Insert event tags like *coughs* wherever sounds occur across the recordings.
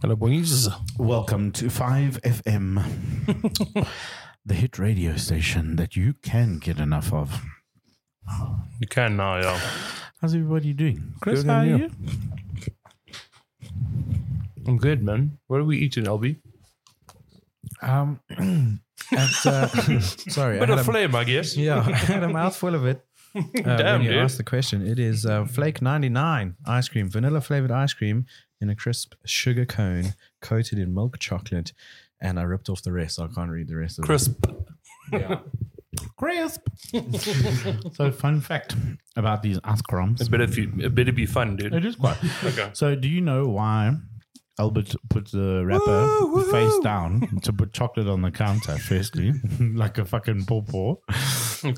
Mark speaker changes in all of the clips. Speaker 1: Hello, boys.
Speaker 2: Welcome to
Speaker 1: *laughs*
Speaker 2: 5FM, the hit radio station that you can get enough of.
Speaker 1: You can now, yeah.
Speaker 2: How's everybody doing? Chris,
Speaker 1: Good,
Speaker 2: how are
Speaker 1: and
Speaker 2: you?
Speaker 1: you? I'm good, man. What are we eating, LB?
Speaker 3: Um, *clears throat* at, uh, *laughs* sorry, I
Speaker 1: Bit
Speaker 3: had
Speaker 1: of
Speaker 3: a,
Speaker 1: flame, I guess.
Speaker 3: yeah, *laughs* I had a mouthful of
Speaker 1: *laughs*
Speaker 3: it. Uh,
Speaker 1: Damn,
Speaker 3: when you
Speaker 1: dude.
Speaker 3: asked the question, it is uh, Flake 99 ice cream, vanilla flavored ice cream in a crisp sugar cone coated in milk chocolate. And I ripped off the rest. I can't read the rest of
Speaker 1: Crisp.
Speaker 3: it.
Speaker 1: *laughs*
Speaker 3: Yeah.
Speaker 2: Crisp. *laughs* so, fun fact about these ice crumbs.
Speaker 1: It better, be, it better be fun, dude.
Speaker 2: It is quite.
Speaker 1: Okay.
Speaker 2: So, do you know why Albert put the wrapper face down to put chocolate on the counter, firstly, *laughs* like a fucking paw paw?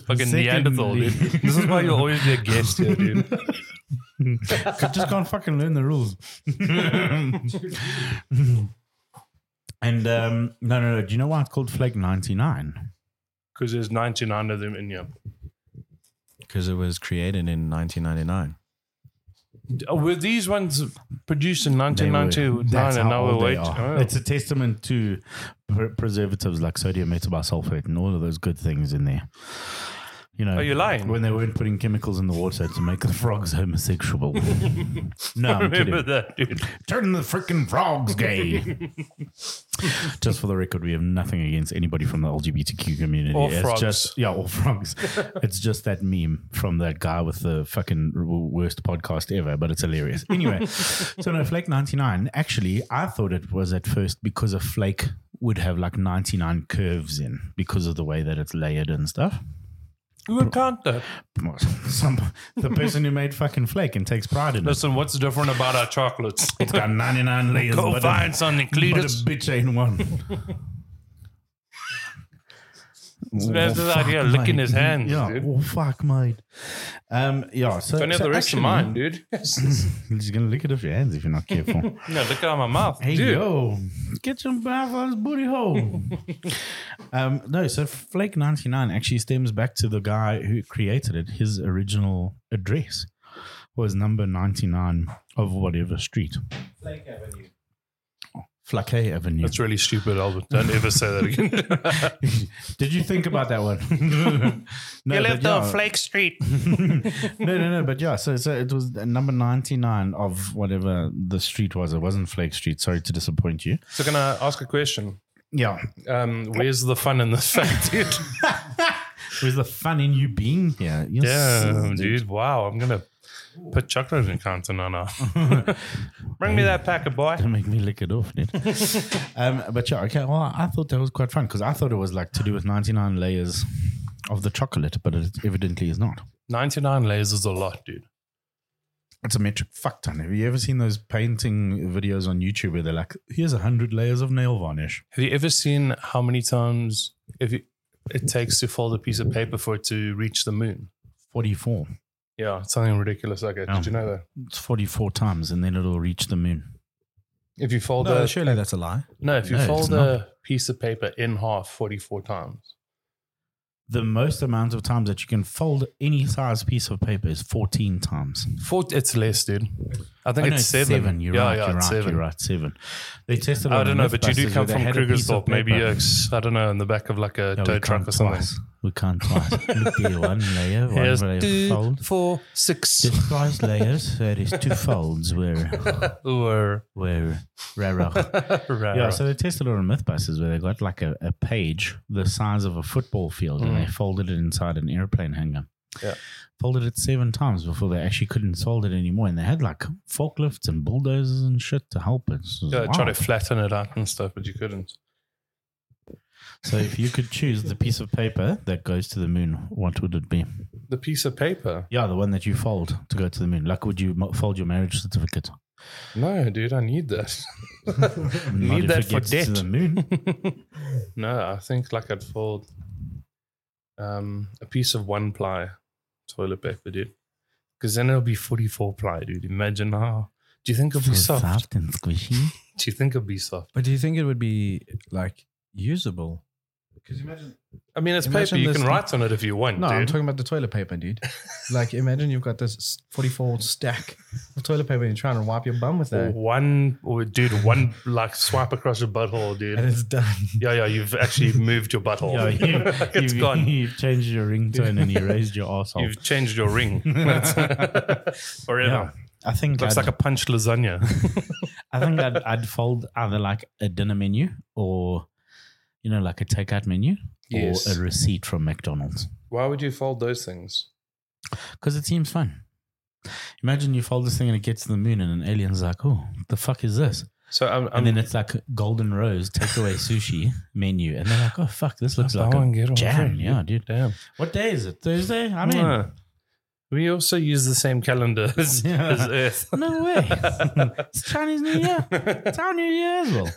Speaker 1: Fucking Neanderthal, dude.
Speaker 2: Secondly-
Speaker 1: This is why you'll always be a guest here,
Speaker 2: *laughs*
Speaker 1: dude.
Speaker 2: I just can't fucking learn the rules. *laughs* and um, no, no, no. Do you know why it's called Flake 99?
Speaker 1: Because there's 99 of them in here.
Speaker 3: Because it was created in 1999.
Speaker 1: Oh, were these ones produced in
Speaker 2: They were-
Speaker 1: 1999 and now we're
Speaker 2: old they
Speaker 1: waiting?
Speaker 2: are.
Speaker 1: Oh.
Speaker 2: It's a testament to pre- preservatives like sodium metal bisulfate and all of those good things in there. You know,
Speaker 1: Are you lying?
Speaker 2: When they weren't putting chemicals in the water to make the frogs *laughs*
Speaker 1: *laughs*
Speaker 2: homosexual. no, I'm
Speaker 1: Remember
Speaker 2: kidding.
Speaker 1: that, uh, dude.
Speaker 2: Turn the freaking frogs gay. *laughs* just for the record, we have nothing against anybody from the LGBTQ community.
Speaker 1: Or
Speaker 2: it's
Speaker 1: frogs.
Speaker 2: just yeah, or
Speaker 1: *laughs*
Speaker 2: frogs. it's just that meme from that guy with the fucking r- worst podcast ever, but it's hilarious.
Speaker 1: *laughs*
Speaker 2: Anyway, so no, Flake 99. Actually, I thought it was at first because a flake would have like 99 curves in because of the way that it's layered and stuff.
Speaker 1: Who would count that?
Speaker 2: *laughs* Some the person who made fucking flake and takes pride in it.
Speaker 1: Listen, what's different about our
Speaker 2: *laughs*
Speaker 1: chocolates?
Speaker 2: It's got 99 layers.
Speaker 1: *laughs* Go
Speaker 2: but-
Speaker 1: find something,
Speaker 2: but a
Speaker 1: Cletus.
Speaker 2: bitch
Speaker 1: *laughs*
Speaker 2: ain't one.
Speaker 1: That's
Speaker 2: Well,
Speaker 1: the
Speaker 2: Oh, fuck,
Speaker 1: idea, licking
Speaker 2: mate.
Speaker 1: his hands,
Speaker 2: Yeah,
Speaker 1: dude.
Speaker 2: well, fuck, mate. Um, yeah. So,
Speaker 1: Don't have
Speaker 2: so
Speaker 1: the rest
Speaker 2: actually-
Speaker 1: of mine, dude.
Speaker 2: *laughs* He's gonna lick it off your hands if you're not careful.
Speaker 1: *laughs* no, look out my mouth.
Speaker 2: hey
Speaker 1: dude.
Speaker 2: yo, get some bath on his
Speaker 1: *laughs*
Speaker 2: booty hole. um, no, so Flake ninety nine actually stems back to the guy who created it. His original address was number ninety nine of whatever street. Flake Avenue. Flake Avenue.
Speaker 1: That's really stupid, Albert. Don't ever say that again.
Speaker 2: *laughs* Did you think about that one? *laughs* no, but yeah.
Speaker 1: Flake Street.
Speaker 2: no, no, no. But yeah, so so it was number ninety nine of whatever the street was. It wasn't Flake Street. Sorry to disappoint you.
Speaker 1: So can I ask a question?
Speaker 2: Yeah,
Speaker 1: Um, where's the *laughs* fun in this fact, dude?
Speaker 2: where's the fun in you being here? You're
Speaker 1: Damn, *laughs*
Speaker 2: so-
Speaker 1: dude. Wow, I'm gonna put chocolate in counter now. *laughs* now. Bring me that packet, boy.
Speaker 2: Don't *laughs* make me lick it off, dude. um, but yeah, okay. Well, I thought that was quite fun because I thought it was like to do with ninety nine layers of the chocolate, but it evidently is not.
Speaker 1: 99 layers is a lot, dude.
Speaker 2: It's a metric fuck ton. Have you ever seen those painting videos on YouTube where they're like, "Here's a hundred layers of nail varnish"?
Speaker 1: Have you ever seen how many times if you, it takes to fold a piece of paper for it to reach the moon?
Speaker 2: Forty four.
Speaker 1: Yeah, it's something ridiculous like that.
Speaker 2: Yeah.
Speaker 1: Did you know that?
Speaker 2: It's forty four times, and then it'll reach the moon.
Speaker 1: If you fold
Speaker 3: No,
Speaker 1: a
Speaker 3: surely that's a lie.
Speaker 1: no, if you
Speaker 2: No, it's
Speaker 1: fold a piece of paper in half 44 times.
Speaker 2: the most amount of times that you can fold any size piece of paper is 14 times.
Speaker 1: Four, it's less, dude. I think
Speaker 2: Oh, no,
Speaker 1: it's seven.
Speaker 2: You're
Speaker 1: yeah,
Speaker 2: right.
Speaker 1: yeah,
Speaker 2: you're
Speaker 1: it's
Speaker 2: right.
Speaker 1: seven.
Speaker 2: You're right. Seven. They tested.
Speaker 1: I
Speaker 2: on
Speaker 1: don't know, but you do
Speaker 2: Mythbusters
Speaker 1: come
Speaker 2: where they
Speaker 1: from
Speaker 2: had a piece of
Speaker 1: Krugersdorp, maybe
Speaker 2: paper.
Speaker 1: a, I don't know, in the back of like a
Speaker 2: No,
Speaker 1: tow
Speaker 2: we can't
Speaker 1: truck or something.
Speaker 2: twice. We
Speaker 1: *laughs*
Speaker 2: can't twice. Look there, one layer, one
Speaker 1: Here's
Speaker 2: layer
Speaker 1: two,
Speaker 2: fold.
Speaker 1: four, six,
Speaker 2: This twice layers, so it is two folds where
Speaker 1: or
Speaker 2: where rarer. Yeah, so they tested it on Mythbusters where they got like a, a page the size of a football field and
Speaker 1: Mm.
Speaker 2: they folded it inside an airplane hangar.
Speaker 1: Yeah.
Speaker 2: Folded it seven times before they actually couldn't fold it anymore. And they had like forklifts and bulldozers and shit to help it. So,
Speaker 1: Yeah, I tried to flatten it out and stuff, but you couldn't.
Speaker 2: so if you could choose the piece of paper that goes to the moon, what would it be?
Speaker 1: The piece of paper.
Speaker 2: Yeah, the one that you fold to go to the moon. Like, would you mo- fold your marriage certificate?
Speaker 1: No, dude, I need that.
Speaker 2: Not
Speaker 1: need
Speaker 2: if
Speaker 1: that
Speaker 2: it
Speaker 1: for
Speaker 2: gets to
Speaker 1: debt.
Speaker 2: the moon.
Speaker 1: *laughs* no, I think like I'd fold um, a piece of one ply toilet paper, dude. Because then it'll be 44 ply, dude. Imagine how. Do you think *laughs* it'll
Speaker 2: So
Speaker 1: be soft?
Speaker 2: soft and squishy.
Speaker 1: Do you think it'll be soft?
Speaker 3: But do you think it would be like usable?
Speaker 2: Because imagine
Speaker 1: I mean, it's
Speaker 3: Imagine
Speaker 1: paper. You
Speaker 3: this-
Speaker 1: can write on it if you want,
Speaker 3: No, I'm
Speaker 1: dude.
Speaker 3: talking about the toilet paper,
Speaker 1: *laughs*
Speaker 3: dude. like, imagine you've got this 44 stack of toilet paper and you're trying to wipe your bum with
Speaker 1: Or
Speaker 3: that.
Speaker 1: one, or dude, one like swipe across your butthole, dude.
Speaker 3: And it's done.
Speaker 1: *laughs* yeah, yeah, you've
Speaker 2: *laughs*
Speaker 1: actually moved your butthole. *laughs*
Speaker 2: yeah, you,
Speaker 1: Like,
Speaker 2: *laughs* you,
Speaker 1: Oh, it's gone.
Speaker 2: You've changed your ringtone and you
Speaker 1: *laughs*
Speaker 2: raised your asshole.
Speaker 1: You've changed your
Speaker 2: *laughs*
Speaker 1: ring That's-
Speaker 2: yeah.
Speaker 1: *laughs* forever.
Speaker 2: I think
Speaker 1: Looks
Speaker 2: I'd,
Speaker 1: like a punch lasagna.
Speaker 2: *laughs* I think I'd, I'd fold either like a dinner menu or you know like a takeout menu
Speaker 1: Yes.
Speaker 2: or a receipt from McDonald's
Speaker 1: *laughs* Why would you fold those things?
Speaker 2: because it seems fun. Imagine you fold this thing and it gets to the moon and an alien's like, "Oh, the fuck is this?"
Speaker 1: So um, I'm, I'm
Speaker 2: and then it's like Golden Rose
Speaker 1: *laughs*
Speaker 2: takeaway sushi menu, and they're like, "Oh fuck, this looks
Speaker 1: Buy
Speaker 2: like a
Speaker 1: one, get one
Speaker 2: jam."
Speaker 1: free.
Speaker 2: Yeah, dude.
Speaker 1: Damn.
Speaker 2: What day is it? Thursday? I mean,
Speaker 1: Mwah. we also use the same calendar *laughs* as,
Speaker 2: Yeah.
Speaker 1: as Earth.
Speaker 2: no
Speaker 1: *laughs*
Speaker 2: way. it's Chinese New Year. It's our New Year as well.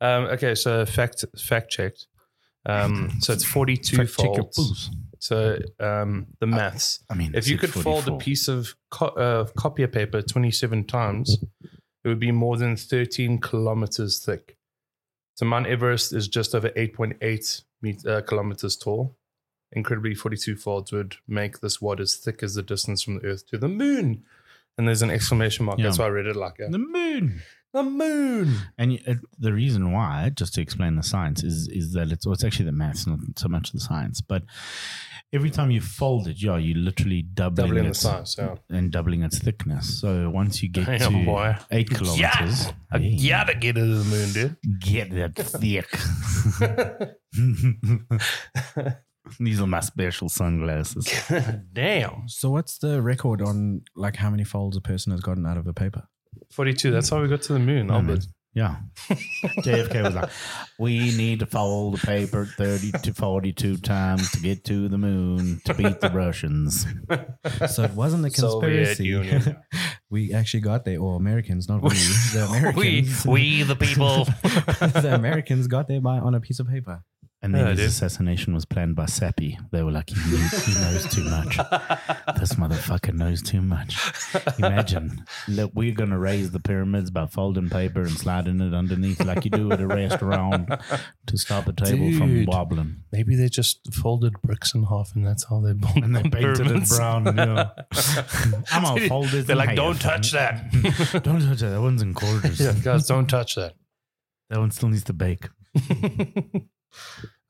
Speaker 1: um, okay, so fact fact checked.
Speaker 2: *laughs*
Speaker 1: Um, so it's forty two
Speaker 2: Fact check your
Speaker 1: folds.
Speaker 2: booze.
Speaker 1: So um,
Speaker 2: Uh,
Speaker 1: the maths.
Speaker 2: I mean,
Speaker 1: if you
Speaker 2: it's
Speaker 1: could fold a
Speaker 2: 44.
Speaker 1: piece of co- uh, copier paper twenty seven times, it would be more than thirteen kilometers thick. So Mount Everest is just over eight point eight uh, kilometers tall. Incredibly, forty two folds would make this wad as thick as the distance from the Earth to the Moon. And there's an exclamation mark.
Speaker 2: Yeah.
Speaker 1: That's why I read it like a,
Speaker 2: the moon.
Speaker 1: the Moon.
Speaker 2: And you- uh, the reason why, just to explain the science, is is that it's, well, it's actually the maths, not so much the science. But every time you fold it, yeah, you literally doubling,
Speaker 1: Doubling the
Speaker 2: its-
Speaker 1: size. Yeah.
Speaker 2: and doubling its thickness. So once you get
Speaker 1: Damn,
Speaker 2: to
Speaker 1: boy.
Speaker 2: eight kilometers,
Speaker 1: I
Speaker 2: hey,
Speaker 1: gotta get to the moon, dude.
Speaker 2: get that
Speaker 1: *laughs*
Speaker 2: thick. *laughs* These are my special sunglasses.
Speaker 1: *laughs* Damn.
Speaker 3: So, what's the record on like how many folds a person has gotten out of a paper?
Speaker 1: 42. That's how we got to the moon,
Speaker 2: No,
Speaker 1: Albert.
Speaker 2: *laughs* Yeah. JFK was like, we need to fold the paper 30 to 42 times to get to the moon to beat the *laughs* Russians.
Speaker 3: So, it wasn't a
Speaker 1: Soviet
Speaker 2: *laughs*
Speaker 3: conspiracy.
Speaker 1: Union.
Speaker 3: we actually got there, or
Speaker 1: *laughs*
Speaker 3: Americans, not we. The
Speaker 1: we,
Speaker 3: Americans.
Speaker 1: we the people.
Speaker 3: *laughs* the Americans got there by on a piece of paper.
Speaker 2: And then
Speaker 1: Yeah,
Speaker 2: his
Speaker 1: dude.
Speaker 2: assassination was planned by Seppi. They were like, he, knows- he knows too much. This motherfucker knows too much. Imagine, look, we're going to raise the pyramids by folding paper and sliding it underneath like you do at a restaurant to stop a table from
Speaker 1: Dude.
Speaker 2: wobbling.
Speaker 1: Maybe they just folded bricks in half and that's how they built
Speaker 2: *laughs* And they painted it brown. Yeah.
Speaker 1: *laughs*
Speaker 2: I'm gonna fold this
Speaker 1: They're
Speaker 2: in
Speaker 1: like,
Speaker 2: half.
Speaker 1: don't touch that.
Speaker 2: Don't touch that. That one's in
Speaker 1: *laughs*
Speaker 2: quarters.
Speaker 1: yeah, guys, don't touch that.
Speaker 2: That one still needs to bake.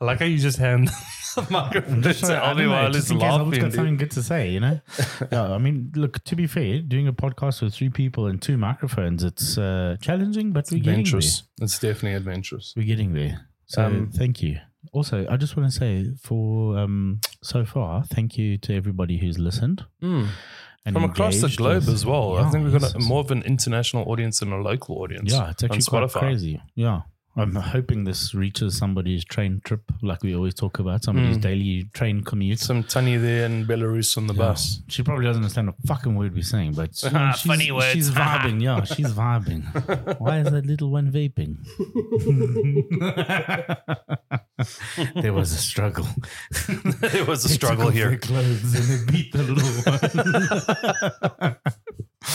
Speaker 1: I like how you just hand *laughs* the microphone to
Speaker 2: I
Speaker 1: Albie
Speaker 2: don't know,
Speaker 1: while
Speaker 2: just
Speaker 1: he's
Speaker 2: in case I've
Speaker 1: laughing.
Speaker 2: got
Speaker 1: dude.
Speaker 2: something good to say,
Speaker 1: *laughs*
Speaker 2: you know. no, I mean, look. To be fair, doing a podcast with three people and two microphones, it's uh, challenging, but we're getting there.
Speaker 1: Adventurous. It's definitely adventurous.
Speaker 2: We're getting there. So
Speaker 1: Um,
Speaker 2: thank you. Also, I just want to say for um, so far, thank you to everybody who's listened
Speaker 1: Mm.
Speaker 2: and
Speaker 1: From across the
Speaker 2: engaged
Speaker 1: globe
Speaker 2: with-
Speaker 1: as well. I
Speaker 2: Yeah,
Speaker 1: think we've got a,
Speaker 2: yes.
Speaker 1: more of an international audience than a local audience.
Speaker 2: Yeah, it's actually quite
Speaker 1: Spotify.
Speaker 2: crazy. Yeah. I'm hoping this reaches somebody's train trip, like we always talk about, somebody's
Speaker 1: Mm.
Speaker 2: daily train commute.
Speaker 1: Some Tony there in Belarus on the
Speaker 2: Yeah.
Speaker 1: bus.
Speaker 2: She probably doesn't understand a fucking word we're
Speaker 1: *laughs*
Speaker 2: saying, but she- she's,
Speaker 1: Ah, Funny words. *laughs*
Speaker 2: she's vibing. Yeah, she's vibing. Why is that little one
Speaker 1: *laughs*
Speaker 2: vaping? there was a struggle.
Speaker 1: *laughs*
Speaker 2: *laughs*
Speaker 1: it was a
Speaker 2: They took
Speaker 1: struggle
Speaker 2: off
Speaker 1: here.
Speaker 2: Their clothes and they beat the little
Speaker 1: *laughs*
Speaker 2: one.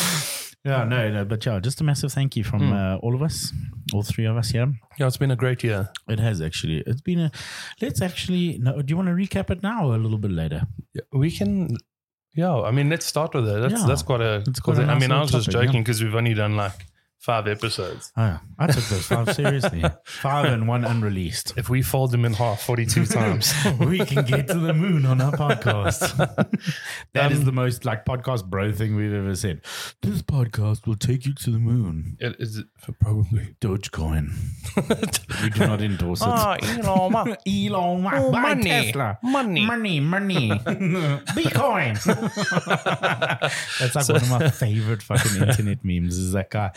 Speaker 2: *laughs* yeah, no, no, but yeah, just a massive thank you
Speaker 1: Hmm.
Speaker 2: from uh, all of us, all three of us here.
Speaker 1: *laughs* Yeah, it's been a great year.
Speaker 2: It has actually. It's been a. Let's actually. No, do you want to recap it now or a little bit later?
Speaker 1: We can, yeah. I mean, let's start with that. That's
Speaker 2: Yeah.
Speaker 1: that's quite a.
Speaker 2: It's quite a
Speaker 1: I
Speaker 2: nice
Speaker 1: mean, I was
Speaker 2: little
Speaker 1: just
Speaker 2: topic,
Speaker 1: joking because we've only done like five episodes.
Speaker 2: Oh, I took those five *laughs* seriously. Five and one unreleased.
Speaker 1: If we fold them in half
Speaker 2: *laughs*
Speaker 1: forty-two times,
Speaker 2: We can get to the moon on our podcast. *laughs* That is
Speaker 1: Um,
Speaker 2: the most like podcast bro thing we've ever said. This podcast will take you to the moon.
Speaker 1: it is
Speaker 2: *laughs*
Speaker 1: probably.
Speaker 2: Dogecoin. We do not endorse it.
Speaker 1: you know, my,
Speaker 2: *laughs* Ah,
Speaker 1: *laughs*
Speaker 2: Elon Musk,
Speaker 1: Oh,
Speaker 2: buy Tesla.
Speaker 1: money.
Speaker 2: Money, money,
Speaker 1: *laughs*
Speaker 2: Bitcoin. That's like one
Speaker 1: *laughs*
Speaker 2: of my favorite fucking internet memes. Is that guy?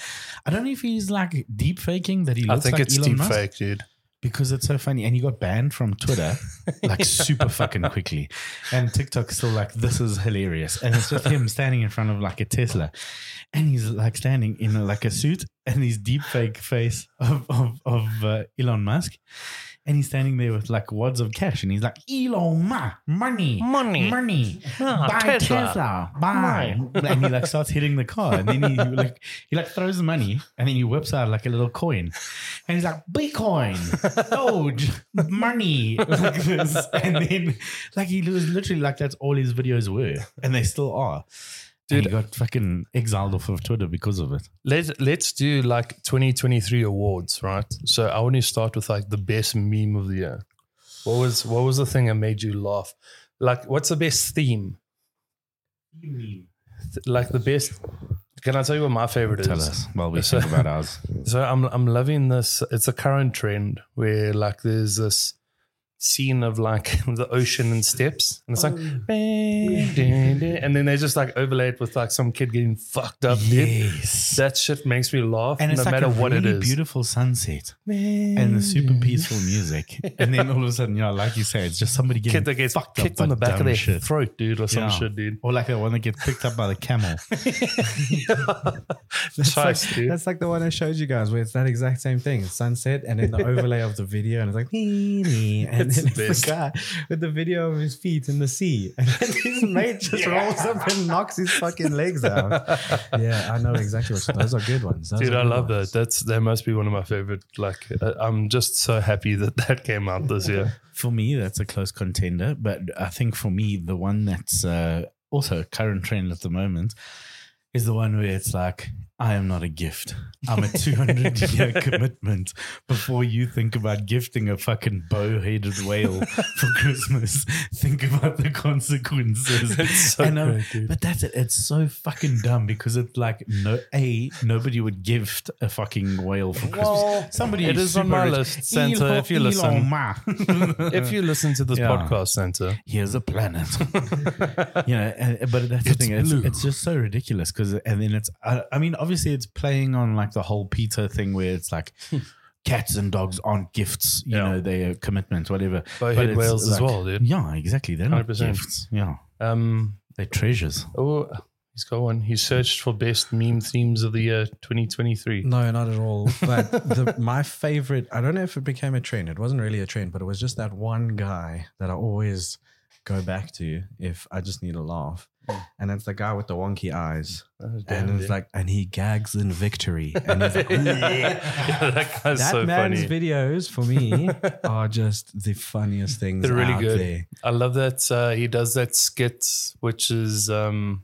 Speaker 2: I don't know if he's like deep faking that he
Speaker 1: I
Speaker 2: looks
Speaker 1: think
Speaker 2: like
Speaker 1: it's
Speaker 2: Elon
Speaker 1: deep
Speaker 2: Musk
Speaker 1: fake, dude.
Speaker 2: because it's so funny. And he got banned from Twitter
Speaker 1: *laughs*
Speaker 2: like super fucking quickly, and TikTok is still like this is hilarious. And it's just him standing in front of like a Tesla, and he's like standing in like a suit and his deep fake face of of, of uh, Elon Musk. And he's standing there with like wads of cash, and he's like, Elon, ma, money,
Speaker 1: Money.
Speaker 2: money,
Speaker 1: Ah,
Speaker 2: buy Tesla,
Speaker 1: Tesla.
Speaker 2: buy. and he like starts hitting the car, and then he like he like throws the money, and then he whips out like a little coin, and he's like, Bitcoin, Doge, money, like this. And then like he was literally like that's all his videos were, and they still are. Dude,
Speaker 1: Dude.
Speaker 2: he got fucking exiled off of Twitter because of it.
Speaker 1: Let's let's do like 2023 awards, right? So I want to start with like the best meme of the year. What was what was the thing that made you laugh? Like, what's the best theme? Th- Like the best. Can I tell you what my favorite
Speaker 2: Tell
Speaker 1: is?
Speaker 2: us while we
Speaker 1: So-
Speaker 2: think about ours.
Speaker 1: So I'm I'm loving this. It's a current trend where like there's this scene of like *laughs* the ocean and steps, and it's like,
Speaker 2: Oh.
Speaker 1: "Bang, ding, ding," and then they just like overlay it with like some kid getting fucked up. Dude.
Speaker 2: Yes.
Speaker 1: That shit makes me laugh,
Speaker 2: And it's
Speaker 1: no
Speaker 2: like
Speaker 1: matter
Speaker 2: a
Speaker 1: what
Speaker 2: really
Speaker 1: it is.
Speaker 2: beautiful sunset and the super peaceful music. And then all of a sudden, you know, like you say, it's just somebody getting
Speaker 1: kid that gets
Speaker 2: fucked up
Speaker 1: kicked on
Speaker 2: by
Speaker 1: the back of
Speaker 2: dumb
Speaker 1: their
Speaker 2: shit.
Speaker 1: throat, dude, or some
Speaker 2: Yeah.
Speaker 1: shit, dude.
Speaker 2: Or like the one that gets picked up by the camel.
Speaker 3: That's like,
Speaker 1: Christ, dude.
Speaker 3: that's like the one I showed you guys, where it's that exact same thing. It's sunset, and then
Speaker 1: *laughs*
Speaker 3: the overlay of the video, and it's like, "Nee, nee," and
Speaker 1: It's
Speaker 3: then
Speaker 1: the
Speaker 3: it's
Speaker 1: best.
Speaker 3: the guy with the video of his feet in the sea, *laughs* and then his mate just rolls up and knocks his fucking legs out. Yeah, I know exactly what. Those are good ones. Those
Speaker 1: Dude,
Speaker 3: are
Speaker 1: I
Speaker 3: good
Speaker 1: love that.
Speaker 3: ones.
Speaker 1: That's that must be one of my favorite. Like, uh, I'm just so happy that *laughs* that came out this
Speaker 2: *laughs*
Speaker 1: year.
Speaker 2: *laughs* For me, that's a close contender. But I think for me, the one that's uh, also a current trend at the moment is the one where it's like, I am not a gift. *laughs* I'm a 200 year commitment before you think about gifting a fucking bow headed whale *laughs* for Christmas. Think about the consequences.
Speaker 1: It's so
Speaker 2: And, um,
Speaker 1: great, dude.
Speaker 2: But that's it. It's so fucking dumb because it's like no a nobody would gift a fucking whale for Christmas. Somebody
Speaker 1: it is on
Speaker 2: super
Speaker 1: my
Speaker 2: rich-
Speaker 1: list, Santa.
Speaker 2: Elon-
Speaker 1: if you
Speaker 2: Elon
Speaker 1: listen,
Speaker 2: *laughs* Ma.
Speaker 1: if you listen to this
Speaker 2: Yeah.
Speaker 1: podcast, Santa,
Speaker 2: here's a
Speaker 3: *laughs*
Speaker 2: planet. you know, and, but that's the
Speaker 1: It's
Speaker 2: thing. It's,
Speaker 1: blue.
Speaker 2: it's just so ridiculous because, and then it's, I, I mean, obviously it's playing on like the whole Peter thing where it's
Speaker 3: *laughs*
Speaker 2: like cats and dogs aren't gifts, you
Speaker 1: Yeah.
Speaker 2: know, they are commitments, whatever.
Speaker 1: bowhead
Speaker 2: it's
Speaker 1: whales as
Speaker 2: like-
Speaker 1: well, dude.
Speaker 2: Yeah, exactly. They're not
Speaker 1: 100%.
Speaker 2: gifts. Yeah.
Speaker 1: Um,
Speaker 2: They're treasures.
Speaker 1: oh, he's got one. He searched for best meme themes of the year 2023.
Speaker 3: No, not at all. But the, my favorite, I don't know if it became a trend. It wasn't really a trend, but it was just that one guy that I always go back to if I just need a laugh.
Speaker 1: Hmm.
Speaker 3: And it's the guy with the wonky eyes.
Speaker 1: Oh, damn,
Speaker 3: And it's
Speaker 1: dude.
Speaker 3: like, and he gags in victory. And
Speaker 1: *laughs*
Speaker 3: he's like, "Oh,
Speaker 1: Yeah, that guy's
Speaker 3: that
Speaker 1: so
Speaker 3: man's
Speaker 1: funny.
Speaker 3: videos
Speaker 1: *laughs*
Speaker 3: for me are just the funniest things.
Speaker 1: They're really
Speaker 3: out
Speaker 1: good.
Speaker 3: There.
Speaker 1: I love that uh, he does that skit, which is um,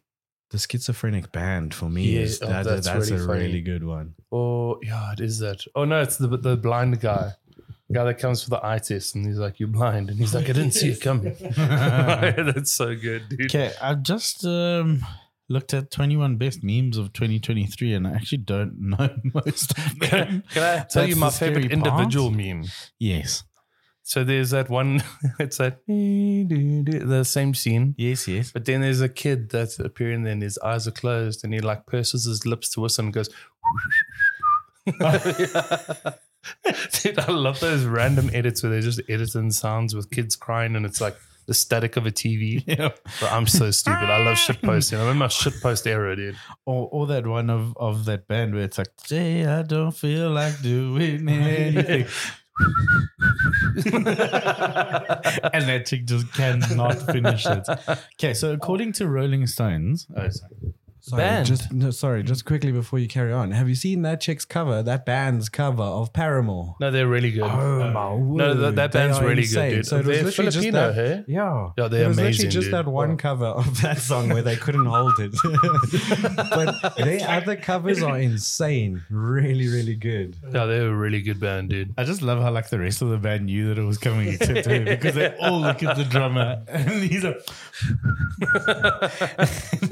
Speaker 3: The schizophrenic band for me
Speaker 1: Yeah,
Speaker 3: is
Speaker 1: oh,
Speaker 3: that,
Speaker 1: that's
Speaker 3: that's,
Speaker 1: really
Speaker 3: a
Speaker 1: funny.
Speaker 3: really good one.
Speaker 1: oh yeah, it is that. Oh no, it's the the blind guy, the guy that comes for the eye test, and he's like, "You're blind," and he's like, "I didn't see it coming." *laughs* That's so good, dude.
Speaker 2: Okay, I just um, looked at 21 best memes of 2023, and I actually don't *laughs* know most of
Speaker 1: Can
Speaker 2: them.
Speaker 1: I, can I tell
Speaker 2: That's
Speaker 1: you my
Speaker 2: the scary
Speaker 1: favorite
Speaker 2: part.
Speaker 1: individual meme?
Speaker 2: yes,
Speaker 1: So there's that one. *laughs* It's that the same scene.
Speaker 2: yes, yes.
Speaker 1: But then there's a kid that's appearing and his eyes are closed and he like purses his lips to us and goes. *laughs* Dude, I love those random edits where they're just editing sounds with kids crying and it's like the static of a TV.
Speaker 2: Yeah.
Speaker 1: But I'm so stupid. I love shit posting. I'm in my shit post era, dude.
Speaker 2: *laughs* Or, or that one of, of that band where it's like, Jay, I don't feel like doing
Speaker 1: *laughs*
Speaker 2: anything. and that chick just cannot
Speaker 1: *laughs*
Speaker 2: finish it. Okay, so according to Rolling Stones, oh, sorry.
Speaker 3: Sorry,
Speaker 1: Band.
Speaker 3: just no, sorry, just quickly before you carry on. Have you seen that chick's cover, that band's cover of Paramore?
Speaker 1: No, they're really good.
Speaker 3: Oh my word!
Speaker 1: no, that, that
Speaker 3: They
Speaker 1: band's
Speaker 3: are
Speaker 1: really
Speaker 3: insane.
Speaker 1: good, dude.
Speaker 3: So it was
Speaker 1: they're
Speaker 3: literally just
Speaker 1: Filipino,
Speaker 3: that-
Speaker 1: hey?
Speaker 3: Yeah,
Speaker 1: Yeah, they're
Speaker 3: it was
Speaker 1: amazing,
Speaker 3: Literally just
Speaker 1: dude.
Speaker 3: that one
Speaker 1: Wow.
Speaker 3: cover of that song where they couldn't hold
Speaker 1: *laughs*
Speaker 3: it, *laughs* but their other covers are insane. Really, really good.
Speaker 1: Yeah, they're a really good band, dude.
Speaker 2: I just love how like the rest of the band knew that it was coming except her because they all look at the drummer and he's *laughs* like,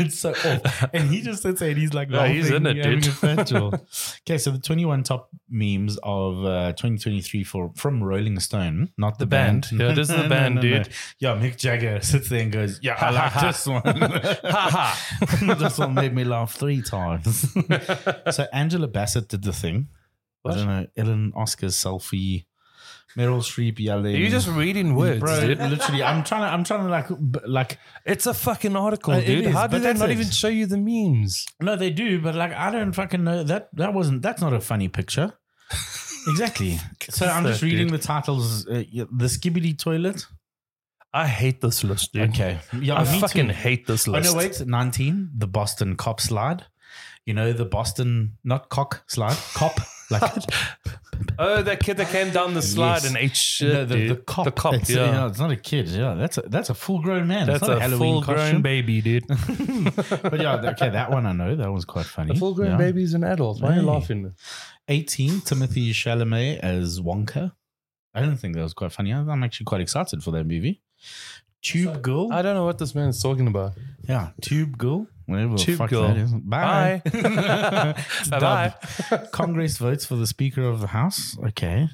Speaker 2: it's so off. And he just sits there and he's like,
Speaker 1: No, he's in
Speaker 2: laughing,
Speaker 1: it,
Speaker 2: having
Speaker 1: dude.
Speaker 2: a festival. *laughs* okay, so the 21 top memes of uh, 2023 for from Rolling Stone, not the,
Speaker 1: The band. Yeah, it is
Speaker 2: *laughs*
Speaker 1: the band, dude.
Speaker 2: Yeah, Mick Jagger sits there and goes, yeah,
Speaker 1: *laughs*
Speaker 2: I like this one.
Speaker 1: ha
Speaker 2: *laughs* this one made me laugh three
Speaker 1: *laughs*
Speaker 2: times. so Angela Bassett did the thing.
Speaker 1: What?
Speaker 2: I don't know. Ellen Oscar's selfie. Meryl Streep yelling.
Speaker 1: You're just reading words, *laughs*
Speaker 2: Bro,
Speaker 1: dude.
Speaker 2: literally, I'm trying to, I'm trying to like, b- like,
Speaker 1: It's a fucking article,
Speaker 2: Uh, it
Speaker 1: dude.
Speaker 2: is,
Speaker 1: How do
Speaker 2: but
Speaker 1: they
Speaker 2: that's
Speaker 1: not
Speaker 2: it.
Speaker 1: even show you the memes? *laughs*
Speaker 2: no, they do, but like, I don't fucking know that. That wasn't. That's not a funny picture. Exactly. So I'm just reading the titles. Uh, yeah, the Skibbity Toilet.
Speaker 1: I hate this list, dude.
Speaker 2: Okay. Yeah,
Speaker 1: I
Speaker 2: me
Speaker 1: fucking
Speaker 2: too.
Speaker 1: hate this
Speaker 2: Oh
Speaker 1: list.
Speaker 2: no, wait. Nineteen. The Boston Cop Slide. You know the Boston not cock slide cop like
Speaker 1: *laughs* Oh, that kid that came down the slide
Speaker 2: Yes.
Speaker 1: and ate shit.
Speaker 2: no, the,
Speaker 1: dude.
Speaker 2: the cop.
Speaker 1: The cop,
Speaker 2: It's,
Speaker 1: yeah.
Speaker 2: you know, it's not a kid. Yeah, that's a that's a full grown man.
Speaker 1: That's
Speaker 2: it's not
Speaker 1: a,
Speaker 2: a, Halloween
Speaker 1: full grown
Speaker 2: costume.
Speaker 1: baby, dude.
Speaker 2: *laughs* but yeah, okay, that one I know. That one's quite funny.
Speaker 1: A full grown
Speaker 2: Yeah.
Speaker 1: baby is an adult. Why are you
Speaker 2: Hey.
Speaker 1: laughing?
Speaker 2: 18, Timothy Chalamet as Wonka. I don't think that was quite funny. I'm actually quite excited for that movie. Tube Girl.
Speaker 1: I don't know what this man's talking about.
Speaker 2: yeah, Tube Girl. Whatever the
Speaker 1: Tube
Speaker 2: fuck
Speaker 1: Girl.
Speaker 2: that is. Bye. *laughs*
Speaker 1: Bye.
Speaker 2: It's
Speaker 1: Bye-bye. *laughs*
Speaker 2: dubbed. Congress votes for the Speaker of the House. Okay.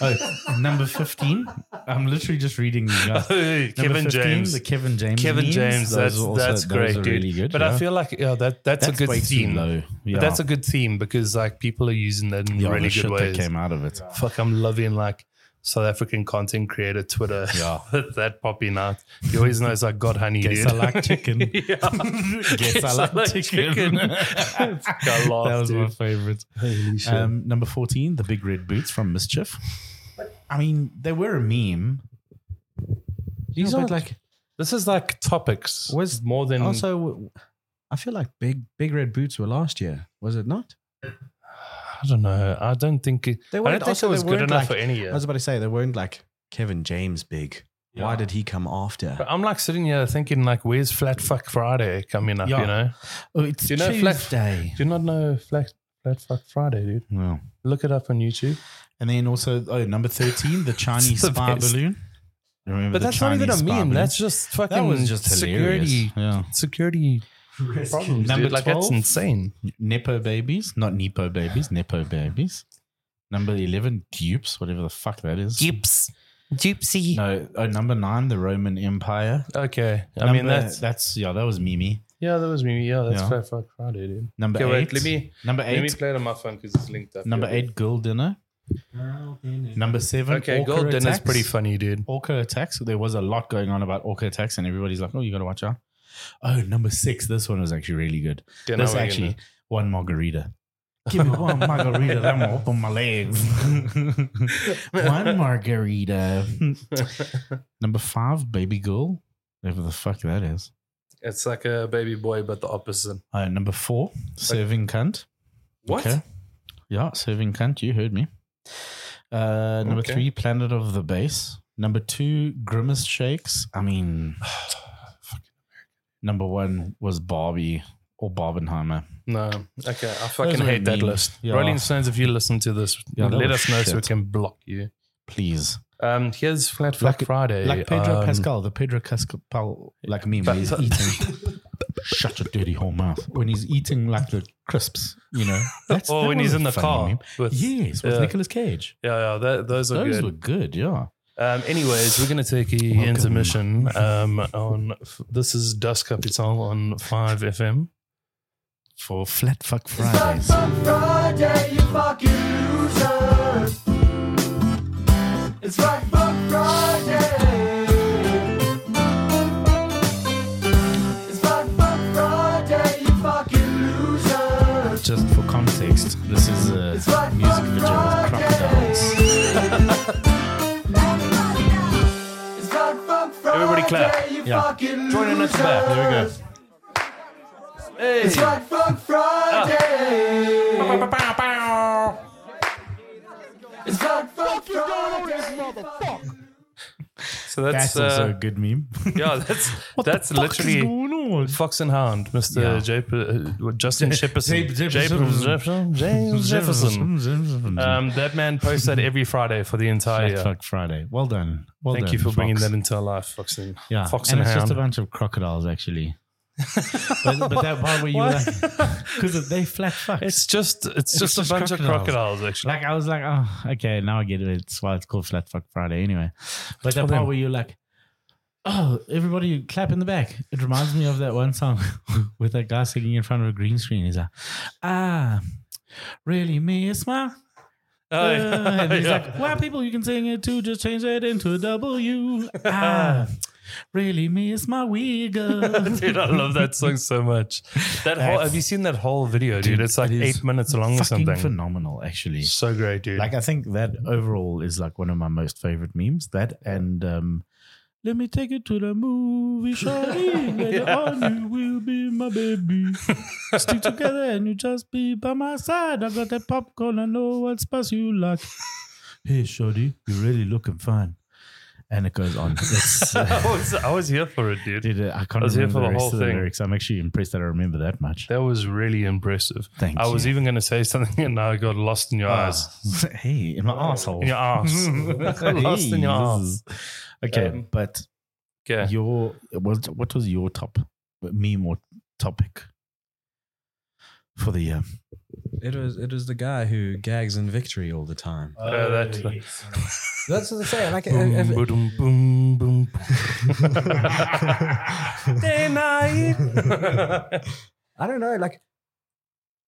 Speaker 2: Oh, number 15. I'm literally just reading these guys. Number
Speaker 1: Kevin
Speaker 2: 15,
Speaker 1: James.
Speaker 2: The Kevin James.
Speaker 1: Kevin
Speaker 2: memes.
Speaker 1: James,
Speaker 2: Those
Speaker 1: that's,
Speaker 2: are also-
Speaker 1: that's
Speaker 2: those
Speaker 1: great,
Speaker 2: are
Speaker 1: dude.
Speaker 2: really good,
Speaker 1: but
Speaker 2: yeah.
Speaker 1: I feel like yeah, that that's, a
Speaker 2: way
Speaker 1: good
Speaker 2: too
Speaker 1: theme.
Speaker 2: low. Yeah.
Speaker 1: But that's a good theme because like people are using that in
Speaker 2: yeah,
Speaker 1: really good
Speaker 2: the shit
Speaker 1: ways.
Speaker 2: that came out of it.
Speaker 1: Fuck, I'm loving like South African content creator Twitter.
Speaker 2: Yeah.
Speaker 1: *laughs* that popping out. You always know it's like God honey,
Speaker 2: Guess
Speaker 1: dude.
Speaker 2: I like chicken.
Speaker 1: *laughs*
Speaker 2: *laughs*
Speaker 1: yeah.
Speaker 2: Guess I like chicken. *laughs*
Speaker 1: I laugh,
Speaker 2: that was my
Speaker 1: dude.
Speaker 2: favorite.
Speaker 1: Holy shit.
Speaker 2: Um, number 14, the big red boots from Mischief. I mean, they were a meme.
Speaker 1: These
Speaker 3: No, but
Speaker 1: aren't like this is like topics.
Speaker 3: Was-
Speaker 1: more than
Speaker 3: also, w- I feel like big big red boots were last year. Was it not?
Speaker 1: I don't know. I don't think it,
Speaker 3: They
Speaker 1: I
Speaker 3: weren't-
Speaker 1: don't think it
Speaker 3: also, they
Speaker 1: was good
Speaker 3: weren't
Speaker 1: enough
Speaker 3: like-
Speaker 1: for any year.
Speaker 3: I was about to say they weren't like Kevin James big. Why did he come after?
Speaker 1: But I'm like sitting here thinking like, where's Flat Fuck Friday coming up?
Speaker 2: Yeah.
Speaker 1: You know,
Speaker 2: Oh, it's
Speaker 1: Do you know Flex-
Speaker 2: Tuesday.
Speaker 1: do you not know Flat Flat Fuck Friday, dude?
Speaker 2: Well,
Speaker 1: Look it up on YouTube.
Speaker 2: and then also, oh, number
Speaker 1: *laughs*
Speaker 2: 13, the Chinese
Speaker 1: the
Speaker 2: spy
Speaker 1: best.
Speaker 2: balloon. Remember
Speaker 1: But
Speaker 2: the
Speaker 1: that's
Speaker 2: Chinese
Speaker 1: not even a
Speaker 2: spy
Speaker 1: meme.
Speaker 2: balloon?
Speaker 1: That's just fucking
Speaker 2: that was just hilarious.
Speaker 1: security
Speaker 2: Yeah.
Speaker 1: security problems.
Speaker 2: Number
Speaker 1: dude. Like that's
Speaker 2: 12?
Speaker 1: insane.
Speaker 2: Nepo babies, not Nepo babies, Nepo babies. Number 11, dupes, whatever the fuck that is.
Speaker 1: Gyps. Gypsy.
Speaker 2: No, oh, number nine, the Roman Empire.
Speaker 1: Okay. I mean
Speaker 2: Number-
Speaker 1: that's
Speaker 2: that's yeah, that was Mimi.
Speaker 1: yeah, that was me. Yeah, that's
Speaker 2: Yeah.
Speaker 1: Flat Fuck Friday, dude.
Speaker 2: Number
Speaker 1: Okay, wait,
Speaker 2: eight.
Speaker 1: let me
Speaker 2: number
Speaker 1: let me
Speaker 2: eight.
Speaker 1: play it on my phone because it's linked up.
Speaker 2: Number
Speaker 1: here.
Speaker 2: eight, girl dinner. Number seven.
Speaker 1: Okay,
Speaker 2: Orca
Speaker 1: Gold Dinner's
Speaker 2: attacks.
Speaker 1: pretty funny, dude.
Speaker 2: Orca attacks. There was a lot going on about orca attacks, and everybody's like, "Oh, you got to watch out." Oh, number six. This one was actually really good.
Speaker 1: Dinner
Speaker 2: this
Speaker 1: we're
Speaker 2: actually
Speaker 1: gonna- *laughs*
Speaker 2: one margarita. Give me one margarita. I'm gonna open my legs. one margarita. number five, baby girl. Whatever the fuck that is.
Speaker 1: It's like a baby boy, but the opposite.
Speaker 2: Uh, number four, serving cunt.
Speaker 1: What?
Speaker 2: Okay. Yeah, serving cunt. You heard me. Uh, number
Speaker 1: Okay.
Speaker 2: three, Planet of the Base. Number two, Grimace Shakes. I mean, *sighs* number one was Barbie or Barbenheimer.
Speaker 1: No. Okay. I fucking
Speaker 2: Those were
Speaker 1: hate that
Speaker 2: memes.
Speaker 1: list.
Speaker 2: Yeah.
Speaker 1: Rolling Stones, if you listen to this,
Speaker 2: Yeah, that
Speaker 1: let
Speaker 2: was
Speaker 1: us know so we
Speaker 2: shit.
Speaker 1: can block you.
Speaker 2: Please,
Speaker 1: Um, here's Flat Fuck
Speaker 2: Like-
Speaker 1: Friday.
Speaker 2: like Pedro
Speaker 1: um,
Speaker 2: Pascal, the Pedro Pascal like meme.
Speaker 1: But-
Speaker 2: he's
Speaker 1: *laughs*
Speaker 2: eating. Shut your dirty whole mouth. When he's eating like the crisps, you
Speaker 1: *laughs*
Speaker 2: know. That's,
Speaker 1: Or
Speaker 2: that
Speaker 1: Oh, when
Speaker 2: was
Speaker 1: he's
Speaker 2: a
Speaker 1: in the
Speaker 2: funny
Speaker 1: car.
Speaker 2: meme.
Speaker 1: with-
Speaker 2: Yes, with
Speaker 1: Yeah.
Speaker 2: Nicolas Cage.
Speaker 1: Yeah, yeah. That, those are
Speaker 2: Those
Speaker 1: good.
Speaker 2: were good, yeah.
Speaker 1: Um, anyways, we're going to take
Speaker 2: *laughs*
Speaker 1: a
Speaker 2: Welcome.
Speaker 1: intermission. Um, on f- this is Dusk Capital on Five FM.
Speaker 2: For Flat Fuck Fridays.
Speaker 4: Friday, you fucking losers. It's like Fuck Friday. It's like Fuck Friday, you fucking losers.
Speaker 2: Just for context, this is a
Speaker 4: It's like
Speaker 2: music
Speaker 4: Fuck
Speaker 2: video with crocodiles.
Speaker 4: Friday. It's like Fuck Friday.
Speaker 1: Everybody clap.
Speaker 4: You
Speaker 2: Yeah.
Speaker 4: fucking
Speaker 1: Join in at the back. There we go.
Speaker 4: losers. It's like Fuck Friday. It's like Fuck Friday.
Speaker 1: So that's,
Speaker 2: That's also a
Speaker 1: uh, *laughs*
Speaker 2: good meme.
Speaker 1: yeah,
Speaker 2: *laughs*
Speaker 1: that's that's
Speaker 2: What's
Speaker 1: literally
Speaker 2: going on?
Speaker 1: Fox and Hound, Mr.
Speaker 2: Yeah.
Speaker 1: J- P- uh,
Speaker 2: *laughs*
Speaker 1: Justin Jefferson.
Speaker 2: J- Jefferson.
Speaker 1: Jefferson. James Jefferson. Um, that man posts that every Friday for the entire
Speaker 2: Flat
Speaker 1: year.
Speaker 2: Fuck Friday. Well done. Well
Speaker 1: Thank
Speaker 2: done,
Speaker 1: you for bringing
Speaker 2: Fox.
Speaker 1: that into our life, Fox and
Speaker 2: Yeah,
Speaker 1: Fox
Speaker 2: and
Speaker 1: and,
Speaker 2: it's
Speaker 1: Hound.
Speaker 2: just a bunch of crocodiles, actually.
Speaker 1: *laughs*
Speaker 2: but, but that part where you were *laughs*
Speaker 1: Why?
Speaker 2: like, because they flat fucks.
Speaker 1: it's just it's, just,
Speaker 2: just
Speaker 1: a bunch of
Speaker 2: crocodiles.
Speaker 1: crocodiles, actually.
Speaker 2: like I was like, oh, okay, now I get it. It's why it's called Flat Fuck Friday, anyway. But that
Speaker 1: Tell
Speaker 2: part
Speaker 1: them.
Speaker 2: where you're like, oh, everybody clap in the back. It reminds me of that one song *laughs* with that guy singing in front of a green screen. He's like, ah, really miss my.
Speaker 1: *laughs* Oh, *laughs* yeah.
Speaker 2: and he's
Speaker 1: Yeah. *laughs*
Speaker 2: like, why people you can sing it too? Just change it into a W. Ah, Really miss my
Speaker 1: *laughs*
Speaker 2: wiggle.
Speaker 1: dude, I love that song so much. That whole, have you seen that whole video, dude?
Speaker 2: Dude,
Speaker 1: It's like
Speaker 2: it is
Speaker 1: eight minutes long or
Speaker 2: Fucking
Speaker 1: something.
Speaker 2: phenomenal, actually.
Speaker 1: so great, dude.
Speaker 2: Like I think that overall is like one of my most favorite memes. That and um, let me take you to
Speaker 1: *laughs*
Speaker 2: the movie, Shawty. Later
Speaker 1: Yeah.
Speaker 2: on, you will be
Speaker 1: *laughs*
Speaker 2: my baby. Stick together and you just be by my side. I got that popcorn. I know what spice you like. Hey, Shawty, you're really looking fine. And it goes on. It's,
Speaker 1: *laughs* *laughs* I,
Speaker 2: uh,
Speaker 1: was, I was here for it, dude.
Speaker 2: dude, I can't
Speaker 1: I was here
Speaker 2: remember
Speaker 1: for the
Speaker 2: the rest
Speaker 1: whole
Speaker 2: of the
Speaker 1: thing.
Speaker 2: lyrics. I'm actually impressed that I remember that much.
Speaker 1: That was really impressive.
Speaker 2: Thank
Speaker 1: I
Speaker 2: you.
Speaker 1: was even going to say something *laughs* and I got lost in your eyes.
Speaker 2: Ah. *laughs* Hey, in my asshole.
Speaker 1: In your
Speaker 2: *laughs*
Speaker 1: ass. *laughs* lost in your
Speaker 2: Hey,
Speaker 1: ass.
Speaker 2: this is- Okay,
Speaker 1: Um,
Speaker 2: but
Speaker 1: Okay.
Speaker 2: your what, what was your top meme or topic for
Speaker 1: *laughs*
Speaker 2: the year?
Speaker 3: It was it was the guy who gags in victory all the time.
Speaker 1: Uh, that-
Speaker 3: That's what I'm saying. Like,
Speaker 1: Boom,
Speaker 3: if- if-
Speaker 1: boom, boom, *laughs* boom.
Speaker 2: Day
Speaker 1: night.
Speaker 3: I don't know. Like,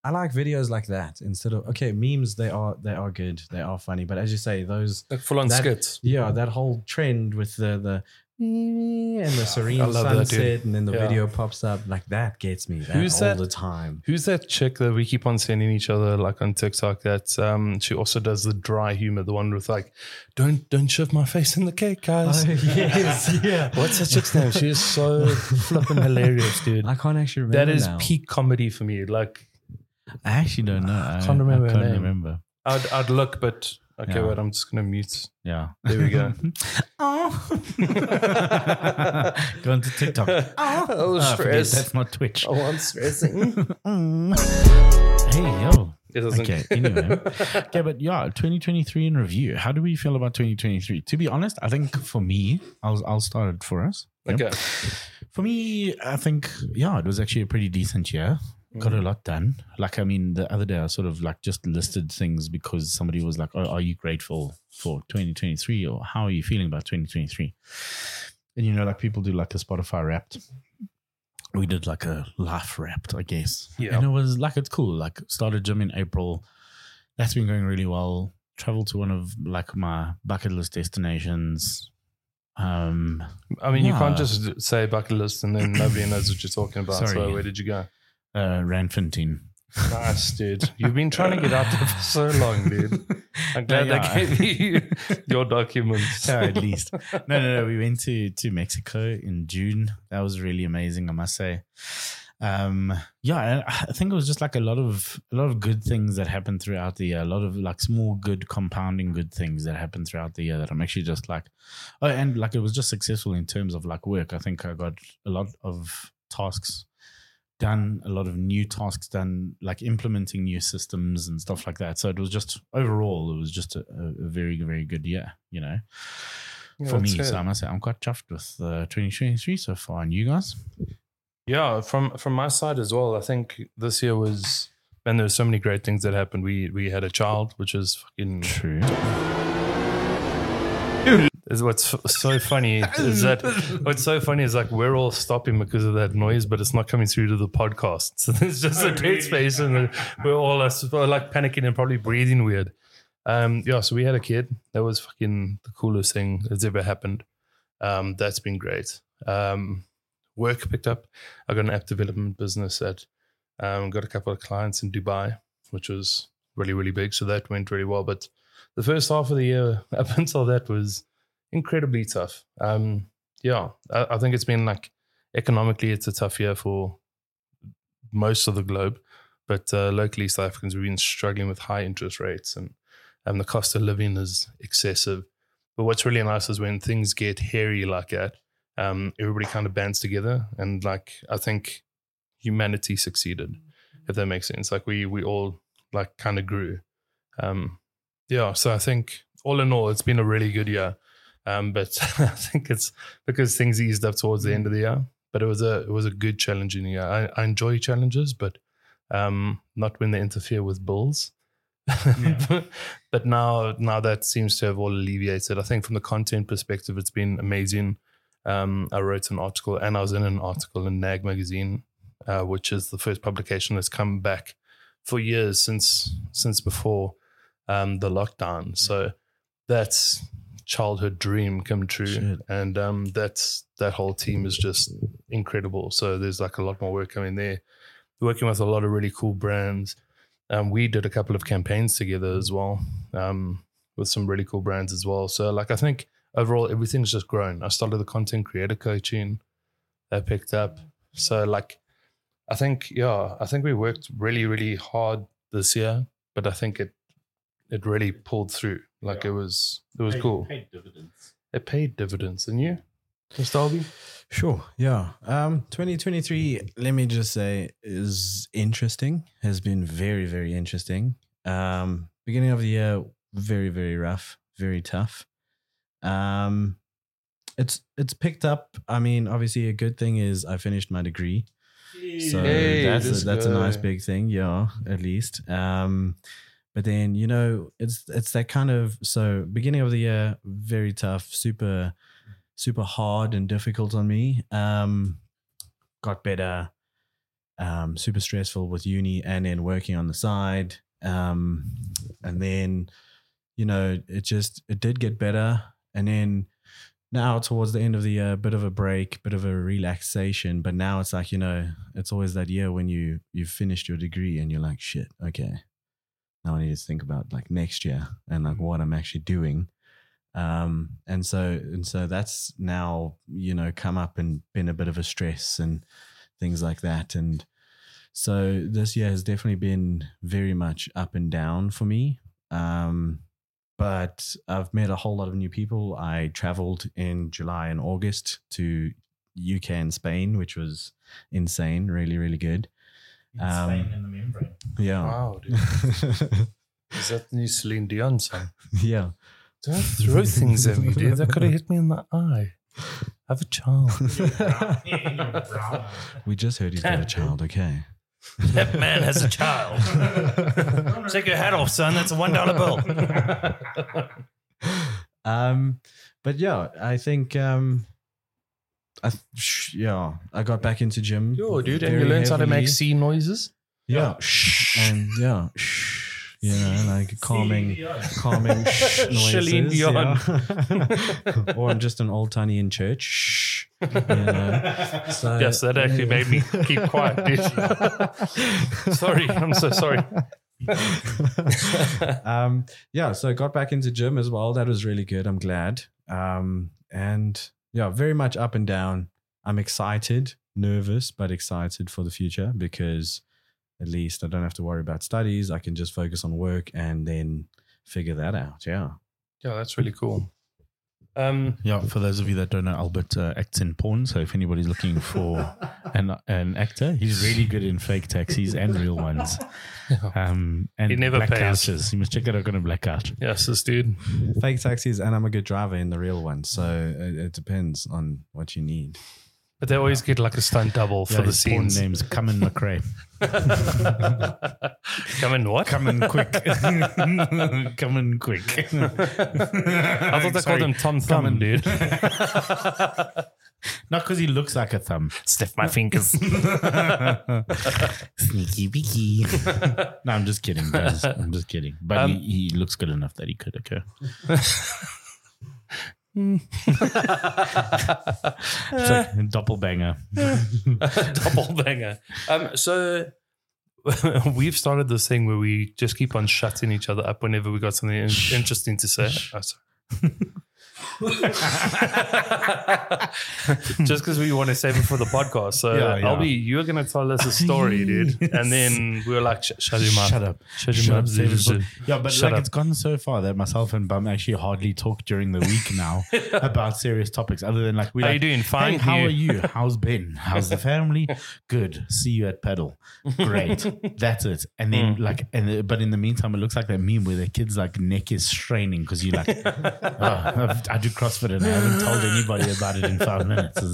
Speaker 3: I like videos like that instead of okay memes. They are they are good. They are funny. But as you say, those
Speaker 1: like *laughs* full on
Speaker 3: That-
Speaker 1: skits.
Speaker 3: yeah, that whole trend with the the and the
Speaker 1: *sighs*
Speaker 3: serene
Speaker 1: I love that, dude.
Speaker 3: sunset, and then the
Speaker 1: Yeah.
Speaker 3: video pops up. Like that gets me. That
Speaker 1: Who's
Speaker 3: all
Speaker 1: that? *laughs*
Speaker 3: the time.
Speaker 1: Who's that chick that we keep on sending each other like on TikTok? That um, she also does the dry humor, the one with like, "Don't don't shove my face in the cake,
Speaker 3: *laughs*
Speaker 1: guys."
Speaker 3: Oh, yes, yeah.
Speaker 1: *laughs* What's that chick's name? She is so flipping hilarious, dude.
Speaker 3: I can't actually remember.
Speaker 1: That is
Speaker 3: now.
Speaker 1: peak comedy for me. Like,
Speaker 2: I actually don't know. I
Speaker 1: Can't remember
Speaker 2: I
Speaker 1: her
Speaker 2: can't
Speaker 1: name.
Speaker 2: remember.
Speaker 1: I'd I'd look, but okay,
Speaker 2: Yeah.
Speaker 1: wait, I'm just gonna mute. *laughs*
Speaker 2: Yeah.
Speaker 1: There we
Speaker 2: *laughs*
Speaker 1: go.
Speaker 2: oh. *laughs* Go on to
Speaker 1: *laughs*
Speaker 2: TikTok.
Speaker 1: oh,
Speaker 2: Ah, forget, that's not Twitch. Mm.
Speaker 1: Oh, I'm stressing.
Speaker 2: Hey, yo.
Speaker 1: *laughs* It doesn't.
Speaker 2: Okay,
Speaker 1: *laughs*
Speaker 2: anyway. Okay, but yeah, 2023 in review. How do we feel about 2023? To be honest, I think for me, I'll I'll start it for us. Yep.
Speaker 1: okay.
Speaker 2: For me, I think yeah, it was actually a pretty decent year. Got a lot done. Like I mean, the other day I sort of like just listed things because somebody was like, "Oh, are you grateful for 2023 or how are you feeling about 2023?" And you know, like people do like a Spotify Wrapped. We did like a laugh Wrapped, I guess.
Speaker 1: Yeah.
Speaker 2: And it was like it's cool. Like started gym in April. That's been going really well. Traveled to one of like my bucket list destinations. Um,
Speaker 1: I mean, you can't
Speaker 2: Yeah.
Speaker 1: just say bucket list and then nobody knows what you're talking about. So
Speaker 2: Sorry.
Speaker 1: where did you go?
Speaker 2: uh, Ranfantine.
Speaker 1: Nice, dude. You've been trying to get out there for so long, dude. I'm glad
Speaker 2: Yeah,
Speaker 1: they
Speaker 2: yeah.
Speaker 1: gave you *laughs* your documents.
Speaker 2: *laughs* No, at least. No, no, no. We went to to Mexico in June. That was really amazing, I must say. Um, yeah, I, I think it was just like a lot of a lot of good things that happened throughout the year. A lot of like small good compounding good things that happened throughout the year that I'm actually just like, oh, and like it was just successful in terms of like work. I think I got a lot of tasks done a lot of new tasks done like implementing new systems and stuff like that so it was just overall it was just a, a a very very good year you know
Speaker 1: Yeah,
Speaker 2: for me
Speaker 1: that's it.
Speaker 2: so i must say i'm quite chuffed with uh, 2023 so far and you guys
Speaker 1: Yeah, from from my side as well. I think this year was, and there were so many great things that happened. We we had a child, which is fucking.
Speaker 2: true
Speaker 1: Is what's f- so funny is that what's so funny is like we're all stopping because of that noise, but it's not coming through to the podcast. *laughs* So there's just a dead space, and we're all us- we're like panicking and probably breathing weird. Um, yeah, so we had a kid. That was fucking the coolest thing that's ever happened. Um, that's been great. Um, work picked up. I got an app development business that um, got a couple of clients in Dubai, which was really really big. So that went really well. But the first half of the year *laughs* up until that was incredibly tough. Um, yeah, I, I think it's been like economically, it's a tough year for most of the globe, but uh, locally, South Africans we've been struggling with high interest rates and and the cost of living is excessive. But what's really nice is when things get hairy like that, um, everybody kind of bands together and like I think humanity succeeded, if that makes sense. Like we we all like kind of grew. Um, yeah, so I think all in all, it's been a really good year. Um, but *laughs* I think it's because things eased up towards the end of the year. But it was a it was a good challenging year. I, I enjoy challenges, but um, not when they interfere with bills.
Speaker 2: Yeah.
Speaker 1: *laughs* but now now that seems to have all alleviated. I think from the content perspective, it's been amazing. Um, I wrote an article and I was in an article in Nag magazine, uh, which is the first publication that's come back for years since since before um, the lockdown. So that's childhood dream come true.
Speaker 2: Shit.
Speaker 1: And um, that's that whole team is just incredible. So there's like a lot more work coming there. Working with a lot of really cool brands. Um, we did a couple of campaigns together as well um, with some really cool brands as well. So like I think overall everything's just grown. I started the content creator coaching that I picked up. So like I think yeah, I think we worked really really hard this year, but I think it it really pulled through. Like it was it was cool.
Speaker 2: dividends.
Speaker 1: It paid dividends, didn't you, Mr. Albee?
Speaker 3: Sure. Yeah. Um, 2023, let me just say, is interesting, has been very, very interesting. Um, beginning of the year, very, very rough, very tough. Um, it's it's picked up. I mean, obviously, a good thing is I finished my degree. So
Speaker 1: Hey,
Speaker 3: that's
Speaker 1: this
Speaker 3: a, that's a nice
Speaker 1: guy.
Speaker 3: big thing, yeah, at least. Um, but then you know, it's it's that kind of so beginning of the year, very tough, super, super hard and difficult on me. Um, got better, um, super stressful with uni and then working on the side. Um, and then you know, it just it did get better, and then now towards the end of the year, a bit of a break, bit of a relaxation. But now it's like, you know, it's always that year when you you've finished your degree and you're like, shit, okay. Now I need to think about like next year and like what I'm actually doing. Um, and so and so that's now, you know, come up and been a bit of a stress and things like that. And so this year has definitely been very much up and down for me. Um, but I've met a whole lot of new people. I traveled in July and August to UK and Spain, which was insane, really, really good. Um,
Speaker 2: Insane in the membrane.
Speaker 3: Yeah.
Speaker 1: Wow, dude. Is that the new Celine Dion song?
Speaker 3: *laughs* yeah.
Speaker 1: Don't throw things at me, dude. That could have hit me in the eye. Have a child.
Speaker 3: we just heard he's got
Speaker 1: *laughs*
Speaker 3: a child, okay.
Speaker 5: That man has a child. Take your hat off, son. That's a one dollar
Speaker 4: *laughs*
Speaker 5: bill.
Speaker 3: um, but yeah, I think um, I th- sh- yeah, I got back into gym.
Speaker 1: Yo, dude, and
Speaker 3: very
Speaker 1: you learned how to
Speaker 3: heavily.
Speaker 1: make sea noises.
Speaker 3: yeah, shh, and yeah, shh, you know, like calming, calming *laughs* shh
Speaker 1: Celine
Speaker 3: noises,
Speaker 1: Dion.
Speaker 3: yeah. *laughs* or I'm just an old tiny in church. Shh, you *laughs* know. So-
Speaker 1: Yes, that actually made
Speaker 3: *laughs*
Speaker 1: me keep quiet, dude. sorry, I'm so sorry.
Speaker 3: *laughs* um, yeah, so I got back into gym as well. That was really good. I'm glad. Um, and yeah, very much up and down. I'm excited, nervous, but excited for the future because at least I don't have to worry about studies. I can just focus on work and then figure that out. Yeah.
Speaker 1: Yeah, that's really cool. Um,
Speaker 2: Yeah, for those of you that don't know, Albert uh, acts in porn. So if anybody's
Speaker 1: *laughs*
Speaker 2: looking for an an actor, he's really good in fake taxis and real ones.
Speaker 1: *laughs*
Speaker 2: Um, and
Speaker 1: He never
Speaker 2: black
Speaker 1: pays.
Speaker 2: couches. You must check it out on a blackout.
Speaker 1: yes, this dude.
Speaker 3: Fake taxis, and I'm a good driver in the real one. So it, it depends on what you need.
Speaker 1: But they always get like a stunt double for
Speaker 2: Yeah,
Speaker 1: the
Speaker 2: his porn
Speaker 1: scenes.
Speaker 2: name's Cummin McRae.
Speaker 1: Come in what?
Speaker 2: Cummin
Speaker 1: *laughs*
Speaker 2: quick. *laughs* Cummin quick. *laughs*
Speaker 1: I
Speaker 2: I
Speaker 1: thought they called him Tom
Speaker 2: Come
Speaker 1: Thumb,
Speaker 2: in.
Speaker 1: dude.
Speaker 2: Not because he looks like a thumb.
Speaker 5: Sniff my fingers.
Speaker 2: Sneaky beaky. *laughs* no, I'm just kidding, guys. I'm just kidding. But
Speaker 1: Um,
Speaker 2: he, he looks good enough that he could occur. It's like a doppelbanger.
Speaker 1: doppelganger. Um, so *laughs* we've started this thing where we just keep on shutting each other up whenever we got something in- interesting to say. Oh, sorry. *laughs* just because we want to save it for the podcast. So
Speaker 2: Yeah, yeah.
Speaker 1: Albie, you're gonna tell us a story, dude, and then we were like, "Sh- shut him up,
Speaker 2: Shut up.
Speaker 1: shut him
Speaker 2: Shut
Speaker 1: up,
Speaker 2: up, save it
Speaker 1: dude.
Speaker 2: for- Yeah, but
Speaker 1: Shut
Speaker 2: like
Speaker 1: up.
Speaker 2: it's gone so far that myself and Bum actually hardly talk during the week
Speaker 1: *laughs*
Speaker 2: now about serious topics other than like we
Speaker 1: How
Speaker 2: like,
Speaker 1: you doing? Fine.
Speaker 2: Hey, how are you? How's Ben? How's the family?
Speaker 1: *laughs*
Speaker 2: Good. See you at pedal. Great. That's it. And then
Speaker 1: Hmm.
Speaker 2: like, and the- but in the meantime, it looks like that meme where the kid's like neck is straining because
Speaker 1: *laughs*
Speaker 2: you like, oh, I've- I do CrossFit and I haven't told anybody about it in five minutes. It's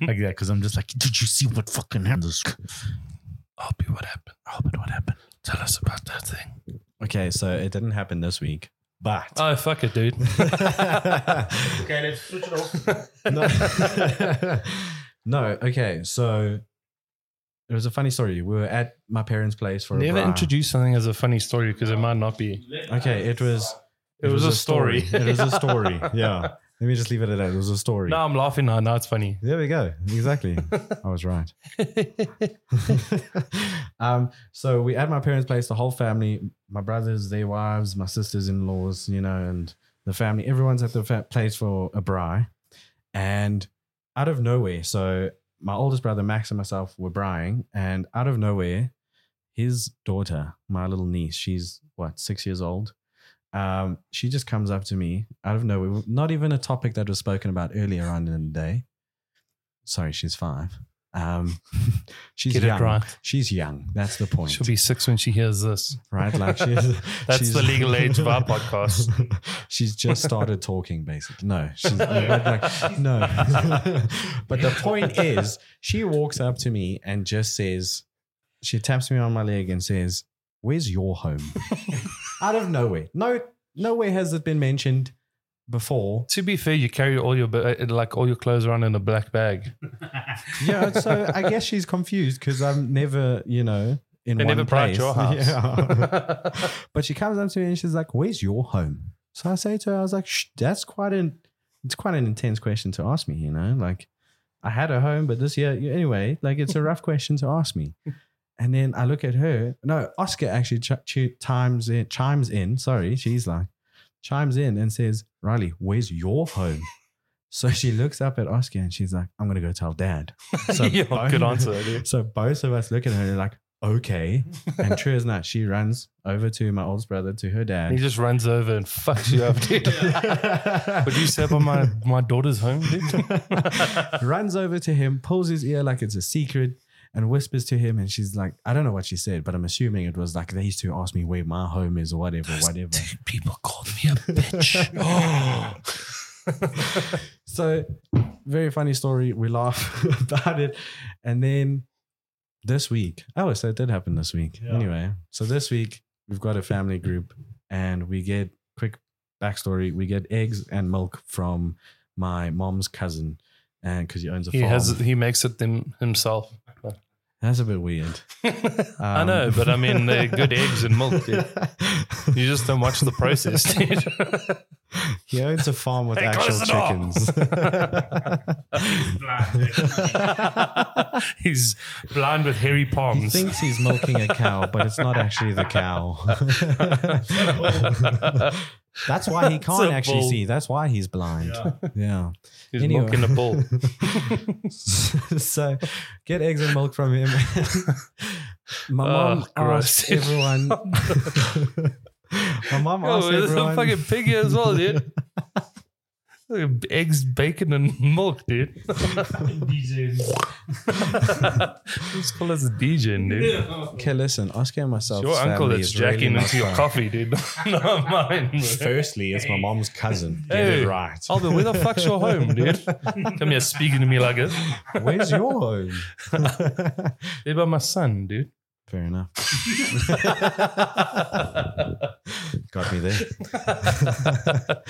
Speaker 2: like that because I'm just *laughs* like, did you see what fucking happened?
Speaker 1: Albie, what happened? Albie, what happened? Tell us about that thing.
Speaker 3: Okay. So it didn't happen this week, but.
Speaker 1: Oh fuck it, dude.
Speaker 3: *laughs*
Speaker 2: Okay, let's switch it off.
Speaker 3: no. *laughs* no, okay. So it was a funny story. We were at my parents' place for a
Speaker 1: Never
Speaker 3: bra.
Speaker 1: introduce something as a funny story because it might not be.
Speaker 3: Okay, it was
Speaker 1: It was a story.
Speaker 3: It was a
Speaker 1: *laughs*
Speaker 3: story. yeah. Let me just leave it at that. It was a story.
Speaker 1: Now I'm laughing now. Now it's funny.
Speaker 3: There we go.
Speaker 1: *laughs*
Speaker 3: Exactly. I was right. *laughs* um, so we at my parents' place, the whole family, my brothers, their wives, my sisters in laws, you know, and the family, everyone's at the fa- place for a braai. And out of nowhere, so my oldest brother, Max, and myself were braaiing. And out of nowhere, his daughter, my little niece, she's what, six years old? Um, she just comes up to me out of nowhere, not even a topic that was spoken about earlier on in the day. Sorry, she's five. Um, *laughs* she's
Speaker 1: Get
Speaker 3: young.
Speaker 1: it right.
Speaker 3: She's young. That's the point,
Speaker 1: She'll be six when she hears this.
Speaker 3: right? Like *laughs* she's
Speaker 1: *laughs* That's
Speaker 3: she's-
Speaker 1: the legal age of our podcast.
Speaker 3: *laughs* she's just started talking, basically. No,
Speaker 1: *laughs*
Speaker 3: she's but like, no. *laughs* but the point is, she walks up to me and just says, she taps me on my leg and says, "Where's your
Speaker 1: *laughs*
Speaker 3: home?" Out of nowhere, no, nowhere has it been mentioned before.
Speaker 1: To be fair, you carry all your ba- uh, like all your clothes around in a black
Speaker 3: *laughs*
Speaker 1: bag.
Speaker 3: Yeah, so I guess she's confused because I'm never, you know, in
Speaker 1: They
Speaker 3: one
Speaker 1: never bright
Speaker 3: place.
Speaker 1: your house.
Speaker 3: *laughs* Yeah. But she comes up to me and she's like, "Where's your home?" So I say to her, "I was like, Shh, that's quite an it's quite an intense question to ask me, you know. Like, I had a home, but this year, anyway, like it's a
Speaker 1: *laughs*
Speaker 3: rough question to ask me." And then I look at her. No, Oscar actually ch- ch- times in, chimes in. Sorry, she's like chimes in and says, "Riley, where's
Speaker 1: *laughs*
Speaker 3: your home?" So she looks up at Oscar and she's like, "I'm gonna go tell Dad."
Speaker 1: *laughs* *laughs*
Speaker 3: So
Speaker 1: Yeah,
Speaker 3: both-
Speaker 1: good answer,
Speaker 3: *laughs*
Speaker 1: dude.
Speaker 3: So both of us look at her and are like, "Okay." And true as not, she runs over to my oldest brother, to her dad.
Speaker 1: He just runs over and fucks you up,
Speaker 3: *laughs*
Speaker 1: dude. Would you say about my, my daughter's home,
Speaker 3: *laughs*
Speaker 1: dude?
Speaker 3: runs over to him, pulls his ear like it's a secret, and whispers to him. And she's like, I don't know what she said, but I'm assuming it was like they used to ask me where my home is or whatever, whatever.
Speaker 5: People called me a bitch. oh,
Speaker 3: So, very funny story. We laugh *laughs* about it. And then this week, oh, so it did happen this week. Anyway, so this week, we've got a family group and we get quick backstory we get eggs and milk from my mom's cousin. And because he owns a
Speaker 1: He
Speaker 3: farm.
Speaker 1: has he makes it them, himself.
Speaker 3: That's a bit weird.
Speaker 1: *laughs* I know, but I mean they're good eggs and milk, dude. You just don't watch the process, *laughs* dude.
Speaker 3: *laughs* He owns a farm with
Speaker 5: Hey,
Speaker 3: actual
Speaker 5: close the
Speaker 3: chickens.
Speaker 1: He's blind with hairy
Speaker 3: he
Speaker 1: palms.
Speaker 3: thinks he's milking a cow, but it's not actually
Speaker 1: *laughs*
Speaker 3: the *laughs* cow. That's
Speaker 1: *laughs*
Speaker 3: why he
Speaker 1: It's
Speaker 3: can't
Speaker 1: a
Speaker 3: actually
Speaker 1: bull.
Speaker 3: see. That's why he's blind. *laughs* Yeah.
Speaker 1: *laughs* He's
Speaker 3: Anyway.
Speaker 1: milking a bull.
Speaker 3: so get eggs and milk from him. *laughs* My
Speaker 1: Oh,
Speaker 3: mom
Speaker 1: gross. *laughs*
Speaker 3: asked everyone. My mom asked
Speaker 1: Oh, there's a
Speaker 3: everyone.
Speaker 1: fucking pig here as well,
Speaker 3: *laughs*
Speaker 1: dude. Fucking Eggs, bacon, and milk, dude. Let's call us a DJ, dude.
Speaker 3: okay, listen, Oscar and myself.
Speaker 1: Your uncle that's jacking into your
Speaker 3: coffee.
Speaker 1: coffee, dude. *laughs* Not mine. bro.
Speaker 3: Firstly, it's my mom's cousin. Get
Speaker 1: Hey. Oh.
Speaker 3: it right.
Speaker 1: Albert, where the fuck's your home, dude?
Speaker 3: *laughs*
Speaker 1: Come here speaking to me like this.
Speaker 3: Where's your
Speaker 1: *laughs*
Speaker 3: home?
Speaker 1: They're by my son, dude. *laughs*
Speaker 3: Fair enough. Got me
Speaker 1: *laughs*
Speaker 3: there.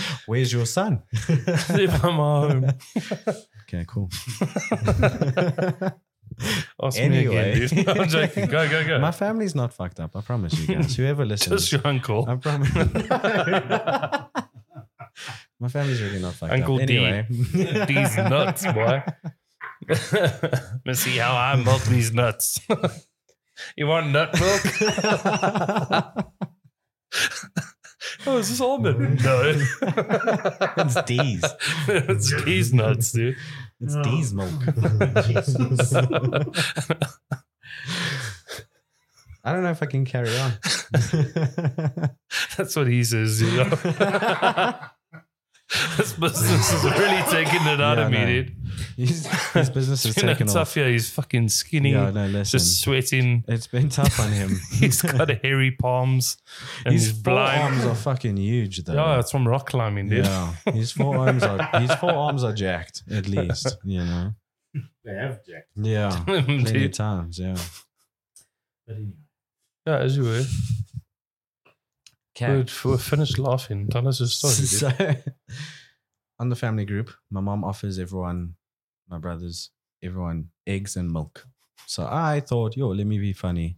Speaker 3: *laughs* Where's your son?
Speaker 1: They're by my home.
Speaker 3: Okay, cool.
Speaker 1: Ask me
Speaker 3: Anyway.
Speaker 1: again, dude. *laughs* I'm joking. Go, go, go.
Speaker 3: My family's not fucked up. I promise you
Speaker 1: *laughs*
Speaker 3: guys. Whoever
Speaker 1: Just
Speaker 3: listens,
Speaker 1: your uncle.
Speaker 3: I promise.
Speaker 1: *laughs*
Speaker 3: *laughs* My family's really not fucked
Speaker 1: Uncle
Speaker 3: up.
Speaker 1: D.
Speaker 3: Anyway,
Speaker 1: *laughs* these nuts,
Speaker 3: *laughs*
Speaker 1: boy. Let's see how I milk these nuts. *laughs* you want nut milk?
Speaker 3: *laughs*
Speaker 1: oh, is this almond?
Speaker 3: *laughs*
Speaker 1: No,
Speaker 3: it's D's.
Speaker 1: it's these nuts, dude.
Speaker 3: It's D's milk. I don't know if I can carry
Speaker 1: *laughs*
Speaker 3: on.
Speaker 1: That's what he says, you know. *laughs* this business is really taking it out
Speaker 3: Yeah,
Speaker 1: of me,
Speaker 3: I know.
Speaker 1: dude.
Speaker 3: His, his business is
Speaker 1: It's been
Speaker 3: taken
Speaker 1: tough
Speaker 3: off.
Speaker 1: here. He's fucking skinny,
Speaker 3: Yeah, no, listen.
Speaker 1: just sweating. *laughs*
Speaker 3: it's been tough on him.
Speaker 1: He's got hairy palms *laughs* and
Speaker 3: His
Speaker 1: he's blind.
Speaker 3: forearms are fucking huge, though.
Speaker 1: Yeah, it's from rock climbing, dude.
Speaker 3: uh, Yeah,
Speaker 2: *laughs*
Speaker 3: his forearms are his forearms are jacked at least, you know.
Speaker 2: They have Jack. *laughs*
Speaker 3: Yeah, plenty of
Speaker 1: *laughs* dude.
Speaker 3: times. Yeah,
Speaker 2: But anyway.
Speaker 1: Yeah, as you were. We're, we're finished laughing. Tell us a
Speaker 3: *laughs*
Speaker 1: story. dude.
Speaker 3: so on the family group, my mom offers everyone, my brothers, everyone eggs and milk. So I thought, yo, let me be funny,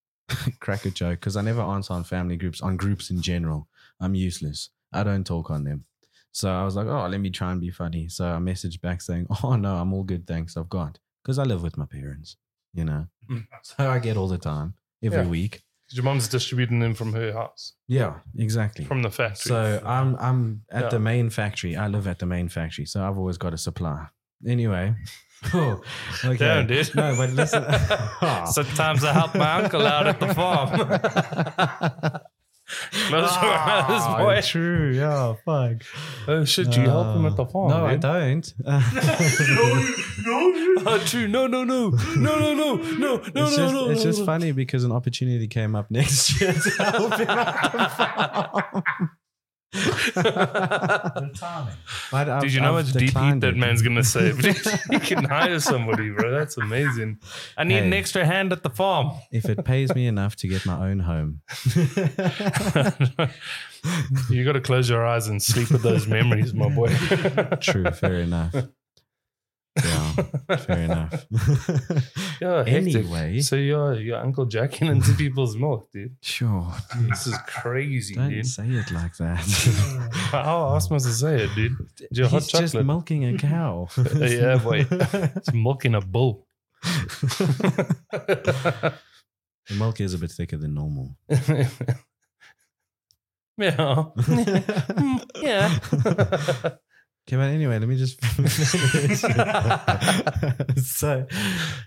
Speaker 3: *laughs* crack a joke because I never answer on family groups, on groups in general. I'm useless. I don't talk on them. So I was like, oh, let me try and be funny. So I messaged back saying, *laughs* oh, no, I'm all good. Thanks. I've got, because I live with my parents, you know.
Speaker 1: Mm.
Speaker 3: so I get all the time every
Speaker 1: Yeah.
Speaker 3: week.
Speaker 1: 'Cause Your mom's distributing them from her house,
Speaker 3: Yeah, exactly.
Speaker 1: from the factory.
Speaker 3: So I'm I'm at
Speaker 1: Yeah.
Speaker 3: the main factory. I live at the main factory, so I've always got a supply. Anyway, oh, *laughs* okay.
Speaker 1: *laughs* Damn, dude.
Speaker 3: No, but
Speaker 1: *laughs*
Speaker 3: listen. *laughs*
Speaker 5: Sometimes I help my uncle out at the
Speaker 3: *laughs*
Speaker 1: *laughs*
Speaker 5: farm.
Speaker 1: That's
Speaker 3: Ah,
Speaker 1: where this boy-
Speaker 3: True. Yeah. Fuck.
Speaker 1: Oh shit! Do you help him at the farm?
Speaker 3: No, I
Speaker 1: dude?
Speaker 3: don't.
Speaker 1: *laughs*
Speaker 3: *laughs*
Speaker 1: Oh, true. No, no, no, no, no, no, no, no,
Speaker 3: it's
Speaker 1: no,
Speaker 3: just,
Speaker 1: no.
Speaker 3: it's
Speaker 1: no,
Speaker 3: just
Speaker 1: no.
Speaker 3: funny because an opportunity came up next *laughs* year to help him
Speaker 1: *laughs*
Speaker 3: out the farm. But I've-
Speaker 1: Did you know how
Speaker 3: I've
Speaker 1: much deep heat
Speaker 3: declined
Speaker 1: that
Speaker 3: it.
Speaker 1: man's gonna save? *laughs* he can hire somebody, bro. That's amazing.
Speaker 5: I need an
Speaker 3: Hey.
Speaker 5: extra hand at the farm.
Speaker 3: If it pays me enough to get my own home,
Speaker 1: *laughs* you got to close your eyes and sleep with those memories, my
Speaker 2: *laughs*
Speaker 1: boy.
Speaker 3: True, fair
Speaker 1: *laughs*
Speaker 3: enough. Yeah, fair enough. *laughs*
Speaker 1: Yeah, hectic.
Speaker 3: Anyway.
Speaker 1: So you're your uncle jacking into people's milk, dude.
Speaker 3: sure.
Speaker 1: This is crazy,
Speaker 3: Don't
Speaker 1: dude.
Speaker 3: say it like that.
Speaker 1: *laughs* How else must I say it, dude? It's your hot
Speaker 3: He's just
Speaker 1: chocolate.
Speaker 3: milking a cow.
Speaker 1: *laughs* yeah,
Speaker 3: *laughs*
Speaker 1: boy. It's milking a bull.
Speaker 3: The milk is a bit thicker than
Speaker 1: *laughs*
Speaker 3: normal.
Speaker 1: *laughs* yeah. *laughs*
Speaker 2: *laughs*
Speaker 1: Yeah.
Speaker 3: Okay, but anyway, let me just. *laughs* so,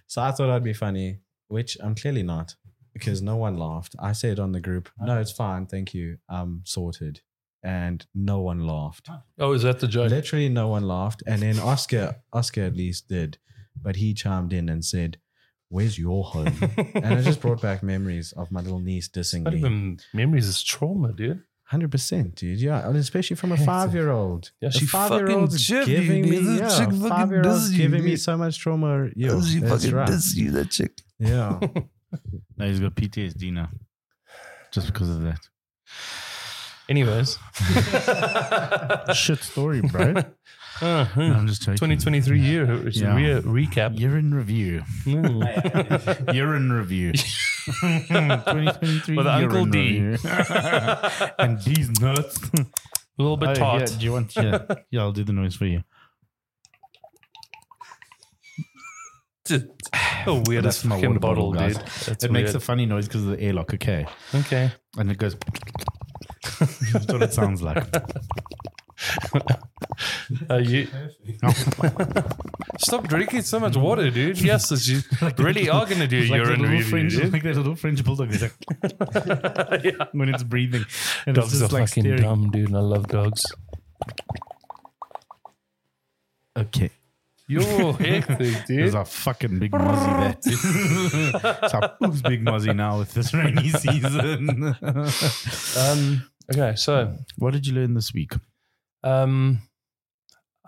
Speaker 3: so I thought I'd be funny, which I'm clearly not, because no one laughed. I said on the group, "No, it's fine, thank you, I'm sorted," and no one laughed.
Speaker 1: oh, is that the joke?
Speaker 3: Literally, no one laughed. And then Oscar, Oscar at least did, but he chimed in and said, "Where's your
Speaker 1: *laughs*
Speaker 3: home?" and it just brought back memories of my little niece dissing
Speaker 1: Not
Speaker 3: me.
Speaker 1: even memories is trauma, dude.
Speaker 3: Hundred percent, dude. Yeah, and especially from a
Speaker 1: Hectic.
Speaker 3: five-year-old.
Speaker 1: Yeah,
Speaker 3: A
Speaker 1: she fucking
Speaker 3: five-year-old's
Speaker 1: jibbed you,
Speaker 3: giving
Speaker 1: dude.
Speaker 3: me,
Speaker 1: That chick
Speaker 3: yeah,
Speaker 1: fucking
Speaker 3: five-year-old's
Speaker 1: dissed you,
Speaker 3: giving me
Speaker 1: dude.
Speaker 3: so much trauma. Yeah,
Speaker 1: She
Speaker 3: that's
Speaker 1: fucking
Speaker 3: right.
Speaker 1: dissed you, that chick.
Speaker 3: Yeah,
Speaker 2: No, he's got PTSD now, just because of that.
Speaker 1: Anyways.
Speaker 2: Shit
Speaker 1: *laughs*
Speaker 2: story, bro. No,
Speaker 1: Uh-huh.
Speaker 2: I'm just joking.
Speaker 1: 2023 year it's a
Speaker 2: Yeah.
Speaker 1: re- recap.
Speaker 2: Year in
Speaker 1: *laughs*
Speaker 2: review.
Speaker 1: Mm.
Speaker 2: Year in
Speaker 1: *laughs*
Speaker 2: review. 2023
Speaker 1: With
Speaker 2: year
Speaker 1: Uncle
Speaker 2: in
Speaker 1: D.
Speaker 2: review.
Speaker 1: *laughs*
Speaker 2: and these nuts.
Speaker 1: A little bit
Speaker 2: Oh,
Speaker 1: tart.
Speaker 2: Yeah, do you want? Yeah, yeah, I'll do the noise for you.
Speaker 1: *sighs* The weirdest
Speaker 2: That's my
Speaker 1: oh, fucking
Speaker 2: water
Speaker 1: bottle,
Speaker 2: bottle,
Speaker 1: dude.
Speaker 2: guys.
Speaker 1: That's
Speaker 2: it makes a
Speaker 1: weird.
Speaker 2: funny noise because of the airlock. Okay,
Speaker 1: okay.
Speaker 2: and it goes. That's what it
Speaker 1: *laughs*
Speaker 2: sounds like.
Speaker 1: Uh, you *laughs* stop drinking so much water, dude. Yes, it's-
Speaker 2: *laughs*
Speaker 1: you really are gonna do a
Speaker 2: It's *laughs* like that
Speaker 1: urine
Speaker 2: little
Speaker 1: review,
Speaker 2: French,
Speaker 1: dude.
Speaker 2: like that little French bulldog. It's like
Speaker 1: *laughs* yeah.
Speaker 2: *laughs* when it's breathing, and
Speaker 1: Dogs
Speaker 2: it's
Speaker 1: are
Speaker 2: just like
Speaker 1: fucking
Speaker 2: staring.
Speaker 1: dumb, dude. and I love dogs.
Speaker 2: Okay, *laughs*
Speaker 1: You're hectic,
Speaker 2: there's
Speaker 1: dude.
Speaker 2: a fucking big mozzie there. too. it's *laughs* a boobs big mozzie now with this rainy season.
Speaker 1: Um, okay, so
Speaker 2: *laughs* what did you learn this week?
Speaker 1: um,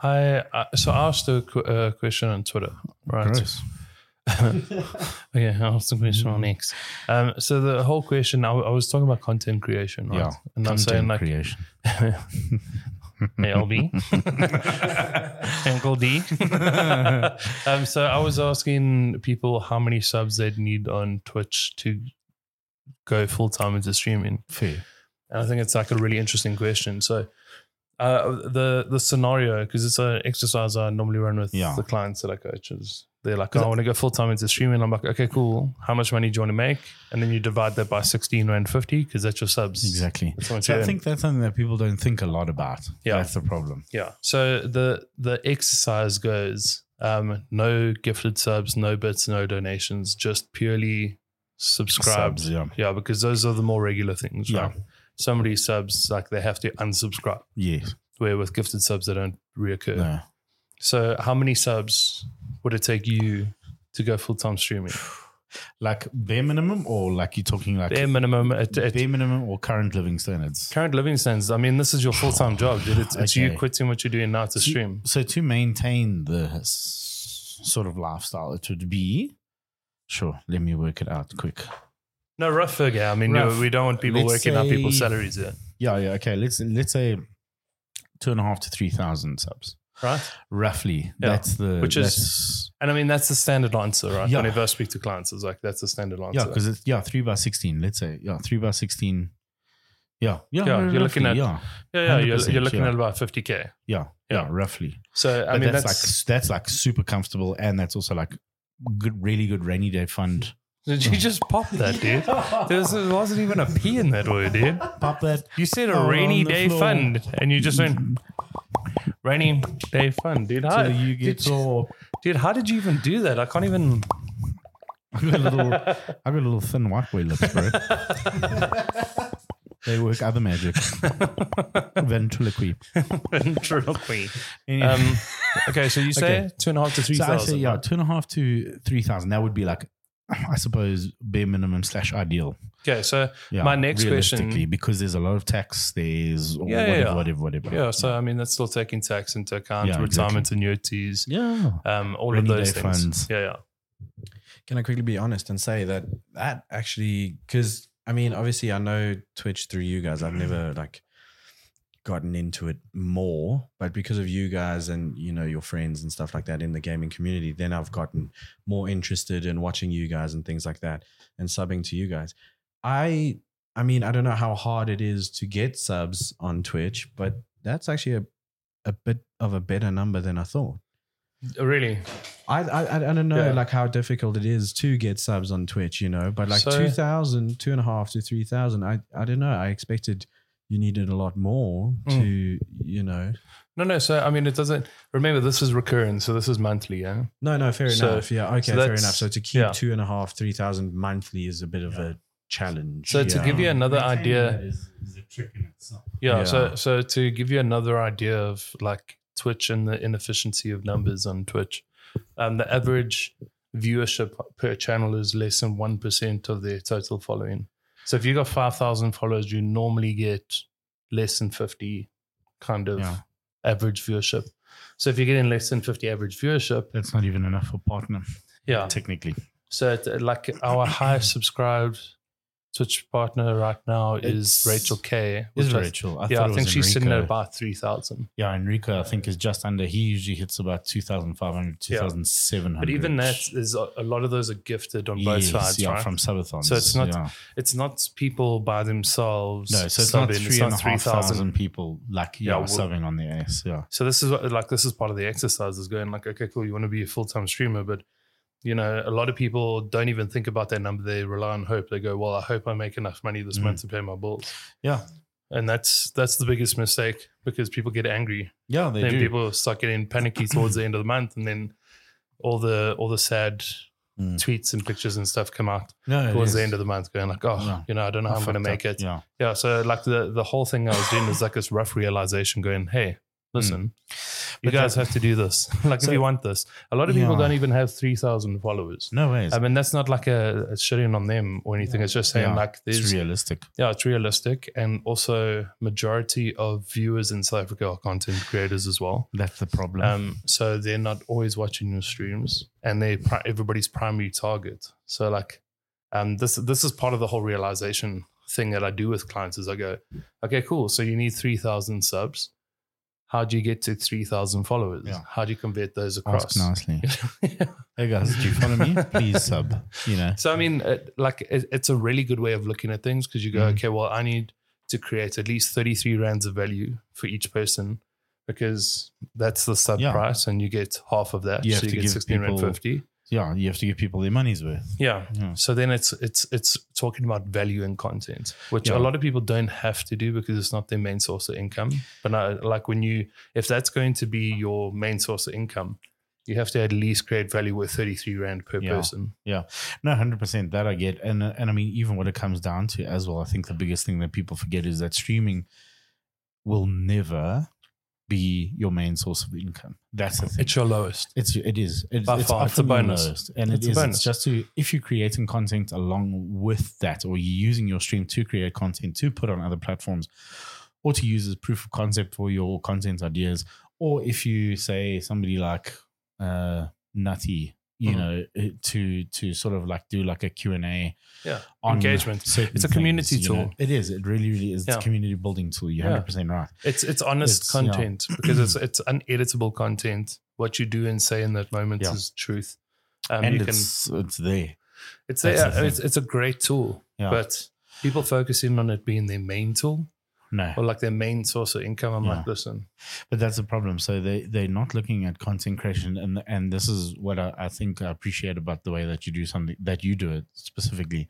Speaker 1: I, I so I asked a qu- uh, question on Twitter, right?
Speaker 2: Gross.
Speaker 1: Okay, I'll ask the question on X. Um, so the whole question, I, I was talking about content creation, right?
Speaker 2: Yeah,
Speaker 1: and I'm
Speaker 2: Content
Speaker 1: saying like,
Speaker 2: creation.
Speaker 1: *laughs* LB, Uncle D. *laughs* um, so I was asking people how many subs they'd need on Twitch to go full time into streaming,
Speaker 2: Fair.
Speaker 1: and I think it's like a really interesting question. So uh, the the scenario, because it's an exercise I normally run with
Speaker 2: Yeah.
Speaker 1: the clients that I coach, is they're like, oh, I want to go full time into streaming. I'm like, okay, cool. How much money do you want to make? And then you divide that by sixteen rand fifty because that's your subs.
Speaker 2: Exactly.
Speaker 1: That's how much
Speaker 2: So
Speaker 1: you
Speaker 2: I
Speaker 1: earn.
Speaker 2: think that's something that people don't think a lot about.
Speaker 1: Yeah.
Speaker 2: That's the problem.
Speaker 1: Yeah. So the the exercise goes um, no gifted subs, no bits, no donations, just purely subscribed.
Speaker 2: Subs, yeah.
Speaker 1: Yeah, because those are the more regular things.
Speaker 2: Yeah.
Speaker 1: Right? Somebody subs like they have to unsubscribe.
Speaker 2: Yes.
Speaker 1: Where with gifted subs they don't reoccur.
Speaker 2: No.
Speaker 1: So how many subs would it take you to go full time
Speaker 2: *sighs*
Speaker 1: streaming?
Speaker 2: Like bare minimum or like you're talking like
Speaker 1: Bare minimum at, at
Speaker 2: bare minimum or current living standards?
Speaker 1: current living standards. I mean, this is your full time job, dude. It's, it's you
Speaker 2: Okay.
Speaker 1: quitting what you're doing now to stream.
Speaker 2: So to maintain the s- sort of lifestyle, it would be sure. Let me work it out quick.
Speaker 1: No rough figure. I mean,
Speaker 2: Rough.
Speaker 1: no, we don't want people
Speaker 2: Let's
Speaker 1: working out people's
Speaker 2: say-
Speaker 1: salaries yet,
Speaker 2: Yeah, yeah. Okay, let's let's say two and a half to three thousand subs,
Speaker 1: right?
Speaker 2: roughly.
Speaker 1: Yeah.
Speaker 2: That's the
Speaker 1: Which
Speaker 2: that's,
Speaker 1: is, and I mean, that's the standard answer, right?
Speaker 2: Yeah.
Speaker 1: Whenever I speak to clients, it's like, that's the standard answer.
Speaker 2: yeah, because it's yeah three by sixteen. Let's say yeah three by sixteen Yeah. Yeah.
Speaker 1: Yeah, you're looking at-
Speaker 2: Yeah.
Speaker 1: Yeah, yeah. You're,
Speaker 2: 100%,
Speaker 1: you're looking
Speaker 2: yeah.
Speaker 1: at about 50K.
Speaker 2: Yeah. Yeah. Roughly.
Speaker 1: So, I
Speaker 2: But
Speaker 1: mean,
Speaker 2: that's,
Speaker 1: that's,
Speaker 2: like that's like super comfortable, and that's also like good, really good rainy day fund. *laughs*
Speaker 1: Did *laughs* you just pop that, dude? There was- there wasn't even a P in that word, dude.
Speaker 2: Pop that.
Speaker 1: You said a
Speaker 2: Oh,
Speaker 1: rainy
Speaker 2: on the
Speaker 1: day
Speaker 2: floor.
Speaker 1: fund, and you just went rainy day fund, dude. How,
Speaker 2: Till you
Speaker 1: did,
Speaker 2: get all.
Speaker 1: dude, how did you even do that? I can't even. *laughs*
Speaker 2: I got a little. I got a little thin white boy lips,
Speaker 1: *laughs*
Speaker 2: bro. they work
Speaker 1: *laughs*
Speaker 2: other magic. Ventriloquy.
Speaker 1: Ventriloquy.
Speaker 2: Anyway.
Speaker 1: Um, okay,
Speaker 2: *laughs*
Speaker 1: so you say
Speaker 2: Okay.
Speaker 1: two and a half to three
Speaker 2: so I
Speaker 1: thousand.
Speaker 2: say yeah, two and a half to three thousand. That would be like, I suppose, bare minimum slash ideal.
Speaker 1: Okay, so
Speaker 2: Yeah,
Speaker 1: My next question-
Speaker 2: realistically, because there's a lot of tax. There's
Speaker 1: Yeah, yeah,
Speaker 2: whatever,
Speaker 1: yeah.
Speaker 2: whatever, whatever.
Speaker 1: yeah, so I mean that's still taking tax into account,
Speaker 2: Yeah,
Speaker 1: retirement annuities,
Speaker 2: yeah.
Speaker 1: um, all
Speaker 2: Rainy
Speaker 1: of those
Speaker 2: day
Speaker 1: things.
Speaker 2: funds.
Speaker 1: Yeah, yeah.
Speaker 3: Can I quickly be honest and say that that actually, because I mean, obviously, I know Twitch through you guys. I've never like gotten into it more, but because of you guys and you know your friends and stuff like that in the gaming community, then I've gotten more interested in watching you guys and things like that and subbing to you guys. I, I mean, I don't know how hard it is to get subs on Twitch, but that's actually a, a bit of a better number than I thought.
Speaker 1: Oh, Really?
Speaker 3: I I, I don't know
Speaker 1: Yeah.
Speaker 3: like how difficult it is to get subs on Twitch, you know, but like
Speaker 1: So-
Speaker 3: 2,000, two and a half to 3,000, I, I don't know. I expected you needed a lot more
Speaker 1: Mm.
Speaker 3: to, you know.
Speaker 1: No, no. So I mean, it doesn't. Remember, this is recurring, so this is monthly. Yeah.
Speaker 3: No, no, fair
Speaker 1: So-
Speaker 3: enough. Yeah, okay, fair
Speaker 1: that's-
Speaker 3: enough. So to keep
Speaker 1: yeah.
Speaker 3: two and a half, 3,000 monthly is a bit of a challenge.
Speaker 1: So to
Speaker 3: yeah.
Speaker 1: give you another idea,
Speaker 2: is, is a trick in itself.
Speaker 1: Yeah,
Speaker 3: Yeah.
Speaker 1: So so to give you another idea of like Twitch and the inefficiency of numbers on Twitch, um, the average viewership per channel is less than one percent of their total following. So if you got five thousand followers, you normally get less than fifty kind of
Speaker 2: Yeah.
Speaker 1: average viewership. So if you're getting less than fifty average viewership,
Speaker 2: That's not even enough for partner,
Speaker 1: yeah.
Speaker 2: technically.
Speaker 1: So it, uh, like
Speaker 2: *clears throat*
Speaker 1: our highest subscribed Twitch partner right now
Speaker 2: It's-
Speaker 1: is Rachel K.
Speaker 2: Is
Speaker 1: which I-
Speaker 2: Rachel? I
Speaker 1: yeah, I think she's sitting at
Speaker 2: about.
Speaker 1: about three thousand.
Speaker 2: Yeah, Enrico, I think is just under. He usually hits about 2,500,
Speaker 1: Yeah.
Speaker 2: 2,700.
Speaker 1: But even that is a a lot of those are gifted on both
Speaker 2: Yes,
Speaker 1: sides,
Speaker 2: yeah,
Speaker 1: right?
Speaker 2: from subathons.
Speaker 1: So it's not-
Speaker 2: yeah.
Speaker 1: it's not people by themselves.
Speaker 2: no, so it's not
Speaker 1: subbing,
Speaker 2: three and a half thousand
Speaker 1: 3,000.
Speaker 2: people like yeah,
Speaker 1: Yeah, well-
Speaker 2: subbing on the ass. Yeah,
Speaker 1: So this is what, like this is part of the exercise is going like, okay, cool, you want to be a full time streamer, but you know, a lot of people don't even think about that number. They rely on hope. They go, well, I hope I make enough money this
Speaker 2: Mm.
Speaker 1: month to pay my bills.
Speaker 2: yeah,
Speaker 1: And that's that's the biggest mistake because people get angry.
Speaker 2: yeah. They
Speaker 1: then
Speaker 2: do.
Speaker 1: people start getting panicky towards the end of the month, and then all the all the sad
Speaker 2: Mm.
Speaker 1: tweets and pictures and stuff come out.
Speaker 2: no, it
Speaker 1: towards
Speaker 2: is.
Speaker 1: the end of the month going like, oh,
Speaker 2: Yeah.
Speaker 1: you know, I don't know
Speaker 2: I
Speaker 1: how I'm going to
Speaker 2: fucked
Speaker 1: make
Speaker 2: up.
Speaker 1: it. Yeah.
Speaker 2: Yeah,
Speaker 1: So like the, the whole thing I was doing is like this rough realization going, hey, listen, you
Speaker 2: Hmm. But
Speaker 1: guys
Speaker 2: that-
Speaker 1: have to do this. *laughs* like
Speaker 2: So-
Speaker 1: if you want this, a lot of people
Speaker 2: Yeah.
Speaker 1: don't even have 3,000 followers.
Speaker 2: no ways.
Speaker 1: I mean, that's not like a, a shitting on them or anything. It's just saying
Speaker 2: Yeah.
Speaker 1: like
Speaker 2: it's
Speaker 1: there's,
Speaker 2: realistic.
Speaker 1: yeah, it's realistic. And also majority of viewers in South Africa are content creators as well.
Speaker 2: That's the problem.
Speaker 1: Um, so they're not always watching your streams, and they're pri- everybody's primary target. So like, um, this this is part of the whole realization thing that I do with clients is I go, okay, cool. So you need three thousand subs. How do you get to three thousand followers?
Speaker 2: Yeah.
Speaker 1: How do you convert those
Speaker 2: Ask
Speaker 1: across? *laughs*
Speaker 2: nicely. hey guys, do you follow me? Please sub. You know,
Speaker 1: So I mean, it, like it, it's a really good way of looking at things because you go,
Speaker 2: Mhm.
Speaker 1: okay, well, I need to create at least thirty-three rands of value for each person because that's the sub
Speaker 2: Yeah.
Speaker 1: price, and you get half of that,
Speaker 2: You have
Speaker 1: so you
Speaker 2: to
Speaker 1: get
Speaker 2: give
Speaker 1: sixteen rand
Speaker 2: people-
Speaker 1: fifty.
Speaker 2: yeah, you have to give people their money's worth.
Speaker 1: Yeah.
Speaker 2: Yeah.
Speaker 1: So then it's it's it's talking about value and content, which
Speaker 2: Yeah.
Speaker 1: a lot of people don't have to do because it's not their main source of income. But I, like when you, if that's going to be your main source of income, you have to at least create value with thirty three rand per
Speaker 2: Yeah.
Speaker 1: person.
Speaker 2: No, hundred percent. That I get, and uh, and I mean, even what it comes down to as well. I think the biggest thing that people forget is that streaming will never be your main source of income. That's the thing.
Speaker 1: It's your lowest.
Speaker 2: It's it is it,
Speaker 1: By
Speaker 2: it's
Speaker 1: far, it's a
Speaker 2: often the
Speaker 1: bonus.
Speaker 2: lowest. and
Speaker 1: It's
Speaker 2: it's
Speaker 1: a
Speaker 2: It's
Speaker 1: bonus.
Speaker 2: just to if you're creating content along with that, or you're using your stream to create content to put on other platforms, or to use as proof of concept for your content ideas, or if you say somebody like uh, Nutty, you
Speaker 1: Mhm.
Speaker 2: know, eh, to to sort of like do like a Q and A
Speaker 1: Yeah.
Speaker 2: on
Speaker 1: Engagement.
Speaker 2: certain
Speaker 1: It's a community
Speaker 2: you know.
Speaker 1: tool.
Speaker 2: It is. It really, really is. It's
Speaker 1: Yeah.
Speaker 2: a community building tool. You're
Speaker 1: Yeah.
Speaker 2: 100 percent right.
Speaker 1: It's it's honest
Speaker 2: It's- yeah. *clears throat*
Speaker 1: content because it's it's uneditable content. What you do and say in that moment
Speaker 2: Yeah.
Speaker 1: is truth. Um,
Speaker 2: and
Speaker 1: you can
Speaker 2: it's it's there.
Speaker 1: it's
Speaker 2: that's the
Speaker 1: a,
Speaker 2: thing.
Speaker 1: it's it's a great tool,
Speaker 2: Yeah.
Speaker 1: but people focusing on it being their main tool
Speaker 2: No,
Speaker 1: or like their main source of income. I'm
Speaker 2: Yeah.
Speaker 1: like, listen,
Speaker 2: but that's the problem. So they they're not looking at content creation, and and this is what I, I think I appreciate about the way that you do something that you do it specifically,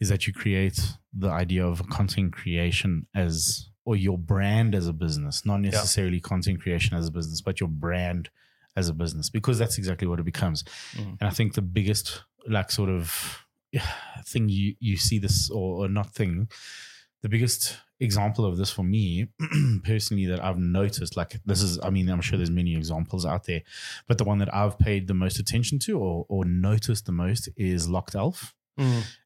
Speaker 2: is that you create the idea of content creation as or your brand as a business, not necessarily content creation as a business, but your brand as a business, because that's exactly what it becomes.
Speaker 1: Mm.
Speaker 2: And I think the biggest like sort of *sighs* thing you you see this or, or not thing the biggest example of this for me *clears throat* personally that I've noticed, like this is, I mean, I'm sure there's many examples out there, but the one that I've paid the most attention to or, or noticed the most is Locked Elf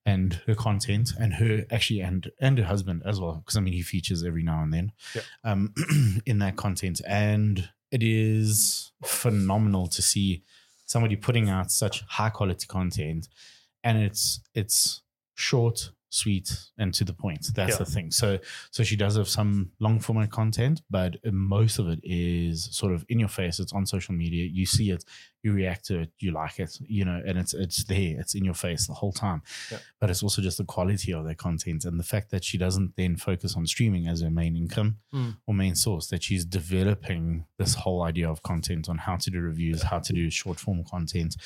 Speaker 2: and her content and her actually and and her husband as well because I mean he features every now and then
Speaker 1: Yep.
Speaker 2: um, *clears throat* in that content and it is phenomenal to see somebody putting out such high quality content and it's it's short sweet and to the point that's
Speaker 1: Yeah.
Speaker 2: the thing so so she does have some long format content but most of it is sort of in your face it's on social media you see it you react to it you like it you know and it's it's there it's in your face the whole time but it's also just the quality of their content and the fact that she doesn't then focus on streaming as her main income
Speaker 1: Mm.
Speaker 2: or main source that she's developing this whole idea of content on how to do reviews how to do short form content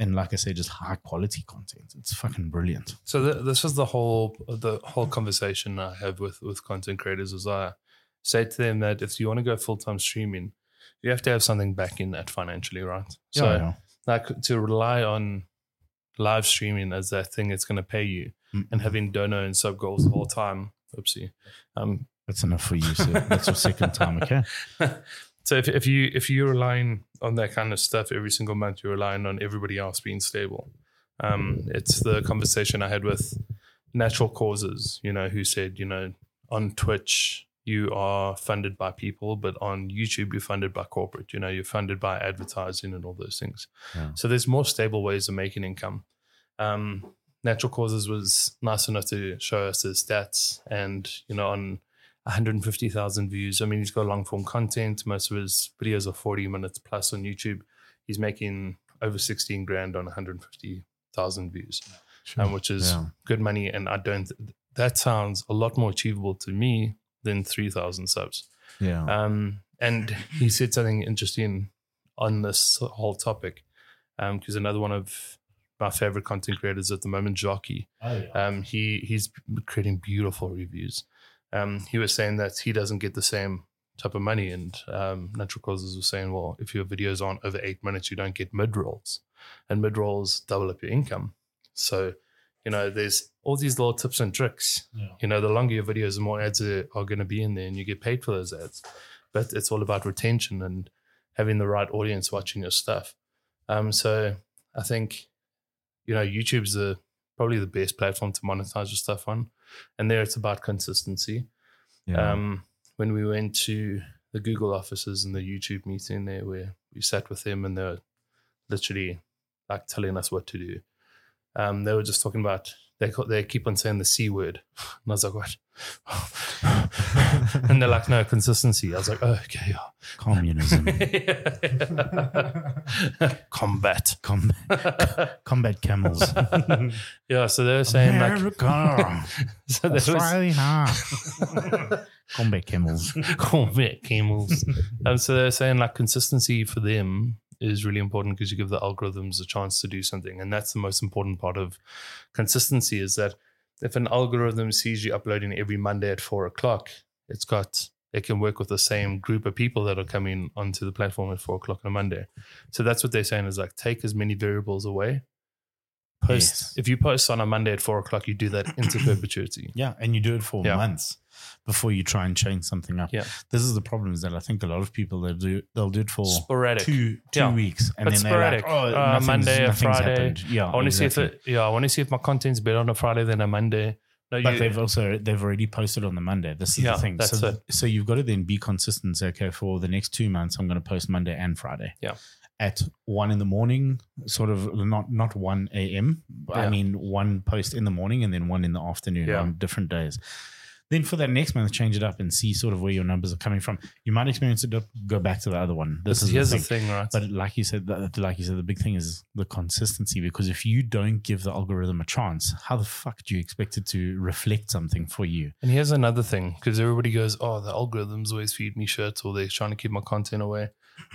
Speaker 2: and like i say just high quality content it's fucking brilliant
Speaker 1: So th- this is the whole the whole conversation I have with with content creators is I say to them that if you want to go full time streaming, you have to have something back in that financially, right? So
Speaker 2: yeah.
Speaker 1: like to rely on live streaming as that thing that's going to pay you,
Speaker 2: Mm.
Speaker 1: and having donor and sub goals the whole time. Oopsie. Um,
Speaker 2: that's enough for you sir. that's your second time
Speaker 1: *laughs*
Speaker 2: okay
Speaker 1: so if if you if you're relying on that kind of stuff every single month, you're relying on everybody else being stable. Um, it's the conversation I had with natural causes, you know, who said, you know, on Twitch you are funded by people, but on YouTube you're funded by corporate. You know, you're funded by advertising and all those things.
Speaker 2: Yeah.
Speaker 1: So there's more stable ways of making income. Um, natural causes was nice enough to show us his stats, and you know, on 150,000 views. I mean, he's got long form content. Most of his videos are 40 minutes plus on YouTube. He's making over 16 grand on 150,000 views, um, which is
Speaker 3: Yeah.
Speaker 1: good money. And I don't, that sounds a lot more achievable to me than 3,000 subs.
Speaker 3: Yeah.
Speaker 1: Um, and
Speaker 3: *laughs*
Speaker 1: he said something interesting on this whole topic. Because another one of my favorite content creators at the moment, Jockey, um, he he's creating beautiful reviews. Um, he was saying that he doesn't get the same type of money, and um, Natural Causes was saying, well, if your videos aren't over eight minutes, you don't get mid rolls, and mid rolls double up your income. So, you know, there's all these little tips and tricks.
Speaker 2: Yeah.
Speaker 1: You know, the longer your videos, the more ads are, are going to be in there, and you get paid for those ads. But it's all about retention and having the right audience watching your stuff. Um, so I think, you know, YouTube's the probably the best platform to monetize your stuff on. And there it's about consistency.
Speaker 3: yeah.
Speaker 1: Um, when we went to the Google offices and the YouTube meeting there where we sat with them and they're literally like telling us what to do. Um, they were just talking about they ca- they keep on saying the C word. *laughs* And I was like, what? and they're like, no, consistency. I was like, oh, okay.
Speaker 2: communism
Speaker 1: yeah. *laughs* Combat. *laughs*
Speaker 2: Com- combat camels
Speaker 1: yeah, so they were saying like
Speaker 2: America.
Speaker 1: *laughs* so they were,
Speaker 2: Australia.
Speaker 1: *laughs*
Speaker 2: combat camels
Speaker 1: Corvette camels. um, so they're saying like consistency for them is really important because you give the algorithms a chance to do something, and that's the most important part of consistency. Is that if an algorithm sees you uploading every Monday at four o'clock, it's got it can work with the same group of people that are coming onto the platform at four o'clock on a Monday. So that's what they're saying is like take as many variables away. Post
Speaker 2: Yes.
Speaker 1: if you post on a Monday at four o'clock, you do that into perpetuity.
Speaker 2: Yeah, and you do it for
Speaker 1: Yeah.
Speaker 2: months before you try and change something up.
Speaker 1: Yeah.
Speaker 2: This is the problem is that I think a lot of people they do they'll do it for
Speaker 1: Sporadic.
Speaker 2: two two
Speaker 1: Yeah.
Speaker 2: weeks and
Speaker 1: But
Speaker 2: then they're like,
Speaker 1: sporadic.
Speaker 2: oh,
Speaker 1: Uh,
Speaker 2: nothing's-
Speaker 1: Monday or
Speaker 2: nothing's
Speaker 1: Friday.
Speaker 2: happened. Yeah,
Speaker 1: I want to see if
Speaker 2: exactly.
Speaker 1: it, yeah, I want to see if my content's better on a Friday than a Monday. No,
Speaker 2: But
Speaker 1: you,
Speaker 2: they've also they've already posted on the Monday. This is
Speaker 1: Yeah,
Speaker 2: the thing.
Speaker 1: that's
Speaker 2: so,
Speaker 1: it.
Speaker 2: so you've got to then be consistent. Say, okay, for the next two months, I'm going to post Monday and Friday.
Speaker 1: Yeah.
Speaker 2: At one in the morning, sort of not not one a.m. but I
Speaker 1: Yeah.
Speaker 2: mean one post in the morning and then one in the afternoon
Speaker 1: Yeah.
Speaker 2: on different days. Then for that next month, change it up and see sort of where your numbers are coming from. You might experience it, go back to the other one. This is
Speaker 1: Here's
Speaker 2: the
Speaker 1: the
Speaker 2: thing.
Speaker 1: thing, right?
Speaker 2: But like you said, that, like you said, the big thing is the consistency because if you don't give the algorithm a chance, how the fuck do you expect it to reflect something for you?
Speaker 1: And here's another thing, because everybody goes, "Oh, the algorithms always feed me shirts, or they're trying to keep my content away."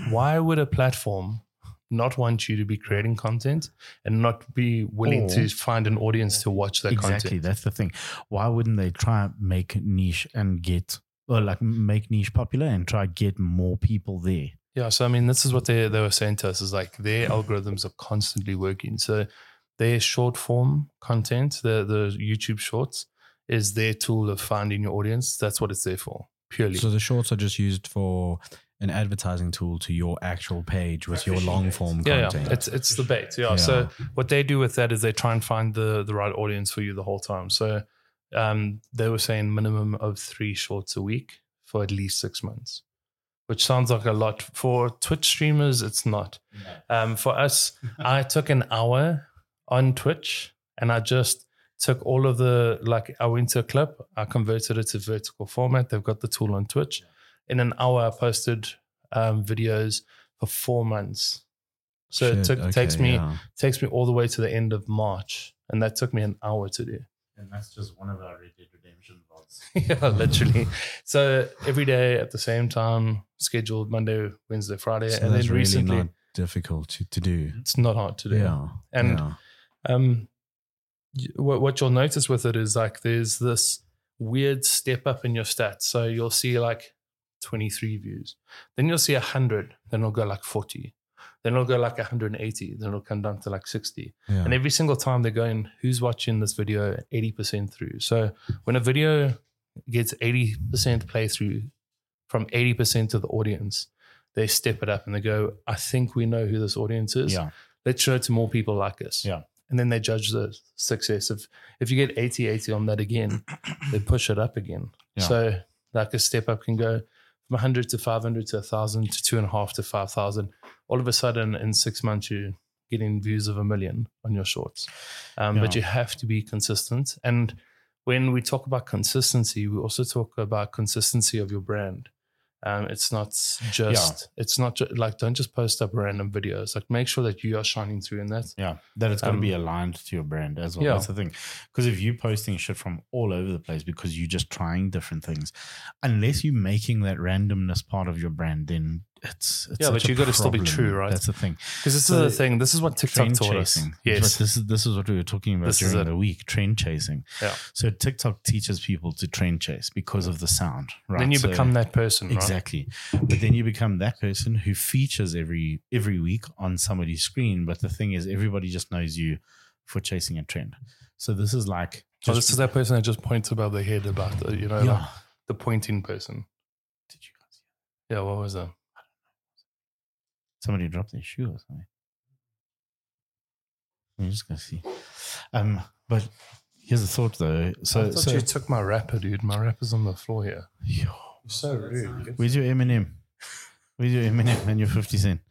Speaker 1: Why would a platform not want you to be creating content and not be willing to find an audience to watch that
Speaker 2: exactly,
Speaker 1: content?
Speaker 2: that's the thing. Why wouldn't they try make niche and get or like make niche popular and try get more people there?
Speaker 1: Yeah. So I mean, this is what they they were saying to us is like their algorithms are constantly working. So their short form content, the the YouTube Shorts, is their tool of finding your audience. That's what it's there for, purely.
Speaker 3: So the shorts are just used for an advertising tool to your actual page with your long form
Speaker 1: yeah,
Speaker 3: content.
Speaker 1: yeah. It's it's the bait. Yeah.
Speaker 3: Yeah.
Speaker 1: So what they do with that is they try and find the the right audience for you the whole time. So um, they were saying minimum of three shorts a week for at least six months, which sounds like a lot for Twitch streamers. It's not. Um, for us, I took an hour on Twitch and I just took all of the like I went to a clip, I converted it to vertical format. They've got the tool on Twitch. In an hour, I posted um, videos for four months. So it
Speaker 3: Shit,
Speaker 1: took,
Speaker 3: okay,
Speaker 1: takes me uh,
Speaker 3: yeah.
Speaker 1: takes me all the way to the end of March, and that took me an hour to do. *laughs*
Speaker 2: And that's just one of our Red Dead Redemption vaults.
Speaker 1: yeah,
Speaker 3: Mm.
Speaker 1: literally. So every day at the same time, scheduled Monday, Wednesday, Friday,
Speaker 3: So
Speaker 1: and
Speaker 3: that's
Speaker 1: then
Speaker 3: really
Speaker 1: recently
Speaker 3: not difficult to, to do.
Speaker 1: it's not hard to do.
Speaker 3: Yeah.
Speaker 1: And
Speaker 3: yeah.
Speaker 1: um, y- what, what you'll notice with it is like there's this weird step up in your stats. So you'll see like 23 views, then you'll see 100, then it'll go like 40, then it'll go like 180, then it'll come down to like 60.
Speaker 3: yeah.
Speaker 1: And every single time they're going, who's watching this video 80% through? So when a video gets 80% playthrough from 80% of the audience, they step it up and they go, I think we know who this audience is
Speaker 2: Yeah.
Speaker 1: let's show it to more people like us.
Speaker 2: Yeah.
Speaker 1: And then they judge the success of if you get 80 80 on that
Speaker 2: *clears throat*
Speaker 1: again, they push it up again.
Speaker 2: Yeah.
Speaker 1: So like a step up can go from 100 to 500 to 1,000 to two and a half to 5,000. All of a sudden, in six months, you're getting views of a million on your shorts. Um, But
Speaker 2: Yeah.
Speaker 1: you have to be consistent. And when we talk about consistency, we also talk about consistency of your brand. Um, it's not just it's not ju- like don't just post up random videos. Like make sure that you are shining through in that.
Speaker 2: Yeah, that it's got to
Speaker 1: Um,
Speaker 2: be aligned to your brand as well.
Speaker 1: yeah.
Speaker 2: That's the thing. Because if you're posting shit from all over the place because you're just trying different things, unless you're making that randomness part of your brand, then it's, it's
Speaker 1: Yeah,
Speaker 2: such
Speaker 1: but
Speaker 2: a
Speaker 1: you gotta still be
Speaker 2: problem.
Speaker 1: true, right?
Speaker 2: That's the thing.
Speaker 1: Because this
Speaker 2: So
Speaker 1: is the thing. This is what TikTok
Speaker 2: Trend
Speaker 1: taught
Speaker 2: chasing.
Speaker 1: us.
Speaker 2: Yes,
Speaker 1: Yes,
Speaker 2: this is this is what we were talking about
Speaker 1: This is
Speaker 2: during
Speaker 1: it.
Speaker 2: the week. Trend chasing.
Speaker 1: Yeah.
Speaker 2: So TikTok teaches people to trend chase because of the sound. Right.
Speaker 1: then you
Speaker 2: So-
Speaker 1: become that person. Right?
Speaker 2: Exactly. But then you become that person who features every every week on somebody's screen. But the thing is everybody just knows you for chasing a trend. So this is like
Speaker 1: Oh,
Speaker 2: just-
Speaker 1: this is that person that just points above the head about the, you know like
Speaker 2: yeah.
Speaker 1: the pointing person.
Speaker 2: Did you guys hear
Speaker 1: Yeah, what was that?
Speaker 2: somebody dropped their shoe or something? I'm just gonna see. Um but here's the thought though.
Speaker 1: So,
Speaker 2: So,
Speaker 1: I thought
Speaker 2: so
Speaker 1: you took my rapper, dude. My rapper's on the floor here.
Speaker 2: *laughs* Yo.
Speaker 1: *laughs* So rude.
Speaker 2: Where's your Eminem? Where's your Eminem and your 50 Cent?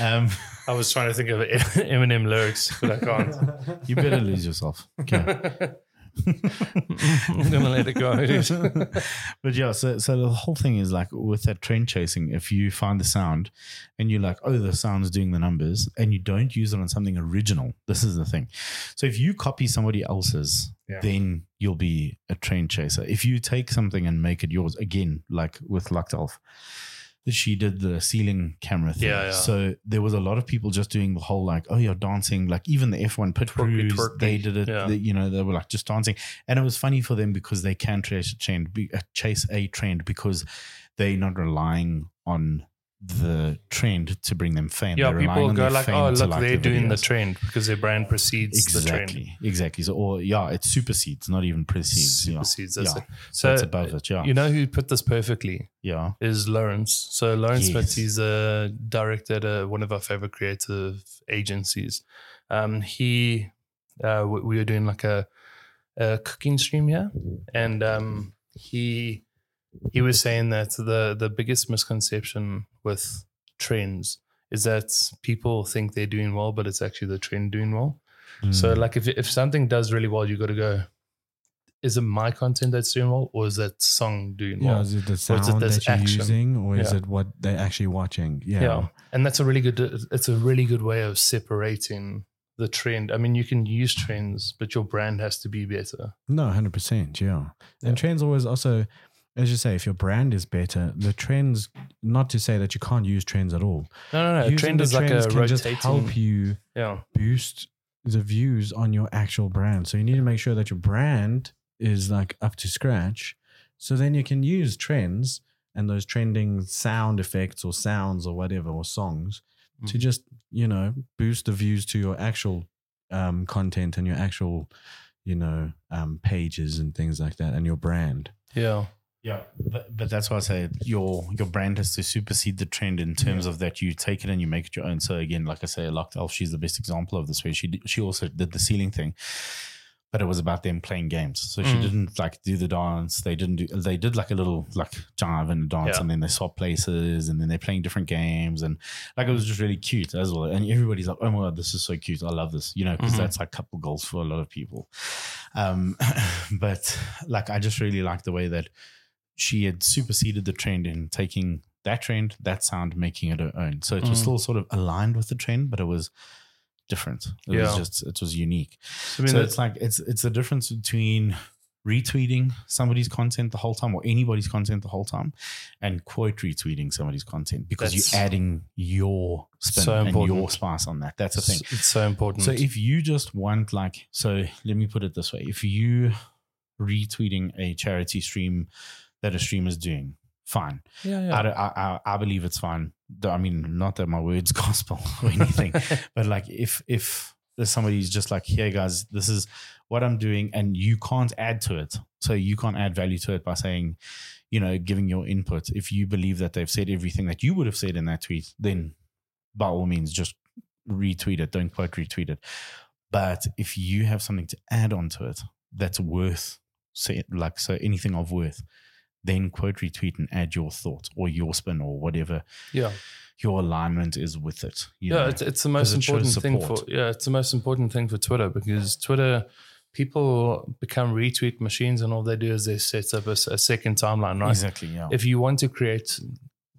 Speaker 2: Um,
Speaker 1: I was trying to think of *laughs* Eminem lyrics, but I can't. *laughs*
Speaker 2: you better lose yourself. Okay.
Speaker 1: I'm gonna let it go. *laughs* dude.
Speaker 2: *laughs* but yeah, so, so the whole thing is like with that trend chasing, if you find the sound and you're like, oh, the sound's doing the numbers, and you don't use it on something original, this is the thing. So if you copy somebody else's,
Speaker 1: Yeah.
Speaker 2: then you'll be a trend chaser. If you take something and make it yours, again, like with Lucked Elf, she did the ceiling camera thing.
Speaker 1: Yeah, yeah.
Speaker 2: So there was a lot of people just doing the whole like, oh, you're dancing. Like even the F1 pit
Speaker 1: Twerky,
Speaker 2: crews,
Speaker 1: twerky.
Speaker 2: they did it.
Speaker 1: Yeah.
Speaker 2: They- you know, they were like just dancing, and it was funny for them because they can chase a trend, be- uh, chase a trend because they're not relying on the trend to bring them fame.
Speaker 1: yeah,
Speaker 2: They're relying
Speaker 1: people
Speaker 2: on
Speaker 1: go
Speaker 2: their
Speaker 1: like,
Speaker 2: fame
Speaker 1: "Oh,
Speaker 2: to
Speaker 1: look,
Speaker 2: like
Speaker 1: they're doing the
Speaker 2: videos."
Speaker 1: trend because their brand precedes the trend."
Speaker 2: Exactly, exactly. So, or yeah, it supersedes, not even precedes. yeah.
Speaker 1: Supersedes, that's
Speaker 2: yeah.
Speaker 1: it.
Speaker 2: So,
Speaker 1: So,
Speaker 2: it's above it. Yeah,
Speaker 1: You know who put this perfectly
Speaker 2: yeah.
Speaker 1: is Lawrence. So Lawrence
Speaker 2: Yes.
Speaker 1: Smith, he's a director at uh, one of our favorite creative agencies. Um, he, uh, we we were doing like a, a cooking stream here, and um, he he was saying that the the biggest misconception with trends is that people think they're doing well,
Speaker 3: Hmm.
Speaker 1: but it's actually the trend doing well. So like if if something does really well, you got to go. is it my content that's doing well or is that song doing well?
Speaker 3: is it the
Speaker 1: Or is it
Speaker 3: sound
Speaker 1: this
Speaker 3: that you're
Speaker 1: action?
Speaker 3: using, or is
Speaker 1: Yeah.
Speaker 3: it what they're actually watching?
Speaker 1: yeah.
Speaker 3: Yeah.
Speaker 1: and that's a really good it's a really good way of separating the trend i mean you can use trends but your brand has to be better
Speaker 3: No, hundred percent. Yeah, and trends always also, as you say, if your brand is better, the trends. Not to say that you can't use trends at all.
Speaker 1: no no no
Speaker 3: Using
Speaker 1: trend
Speaker 3: the
Speaker 1: is like a
Speaker 3: trends can just
Speaker 1: rotating
Speaker 3: help you
Speaker 1: yeah
Speaker 3: boost the views on your actual brand. So you need to make sure that your brand is like up to scratch. So then you can use trends and those trending sound effects or sounds or whatever or songs to
Speaker 1: Mm.
Speaker 3: just, you know, boost the views to your actual um, content and your actual, you know, um, pages and things like that and your brand.
Speaker 1: yeah
Speaker 2: Yeah, but, but that's why I say your your brand has to supersede the trend in terms of that you take it and you make it your own. So again, like I say, Locked Elf, she's the best example of this. Where she d- she also did the ceiling thing, but it was about them playing games. So she
Speaker 1: Mm.
Speaker 2: didn't like do the dance. They didn't do. They did like a little like jive and a dance,
Speaker 1: Yeah.
Speaker 2: and then they swap places, and then they're playing different games, and like it was just really cute as well. And everybody's like, "Oh my god, this is so cute! I love this," you know, because
Speaker 1: Mhm.
Speaker 2: that's like couple goals for a lot of people. Um, *laughs* but like, I just really like the way that she had superseded the trend in taking that trend, that sound, making it her own. So it was
Speaker 1: Mm.
Speaker 2: still sort of aligned with the trend, but it was different. It
Speaker 1: Yeah.
Speaker 2: was just it was unique.
Speaker 1: i mean
Speaker 2: so
Speaker 1: that's
Speaker 2: it's like it's it's the difference between retweeting somebody's content the whole time or anybody's content the whole time and quote retweeting somebody's content because
Speaker 1: That's
Speaker 2: you're adding your spin
Speaker 1: so
Speaker 2: and your
Speaker 1: important.
Speaker 2: spice on that. That's the thing.
Speaker 1: it's so important
Speaker 2: So if you just want like, so let me put it this way: if you retweeting a charity stream that a streamer's doing, fine.
Speaker 1: yeah,
Speaker 2: I, don't- I, I I believe it's fine. Though, I mean, not that my words *laughs* gospel or
Speaker 1: *laughs*
Speaker 2: anything, but like if if there's somebody who's just like, hey guys, this is what I'm doing, and you can't add to it, so you can't add value to it by saying, you know, giving your input. If you believe that they've said everything that you would have said in that tweet, then by all means, just retweet it. Don't quote retweet it. But if you have something to add onto it that's worth, say, like, so anything of worth, then quote retweet and add your thought or your spin or whatever
Speaker 1: yeah
Speaker 2: your alignment is with it. you
Speaker 1: yeah
Speaker 2: know.
Speaker 1: it's, it's the most
Speaker 2: it shows
Speaker 1: important thing for
Speaker 2: support.
Speaker 1: yeah it's the most important thing for twitter because twitter people become retweet machines and all they do is they set up a, s- a second timeline right
Speaker 2: exactly. Yeah.
Speaker 1: if you want to create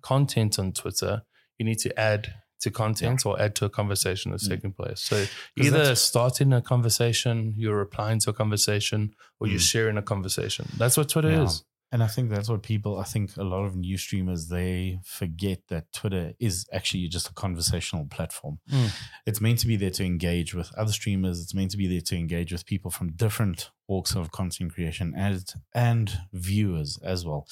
Speaker 1: content on Twitter, you need to add to content or add to a conversation that's
Speaker 2: Mm.
Speaker 1: taking place. So either starting a conversation, you're replying to a conversation, or you're
Speaker 2: Mm.
Speaker 1: sharing a conversation. That's what Twitter
Speaker 2: Yeah.
Speaker 1: is.
Speaker 2: and I think that's what people, I think a lot of new streamers, they forget that Twitter is actually just a conversational platform.
Speaker 1: Mm.
Speaker 2: It's meant to be there to engage with other streamers. It's meant to be there to engage with people from different walks of content creation and, and viewers as well.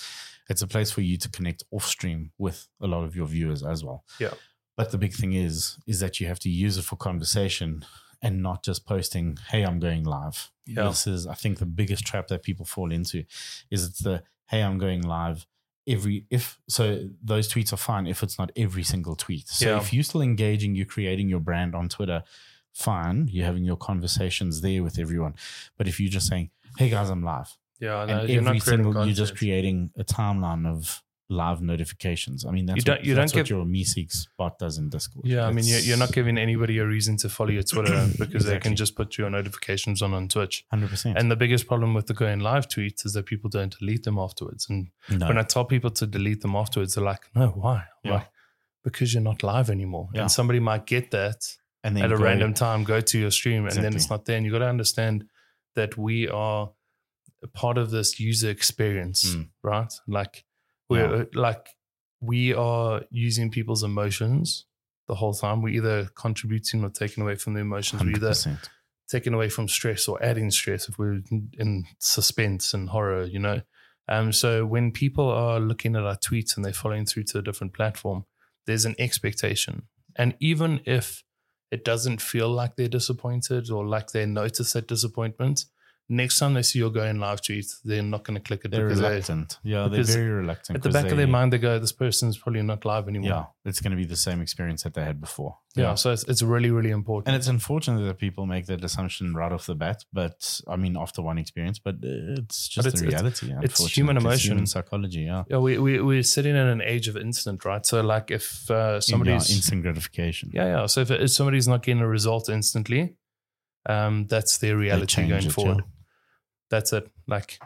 Speaker 2: It's a place for you to connect off stream with a lot of your viewers as well.
Speaker 1: Yeah.
Speaker 2: But the big thing is, is that you have to use it for conversation and not just posting, hey, I'm going live.
Speaker 1: Yeah.
Speaker 2: This is, I think, the biggest trap that people fall into is it's the hey i'm going live every if so those tweets are fine if it's not every single tweet so
Speaker 1: Yeah.
Speaker 2: if you're still engaging you're creating your brand on twitter fine you're having your conversations there with everyone but if you're just saying hey guys i'm live
Speaker 1: Yeah, no,
Speaker 2: and
Speaker 1: Uh, you're
Speaker 2: every
Speaker 1: not creating
Speaker 2: single you're just
Speaker 1: content.
Speaker 2: creating a timeline of live notifications i mean that's
Speaker 1: You don't-
Speaker 2: what,
Speaker 1: you
Speaker 2: that's
Speaker 1: don't
Speaker 2: what
Speaker 1: give- *laughs*
Speaker 2: your *laughs* meeseeks bot does in discord
Speaker 1: Yeah, I mean, you're,
Speaker 2: It's
Speaker 1: you're not giving anybody a reason to follow your
Speaker 2: *clears throat*
Speaker 1: Twitter because they can
Speaker 2: Exactly.
Speaker 1: just put your notifications on on Twitch.
Speaker 2: 100%
Speaker 1: And the biggest problem with the going live tweets is that people don't delete them afterwards. And
Speaker 2: no.
Speaker 1: when I tell people to delete them afterwards, they're like, no, why? I'm
Speaker 2: Yeah.
Speaker 1: like, because you're not live anymore.
Speaker 2: Yeah.
Speaker 1: And somebody might get that
Speaker 2: and
Speaker 1: at a
Speaker 2: go-
Speaker 1: random time, go to your stream, and then it's
Speaker 2: Exactly.
Speaker 1: not there. And you got to understand that we are a part of this user experience,
Speaker 2: Mm.
Speaker 1: right? Like we're uh, like we are using people's emotions the whole time. We're either contributing or taking away from the emotions. We're either
Speaker 2: 100%
Speaker 1: taken away from stress or adding stress if we're in- in suspense and horror, you know. Um, so when people are looking at our tweets and they're following through to a different platform, there's an expectation. And even if it doesn't feel like they're disappointed or like they notice that disappointment, next time they see your going live tweet, they're not going to click it
Speaker 2: they're
Speaker 1: because they,
Speaker 2: reluctant yeah they're
Speaker 1: because
Speaker 2: very reluctant
Speaker 1: at the
Speaker 2: 'cause
Speaker 1: back of their
Speaker 2: they-
Speaker 1: mind, they go, this person's probably not live anymore.
Speaker 2: yeah, it's going to be the same experience that they had before.
Speaker 1: Yeah. so it's, it's really, really important.
Speaker 2: And it's unfortunate that people make that assumption right off the bat, but I mean, after one experience, but uh, it's just
Speaker 1: it's-
Speaker 2: the
Speaker 1: it's-
Speaker 2: reality. Unfortunately,
Speaker 1: it's human emotion.
Speaker 2: human psychology. Yeah.
Speaker 1: yeah, we, we, we're sitting in an age of instant, right? So like if uh, somebody's...
Speaker 2: Yeah, instant gratification.
Speaker 1: Yeah, yeah. So if, if somebody's not getting a result instantly, um, that's their
Speaker 2: They
Speaker 1: reality
Speaker 2: change
Speaker 1: going
Speaker 2: it,
Speaker 1: forward.
Speaker 2: yeah.
Speaker 1: that's it. Like,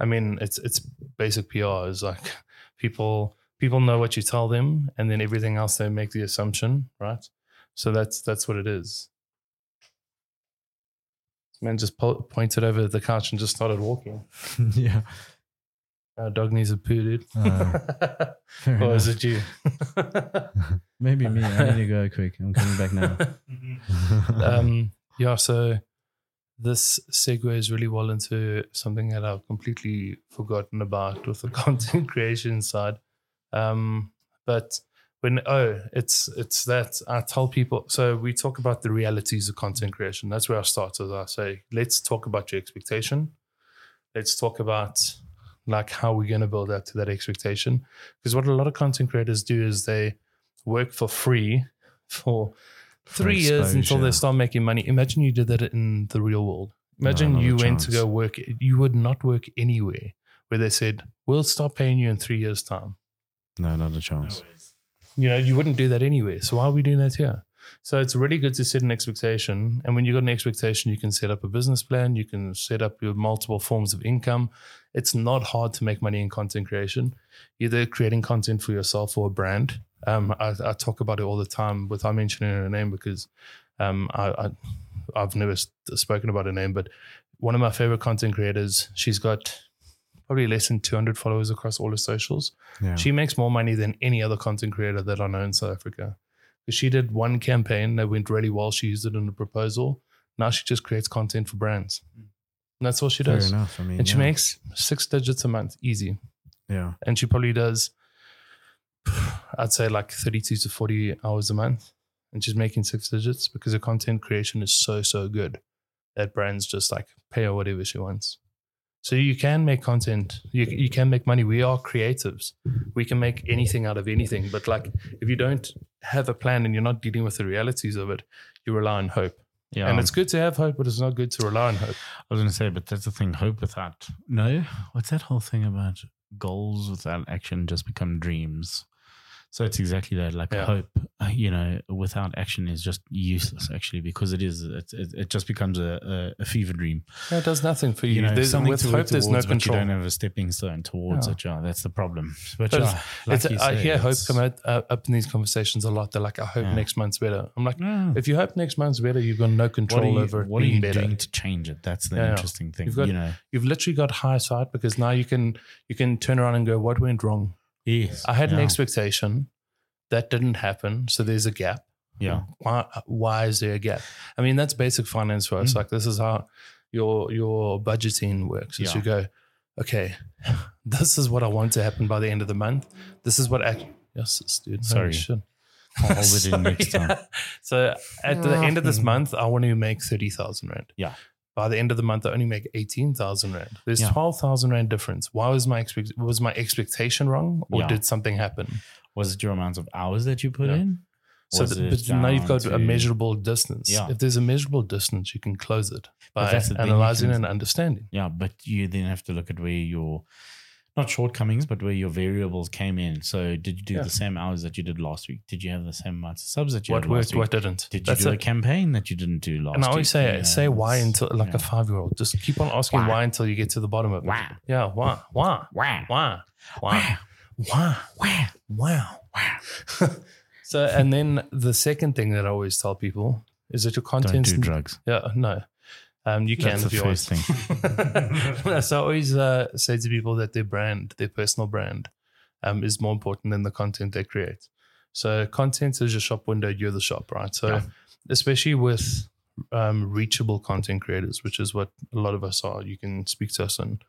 Speaker 1: I mean, it's it's basic PR is like *laughs* people people know what you tell them, and then everything else they make the assumption, right? So that's that's what it is. This man just po- pointed over the couch and just started walking.
Speaker 3: yeah.
Speaker 1: Our dog needs a poo, dude.
Speaker 2: Oh.
Speaker 3: Uh,
Speaker 1: *laughs*
Speaker 2: *laughs*
Speaker 3: fair
Speaker 1: or is it
Speaker 3: enough.
Speaker 1: you? *laughs*
Speaker 3: Maybe *laughs* me. I need to go quick. I'm coming back now. *laughs* Uh,
Speaker 1: um, yeah, so this segues really well into something that I've completely forgotten about with the *laughs* content creation side. Um, but when oh, it's it's that I tell people. So we talk about the realities of content creation. That's where I start. As I say, let's talk about your expectation. Let's talk about like how we're going to build up to that expectation. Because what a lot of content creators do is they work for free for three years until they
Speaker 3: exposure.
Speaker 1: start making money. Imagine you did that in the real world. Imagine
Speaker 3: not a
Speaker 1: you went to
Speaker 3: chance.
Speaker 1: go work. You would not work anywhere where they said, "We'll stop paying you in three years' time."
Speaker 3: no, not a chance.
Speaker 1: You know, you wouldn't do that anyway. So why are we doing that here? So it's really good to set an expectation. And when you've got an expectation, you can set up a business plan, you can set up your multiple forms of income. It's not hard to make money in content creation, either creating content for yourself or a brand. Um, I, I talk about it all the time without mentioning her name because um, I, I, I've never s- spoken about her name, but one of my favorite content creators, she's got probably less than 200 followers across all her socials.
Speaker 3: Yeah.
Speaker 1: She makes more money than any other content creator that I know in South Africa. 'Cause She did one campaign that went really well. She used it in a proposal. Now she just creates content for brands. And that's all she
Speaker 3: Mm. Fair
Speaker 1: does.
Speaker 3: enough. I mean,
Speaker 1: And she
Speaker 3: yeah.
Speaker 1: makes six digits a month, easy.
Speaker 3: yeah.
Speaker 1: And she probably does, I'd say, like 32 to 40 hours a month. And she's making six digits because her content creation is so, so good that brands just like pay her whatever she wants. So you can make content, you, you can make money. We are creatives. We can make anything out of anything. But like if you don't have a plan and you're not dealing with the realities of it, you rely on hope.
Speaker 2: Yeah.
Speaker 1: And it's good to have hope, but it's not good to rely on hope.
Speaker 2: I was going to say, but that's the thing. Hope without no. What's that whole thing about goals without action just become dreams? So it's exactly that. Like
Speaker 1: Yeah.
Speaker 2: hope, uh, you know, without action is just useless. Actually, because it is, it, it, it just becomes a, a, a fever dream.
Speaker 1: No, it does nothing for you.
Speaker 2: You know,
Speaker 1: there's,
Speaker 2: something
Speaker 1: with
Speaker 2: to
Speaker 1: hope,
Speaker 2: work
Speaker 1: there's no
Speaker 2: towards, but
Speaker 1: control.
Speaker 2: You don't have a stepping stone towards
Speaker 1: Yeah.
Speaker 2: it. Yeah, that's the problem. But,
Speaker 1: But
Speaker 2: yeah,
Speaker 1: it's-
Speaker 2: like
Speaker 1: it's,
Speaker 2: you
Speaker 1: I
Speaker 2: say,
Speaker 1: hear hope
Speaker 2: it's-
Speaker 1: come out, uh, up in these conversations a lot. They're like, I hope
Speaker 2: Yeah.
Speaker 1: next month's better. I'm like,
Speaker 2: Yeah.
Speaker 1: if you hope next month's better, you've got no
Speaker 2: What are
Speaker 1: control
Speaker 2: you,
Speaker 1: over it
Speaker 2: what are
Speaker 1: being
Speaker 2: you
Speaker 1: better.
Speaker 2: doing to change it? That's the
Speaker 1: Yeah.
Speaker 2: interesting thing.
Speaker 1: You've got-
Speaker 2: you know,
Speaker 1: You've literally got high sight because now you can you can turn around and go, what went wrong?
Speaker 2: yes,
Speaker 1: I had an
Speaker 2: Yeah.
Speaker 1: expectation that didn't happen, so there's a gap.
Speaker 2: Yeah,
Speaker 1: Why why is there a gap? I mean, that's basic finance for us.
Speaker 2: Mm.
Speaker 1: Like this is how your your budgeting works. Is
Speaker 2: Yeah.
Speaker 1: you go, okay, *laughs* this is what I want to happen by the end of the month. This is what act- yes, it's- dude.
Speaker 2: Sorry.
Speaker 1: Holy shit.
Speaker 2: *laughs* I'll hold
Speaker 1: *laughs*
Speaker 2: it in next
Speaker 1: Sorry.
Speaker 2: time.
Speaker 1: So at the end of this month, I want to make thirty thousand rand.
Speaker 2: Yeah.
Speaker 1: By the end of the month, I only make eighteen thousand rand. There's
Speaker 2: Yeah.
Speaker 1: twelve thousand rand difference. Why was my expect was my expectation wrong, or
Speaker 2: Yeah.
Speaker 1: did something happen?
Speaker 2: Was it your amount of hours that you put
Speaker 1: Yeah.
Speaker 2: in?
Speaker 1: So
Speaker 2: Was
Speaker 1: th-
Speaker 2: it
Speaker 1: but now you've
Speaker 2: down
Speaker 1: got
Speaker 2: to-
Speaker 1: a measurable distance.
Speaker 2: Yeah.
Speaker 1: If there's a measurable distance, you can close it
Speaker 2: But
Speaker 1: by
Speaker 2: that's the thing, you
Speaker 1: analyzing
Speaker 2: can-
Speaker 1: and understanding.
Speaker 2: Yeah, but you then have to look at where your not shortcomings, but where your variables came in. So did you do
Speaker 1: Yeah.
Speaker 2: the same hours that you did last week? Did you have the same amount of subs that you
Speaker 1: What
Speaker 2: had last
Speaker 1: worked,
Speaker 2: week?
Speaker 1: what didn't.
Speaker 2: did you do a campaign that you didn't do last?
Speaker 1: And I always
Speaker 2: week?
Speaker 1: say,
Speaker 2: Yeah,
Speaker 1: say why
Speaker 2: it's-
Speaker 1: until like
Speaker 2: yeah.
Speaker 1: a five year old. Just keep on asking
Speaker 2: Why?
Speaker 1: why until you get to the bottom of it.
Speaker 2: wow,
Speaker 1: Yeah. Why? Why?
Speaker 2: wow,
Speaker 1: Why? Why?
Speaker 2: wow,
Speaker 1: Why?
Speaker 2: wow,
Speaker 1: Wow.
Speaker 2: wow.
Speaker 1: So, and then the second thing that I always tell people is that your
Speaker 2: Don't
Speaker 1: content.
Speaker 2: do drugs.
Speaker 1: Yeah, no. Um, you can
Speaker 2: That's
Speaker 1: if
Speaker 2: the
Speaker 1: you want.
Speaker 2: first
Speaker 1: *laughs*
Speaker 2: thing.
Speaker 1: so I always uh, say to people that their brand, their personal brand, um, is more important than the content they create. So content is your shop window. You're the shop, right? So
Speaker 2: Yeah.
Speaker 1: especially with um, reachable content creators, which is what a lot of us are. You can speak to us on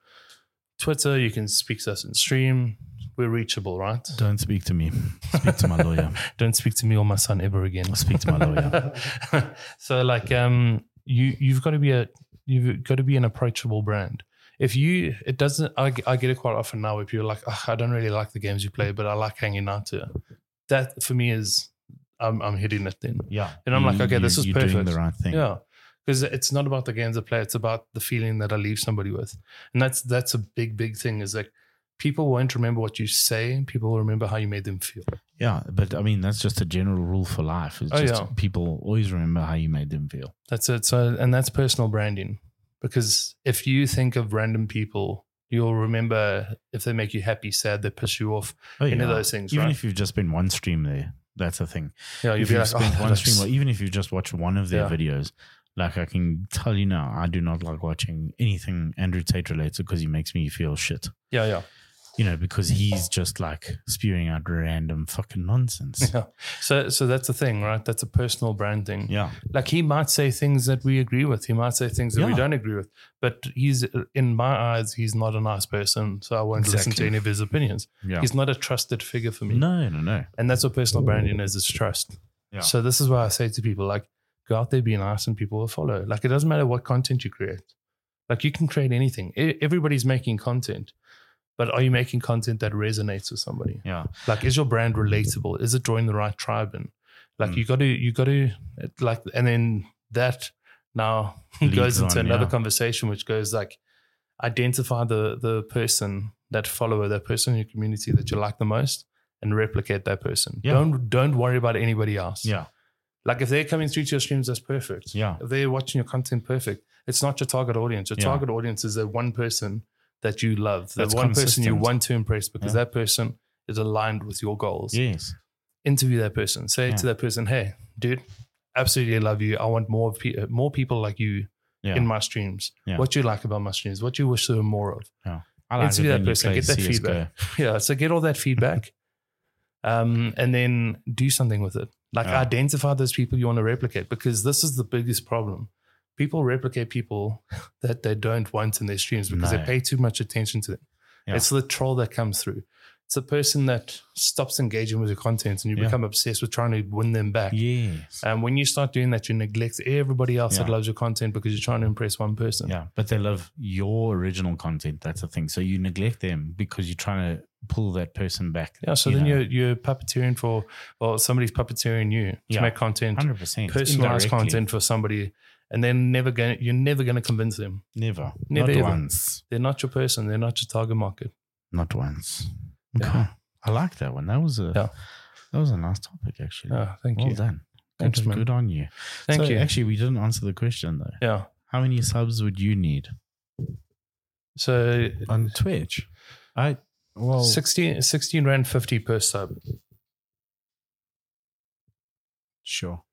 Speaker 1: Twitter. You can speak to us in stream. We're reachable, right?
Speaker 2: Don't speak to me. Speak to my
Speaker 3: *laughs*
Speaker 2: lawyer.
Speaker 1: Don't speak to me or my son ever again.
Speaker 2: Speak to my lawyer.
Speaker 1: *laughs* so like um you you've got to be a you've got to be an approachable brand. If you it doesn't I, I get it quite often now where people are like "Ugh, I don't really like the games you play but I like hanging out to. you." That for me is I'm I'm hitting it then.
Speaker 2: Yeah,
Speaker 1: And I'm like,
Speaker 2: You-
Speaker 1: okay, this
Speaker 2: you-
Speaker 1: is
Speaker 2: you're Doing
Speaker 1: perfect.
Speaker 2: the right thing.
Speaker 1: Yeah. Because it's not about the games I play, it's about the feeling that I leave somebody with. And that's that's a big, big thing is like people won't remember what you say, people will remember how you made them feel.
Speaker 2: Yeah, but I mean that's just a general rule for life. It's
Speaker 1: Oh,
Speaker 2: just
Speaker 1: yeah.
Speaker 2: people always remember how you made them feel.
Speaker 1: That's it. So, and that's personal branding. Because if you think of random people, you'll remember if they make you happy, sad, they piss you off,
Speaker 2: Oh,
Speaker 1: any of
Speaker 2: yeah.
Speaker 1: those things,
Speaker 2: Even
Speaker 1: right?
Speaker 2: if you've just been one stream there, that's the thing.
Speaker 1: yeah, you'll
Speaker 2: if
Speaker 1: be
Speaker 2: you've
Speaker 1: like,
Speaker 2: spent
Speaker 1: oh,
Speaker 2: one
Speaker 1: that
Speaker 2: stream, or
Speaker 1: looks-
Speaker 2: even if you've just watched one of their
Speaker 1: Yeah.
Speaker 2: videos, like I can tell you now, I do not like watching anything Andrew Tate related because he makes me feel shit.
Speaker 1: yeah, yeah,
Speaker 2: You know, because he's just like spewing out random fucking
Speaker 1: *laughs*
Speaker 2: nonsense.
Speaker 1: yeah. So, so that's the thing, right? That's a personal brand thing.
Speaker 2: yeah.
Speaker 1: like he might say things that we agree with he might say things that we
Speaker 2: Yeah.
Speaker 1: don't agree with but he's in my eyes he's not a nice person so i won't listen to
Speaker 2: Exactly.
Speaker 1: any of his opinions
Speaker 2: Yeah.
Speaker 1: he's not a trusted figure for me
Speaker 2: no, no, no.
Speaker 1: and that's what personal branding is it's trust
Speaker 2: Yeah.
Speaker 1: so this is why i say to people like go out there be nice and people will follow like it doesn't matter what content you create like you can create anything E- everybody's making content but are you making content that resonates with somebody
Speaker 2: Yeah.
Speaker 1: like is your brand relatable is it drawing the right tribe in like
Speaker 2: Mm.
Speaker 1: you got to you got to like and then that now *laughs*
Speaker 2: Leads
Speaker 1: goes into
Speaker 2: on,
Speaker 1: another
Speaker 2: yeah.
Speaker 1: conversation which goes like identify the the person that follower that person in your community that you like the most and replicate that person
Speaker 2: Yeah.
Speaker 1: don't don't worry about anybody else
Speaker 2: Yeah.
Speaker 1: like if they're coming through to your streams that's perfect
Speaker 2: Yeah.
Speaker 1: if they're watching your content perfect it's not your target audience your
Speaker 2: Yeah.
Speaker 1: target audience is that one person that you love that
Speaker 2: That's
Speaker 1: one person you
Speaker 2: consistent.
Speaker 1: want to impress because
Speaker 2: Yeah.
Speaker 1: that person is aligned with your goals
Speaker 2: Yes.
Speaker 1: interview that person. Say
Speaker 2: Yeah.
Speaker 1: to that person, "Hey, dude, absolutely love you. I want more of pe- more people like you
Speaker 2: Yeah.
Speaker 1: in my streams.
Speaker 2: Yeah.
Speaker 1: What you like about my streams? What you wish there were more of?
Speaker 2: I like
Speaker 1: interview
Speaker 2: it
Speaker 1: that
Speaker 2: when you
Speaker 1: person,
Speaker 2: play
Speaker 1: get that
Speaker 2: CS:GO.
Speaker 1: feedback. yeah. So get all that
Speaker 2: *laughs*
Speaker 1: feedback, um, and then do something with it. Like
Speaker 2: Yeah.
Speaker 1: identify those people you want to replicate because this is the biggest problem. People replicate people *laughs* that they don't want in their streams because
Speaker 2: No.
Speaker 1: they pay too much attention to them.
Speaker 2: Yeah.
Speaker 1: It's the troll that comes through. It's the person that stops engaging with your content and you
Speaker 2: Yeah.
Speaker 1: become obsessed with trying to win them back.
Speaker 2: Yes.
Speaker 1: And when you start doing that, you neglect everybody else that
Speaker 2: Yeah.
Speaker 1: loves your content because you're trying to impress one person.
Speaker 2: Yeah, but they love your original content. That's the thing. So you neglect them because you're trying to pull that person back.
Speaker 1: Yeah, so then you're you're puppeteering for, or somebody's puppeteering you to
Speaker 2: Yeah.
Speaker 1: make content,
Speaker 2: hundred percent
Speaker 1: personalized content for somebody, and then never going you're never gonna convince them.
Speaker 2: Never,
Speaker 1: Never
Speaker 2: not
Speaker 1: ever.
Speaker 2: once,
Speaker 1: They're not your person. They're not your target market.
Speaker 2: not once.
Speaker 1: Yeah.
Speaker 2: Okay, I like that one. That was a
Speaker 1: Yeah.
Speaker 2: that was a nice topic actually.
Speaker 1: Oh, thank
Speaker 2: well
Speaker 1: you.
Speaker 2: done.
Speaker 1: Thanks,
Speaker 2: Good-
Speaker 1: man.
Speaker 2: Good on you.
Speaker 1: Thank
Speaker 2: So
Speaker 1: you.
Speaker 2: Actually, we didn't answer the question though.
Speaker 1: yeah.
Speaker 2: How many subs would you need?
Speaker 1: So
Speaker 3: on Twitch. I well,
Speaker 1: 16, 16 rand fifty per sub.
Speaker 3: sure.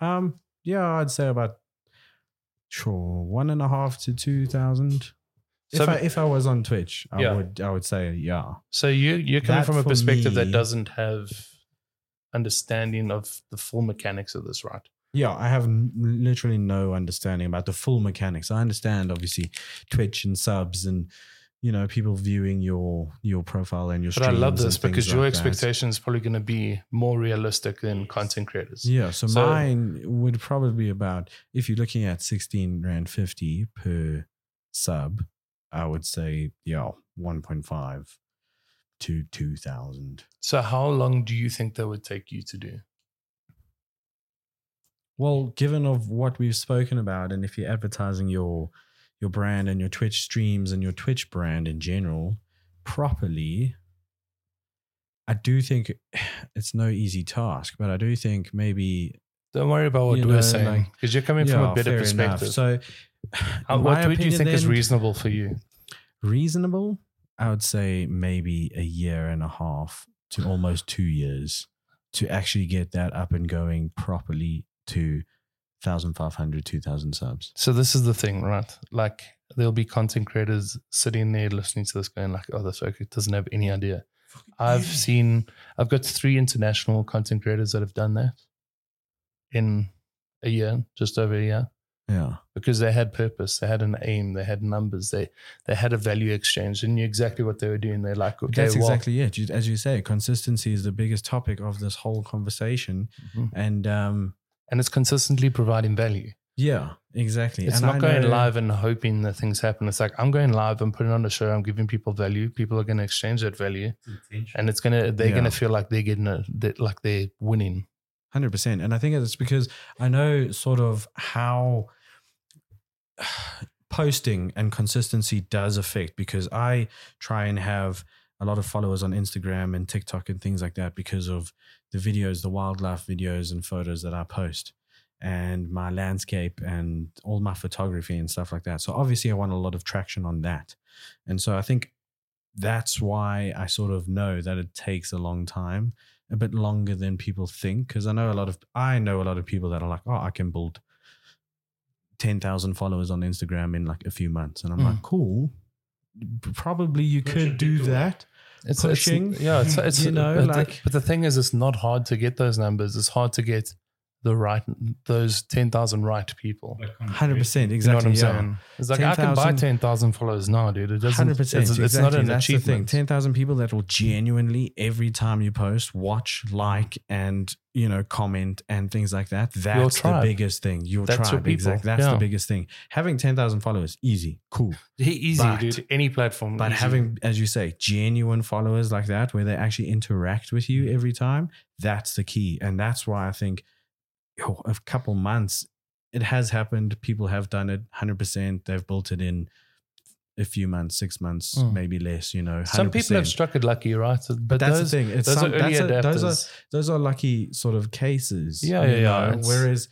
Speaker 3: Um, yeah, I'd say about sure one and a half to two thousand. If
Speaker 1: So-
Speaker 3: I if I was on Twitch, I
Speaker 1: Yeah.
Speaker 3: would I would say yeah.
Speaker 1: So you you're coming
Speaker 3: That
Speaker 1: from a
Speaker 3: for
Speaker 1: perspective that
Speaker 3: me-
Speaker 1: doesn't have understanding of the full mechanics of this, right?
Speaker 3: Yeah, I have n- literally no understanding about the full mechanics. I understand obviously Twitch and subs and you know people viewing your your profile and your.
Speaker 1: But I love
Speaker 3: streams and
Speaker 1: this because
Speaker 3: things
Speaker 1: your
Speaker 3: like that.
Speaker 1: expectation is probably going to be more realistic than content creators.
Speaker 3: Yeah, so,
Speaker 1: So-
Speaker 3: mine would probably be about if you're looking at sixteen rand fifty per sub, I would say yeah one point five to two thousand.
Speaker 1: So how long do you think that would take you to do?
Speaker 3: Well, given of what we've spoken about, and if you're advertising your your brand and your Twitch streams and your Twitch brand in general properly, I do think *sighs* it's no easy task, but I do think maybe
Speaker 1: Don't worry about what
Speaker 3: You
Speaker 1: we're
Speaker 3: know,
Speaker 1: saying
Speaker 3: like-
Speaker 1: because you're coming from
Speaker 3: Yeah,
Speaker 1: a better
Speaker 3: fair enough.
Speaker 1: perspective.
Speaker 3: So,
Speaker 1: How-
Speaker 3: in
Speaker 1: what
Speaker 3: my
Speaker 1: what do you
Speaker 3: opinion
Speaker 1: think is
Speaker 3: then,
Speaker 1: reasonable for you?
Speaker 3: reasonable? I would say maybe a year and a half to almost two years to actually get that up and going properly to 1,500, 2,000 subs.
Speaker 1: So this is the thing, right? Like there'll be content creators sitting there listening to this going like, oh, this fucker doesn't have any idea. I've seen, I've got three international content creators that have done that in a year, just over a year.
Speaker 3: Yeah.
Speaker 1: because they had purpose, they had an aim, they had numbers, they they had a value exchange, and knew exactly what they were doing. They're like, okay,
Speaker 3: That's
Speaker 1: well,
Speaker 3: exactly it. You- As you say, consistency is the biggest topic of this whole conversation.
Speaker 1: Mhm.
Speaker 3: And um,
Speaker 1: and it's consistently providing value.
Speaker 3: yeah, exactly.
Speaker 1: It's
Speaker 3: and
Speaker 1: not
Speaker 3: I
Speaker 1: going
Speaker 3: know-
Speaker 1: live and hoping that things happen. It's like I'm going live, I'm putting on a show, I'm giving people value. People are going to exchange that value, and it's gonna they're
Speaker 3: Yeah.
Speaker 1: gonna feel like they're getting a that like they're winning.
Speaker 3: 100%. And I think it's because I know sort of how *sighs* posting and consistency does affect because I try and have a lot of followers on Instagram and TikTok and things like that because of the videos, the wildlife videos and photos that I post. and my landscape and all my photography and stuff like that. So obviously, I want a lot of traction on that. And so I think that's why I sort of know that it takes a long time, a bit longer than people think. Cause I know a lot of, I know a lot of people that are like, oh, I can build 10,000 followers on Instagram in like a few months. And I'm
Speaker 2: Mm.
Speaker 3: like, cool. Probably you could do that.
Speaker 1: It's
Speaker 3: Pushing,
Speaker 1: It's, yeah,
Speaker 3: *laughs*
Speaker 1: it's, it's
Speaker 3: you know,
Speaker 1: but
Speaker 3: like-
Speaker 1: The, but the thing is, it's not hard to get those numbers. It's hard to get the right those ten thousand right people.
Speaker 3: Hundred percent,
Speaker 1: You know what
Speaker 3: exactly.
Speaker 1: I'm
Speaker 3: yeah.
Speaker 1: saying? It's like I can buy
Speaker 3: 10,000
Speaker 1: ten thousand followers now, dude. It doesn't.
Speaker 3: Hundred
Speaker 1: It's,
Speaker 3: percent.
Speaker 1: it's
Speaker 3: exactly.
Speaker 1: not an
Speaker 3: That's the thing.
Speaker 1: achievement.
Speaker 3: Ten thousand people that will genuinely every time you post, watch, like, and you know, comment and things like that. That's the
Speaker 1: tribe.
Speaker 3: biggest thing. Your
Speaker 1: That's your
Speaker 3: tribe,
Speaker 1: people.
Speaker 3: exactly. That's the
Speaker 1: Yeah.
Speaker 3: biggest thing. Having ten thousand followers, easy, cool.
Speaker 1: Hey, easy,
Speaker 3: But-
Speaker 1: dude. Any platform.
Speaker 3: But
Speaker 1: easy.
Speaker 3: having, as you say, genuine followers like that, where they actually interact with you every time, that's the key. And that's why I think yo, a couple months, it has happened. People have done it 100%. They've built it in a few months, six months,
Speaker 1: Mm.
Speaker 3: maybe less, you know. 100%.
Speaker 1: some people have struck it lucky, right? But,
Speaker 3: But that's
Speaker 1: those,
Speaker 3: the thing. It's
Speaker 1: those
Speaker 3: some,
Speaker 1: are early
Speaker 3: that's a-
Speaker 1: adapters.
Speaker 3: those are those are lucky sort of cases.
Speaker 1: Yeah,
Speaker 3: you
Speaker 1: yeah, yeah.
Speaker 3: know,
Speaker 1: It's-
Speaker 3: Whereas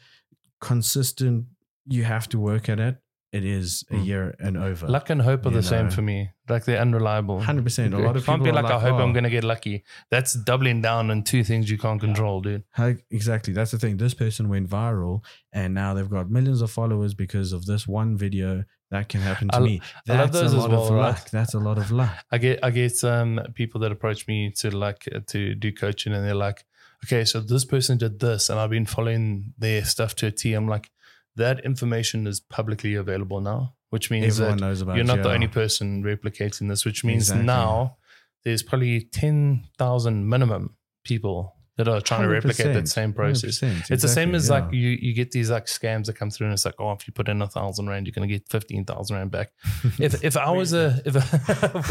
Speaker 3: consistent, you have to work at it. It is a
Speaker 1: Mm.
Speaker 3: year and over.
Speaker 1: Luck and hope are
Speaker 3: you
Speaker 1: the same
Speaker 3: know.
Speaker 1: for me. Like they're unreliable.
Speaker 3: 100%. A
Speaker 1: It
Speaker 3: lot of
Speaker 1: can't
Speaker 3: people
Speaker 1: be
Speaker 3: are
Speaker 1: like, I hope
Speaker 3: "Oh,
Speaker 1: I'm going to get lucky. That's doubling down on two things you can't control, dude.
Speaker 3: How, exactly. That's the thing. This person went viral and now they've got millions of followers because of this one video that can happen to
Speaker 1: I l-
Speaker 3: me.
Speaker 1: I love those
Speaker 3: That's a
Speaker 1: as
Speaker 3: lot of
Speaker 1: well, right?
Speaker 3: luck. That's a lot of luck.
Speaker 1: I get I get um, people that approach me to like uh, to do coaching, and they're like, okay, so this person did this, and I've been following their stuff to a T. I'm like, that information is publicly available now, which means
Speaker 3: Everyone
Speaker 1: that
Speaker 3: knows about
Speaker 1: you're not the
Speaker 3: yeah.
Speaker 1: only person replicating this, which means
Speaker 3: Exactly.
Speaker 1: now there's probably ten thousand minimum people that are trying to replicate that
Speaker 3: 100%,
Speaker 1: same process.
Speaker 3: 100%,
Speaker 1: It's the same
Speaker 3: exactly,
Speaker 1: as
Speaker 3: yeah.
Speaker 1: like you you get these like scams that come through and it's like oh if you put in a thousand rand you're gonna get fifteen thousand rand
Speaker 3: *laughs*
Speaker 1: back. If if I was a if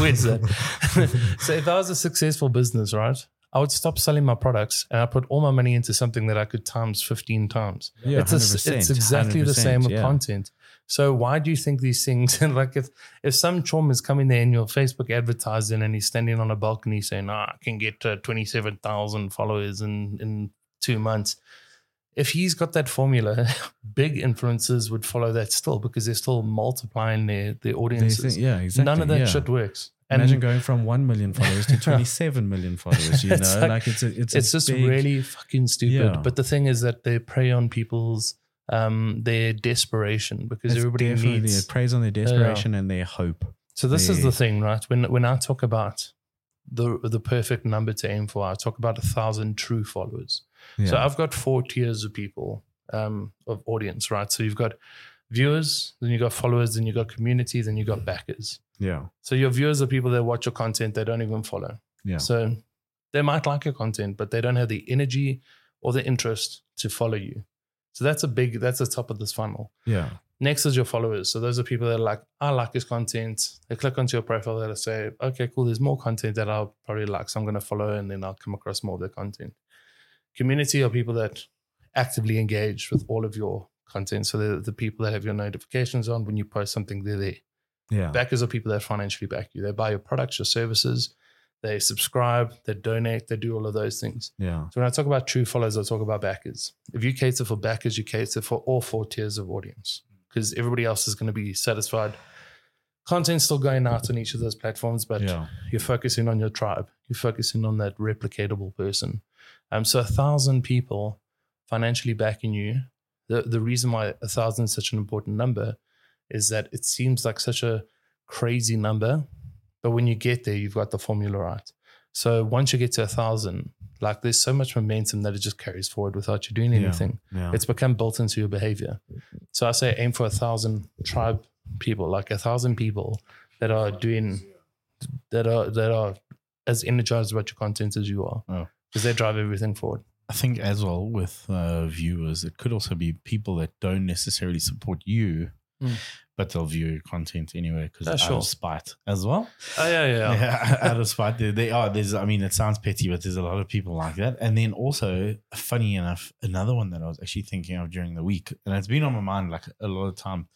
Speaker 1: *laughs* where's that? so if I was a successful business, right, I would stop selling my products and I put all my money into something that I could times fifteen times. *laughs*
Speaker 3: Yeah,
Speaker 1: it's a s
Speaker 3: 100%,
Speaker 1: it's exactly the
Speaker 3: 100%,
Speaker 1: same with
Speaker 3: yeah.
Speaker 1: content. So why do you think these things? *laughs* And like if if some chum is coming there in your Facebook advertising and he's standing on a balcony saying, "Ah, I can get uh, twenty seven thousand followers in in two months." If he's got that formula, *laughs* big influencers would follow that still because they're still multiplying their their
Speaker 3: They
Speaker 1: audiences.
Speaker 3: think- yeah, exactly.
Speaker 1: None of that
Speaker 3: yeah.
Speaker 1: shit works. And
Speaker 3: Imagine going from 1 million followers
Speaker 1: *laughs*
Speaker 3: to 27 million followers, you know?
Speaker 1: It's
Speaker 3: like,
Speaker 1: like-
Speaker 3: it's a, it's,
Speaker 1: it's,
Speaker 3: a
Speaker 1: just
Speaker 3: big-
Speaker 1: really fucking stupid.
Speaker 3: Yeah.
Speaker 1: But the thing is that they prey on people's um their desperation because
Speaker 3: it's
Speaker 1: everybody
Speaker 3: definitely-
Speaker 1: needs
Speaker 3: It preys on their desperation and their hope.
Speaker 1: So this is
Speaker 3: Yeah.
Speaker 1: the thing, right? When when I talk about the the perfect number to aim for, I talk about a thousand true followers. So
Speaker 3: Yeah.
Speaker 1: I've got four tiers of people um, of audience, right? So you've got viewers, then you've got followers, then you've got community, then you've got backers.
Speaker 3: yeah.
Speaker 1: So your viewers are people that watch your content, they don't even follow.
Speaker 3: Yeah.
Speaker 1: So they might like your content, but they don't have the energy or the interest to follow you. So that's a big, that's the top of this funnel.
Speaker 3: Yeah.
Speaker 1: Next is your followers. So those are people that are like, I like his content. They click onto your profile, they'll say, okay, cool, there's more content that I'll probably like. So I'm going to follow and then I'll come across more of their content. Community are people that actively engage with all of your content. So they're the people that have your notifications on when you post something, they're there.
Speaker 3: Yeah.
Speaker 1: Backers are people that financially back you. They buy your products, your services, they subscribe, they donate, they do all of those things.
Speaker 3: yeah.
Speaker 1: So when I talk about true followers, I talk about backers. If you cater for backers, you cater for all four tiers of audience because everybody else is going to be satisfied. Content's still going out on each of those platforms, but
Speaker 3: Yeah.
Speaker 1: you're focusing on your tribe. You're focusing on that replicatable person. Um, so a thousand people financially backing you. The the reason why a thousand is such an important number is that it seems like such a crazy number, but when you get there, you've got the formula right. So once you get to a thousand, like there's so much momentum that it just carries forward without you doing
Speaker 3: Yeah.
Speaker 1: anything.
Speaker 3: Yeah.
Speaker 1: It's become built into your behavior. So I say aim for a thousand tribe people, like a thousand people that are doing that are that are as energized about your content as you are.
Speaker 2: Oh.
Speaker 1: Because they drive everything forward.
Speaker 2: I think as well with uh, viewers, it could also be people that don't necessarily support you,
Speaker 1: Mm.
Speaker 2: but they'll view your content anyway because
Speaker 1: Yeah,
Speaker 2: out
Speaker 1: sure.
Speaker 2: of spite as well.
Speaker 1: Oh yeah, yeah.
Speaker 2: Yeah, *laughs* out of spite, they, they are. There's, I mean, it sounds petty, but there's a lot of people like that. And then also, funny enough, another one that I was actually thinking of during the week, and it's been on my mind like a lot of time.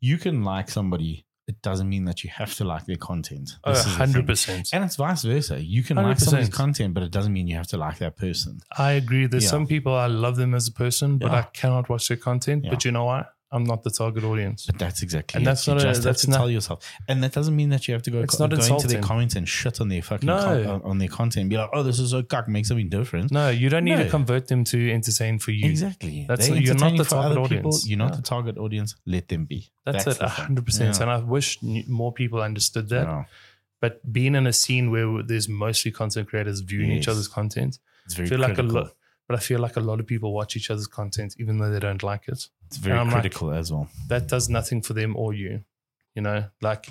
Speaker 2: You can like somebody it doesn't mean that you have to like their content.
Speaker 1: Oh,
Speaker 2: This is the thing.
Speaker 1: 100%.
Speaker 2: And it's vice versa. You can like somebody's
Speaker 1: 100%.
Speaker 2: content, but it doesn't mean you have to like that person.
Speaker 1: I agree. There's
Speaker 2: Yeah.
Speaker 1: some people I love them as a person, but
Speaker 2: Yeah.
Speaker 1: I cannot watch their content.
Speaker 2: Yeah.
Speaker 1: But you know what? I'm not the target audience.
Speaker 2: But that's exactly
Speaker 1: And
Speaker 2: it.
Speaker 1: that's
Speaker 2: you
Speaker 1: not a-
Speaker 2: just have
Speaker 1: that's
Speaker 2: to
Speaker 1: not-
Speaker 2: tell yourself. And that doesn't mean that you have to go,
Speaker 1: It's
Speaker 2: co-
Speaker 1: not
Speaker 2: go into
Speaker 1: insulting.
Speaker 2: their comments and shit on their fucking
Speaker 1: No.
Speaker 2: con- on- on their content and be like, oh, this is so cuck, make something different.
Speaker 1: No, you don't need to
Speaker 2: No.
Speaker 1: convert them to entertain for you.
Speaker 2: Exactly.
Speaker 1: That's
Speaker 2: They're
Speaker 1: not- you're not
Speaker 2: entertaining
Speaker 1: the
Speaker 2: for
Speaker 1: target
Speaker 2: other people.
Speaker 1: audience.
Speaker 2: You're not
Speaker 1: Yeah.
Speaker 2: the target audience. Let them be.
Speaker 1: That's, it,
Speaker 2: the
Speaker 1: it,
Speaker 2: thing.
Speaker 1: 100%.
Speaker 2: Yeah.
Speaker 1: And I wish n- more people understood that.
Speaker 2: Yeah.
Speaker 1: But being in a scene where there's mostly content creators viewing each
Speaker 2: Yes.
Speaker 1: other's content,
Speaker 2: It's very
Speaker 1: feel like a
Speaker 2: critical.
Speaker 1: lot- but I feel like a lot of people watch each other's content even though they don't like it.
Speaker 2: It's
Speaker 1: and
Speaker 2: very
Speaker 1: I'm like-
Speaker 2: critical as well.
Speaker 1: That does nothing for them or you. You know, like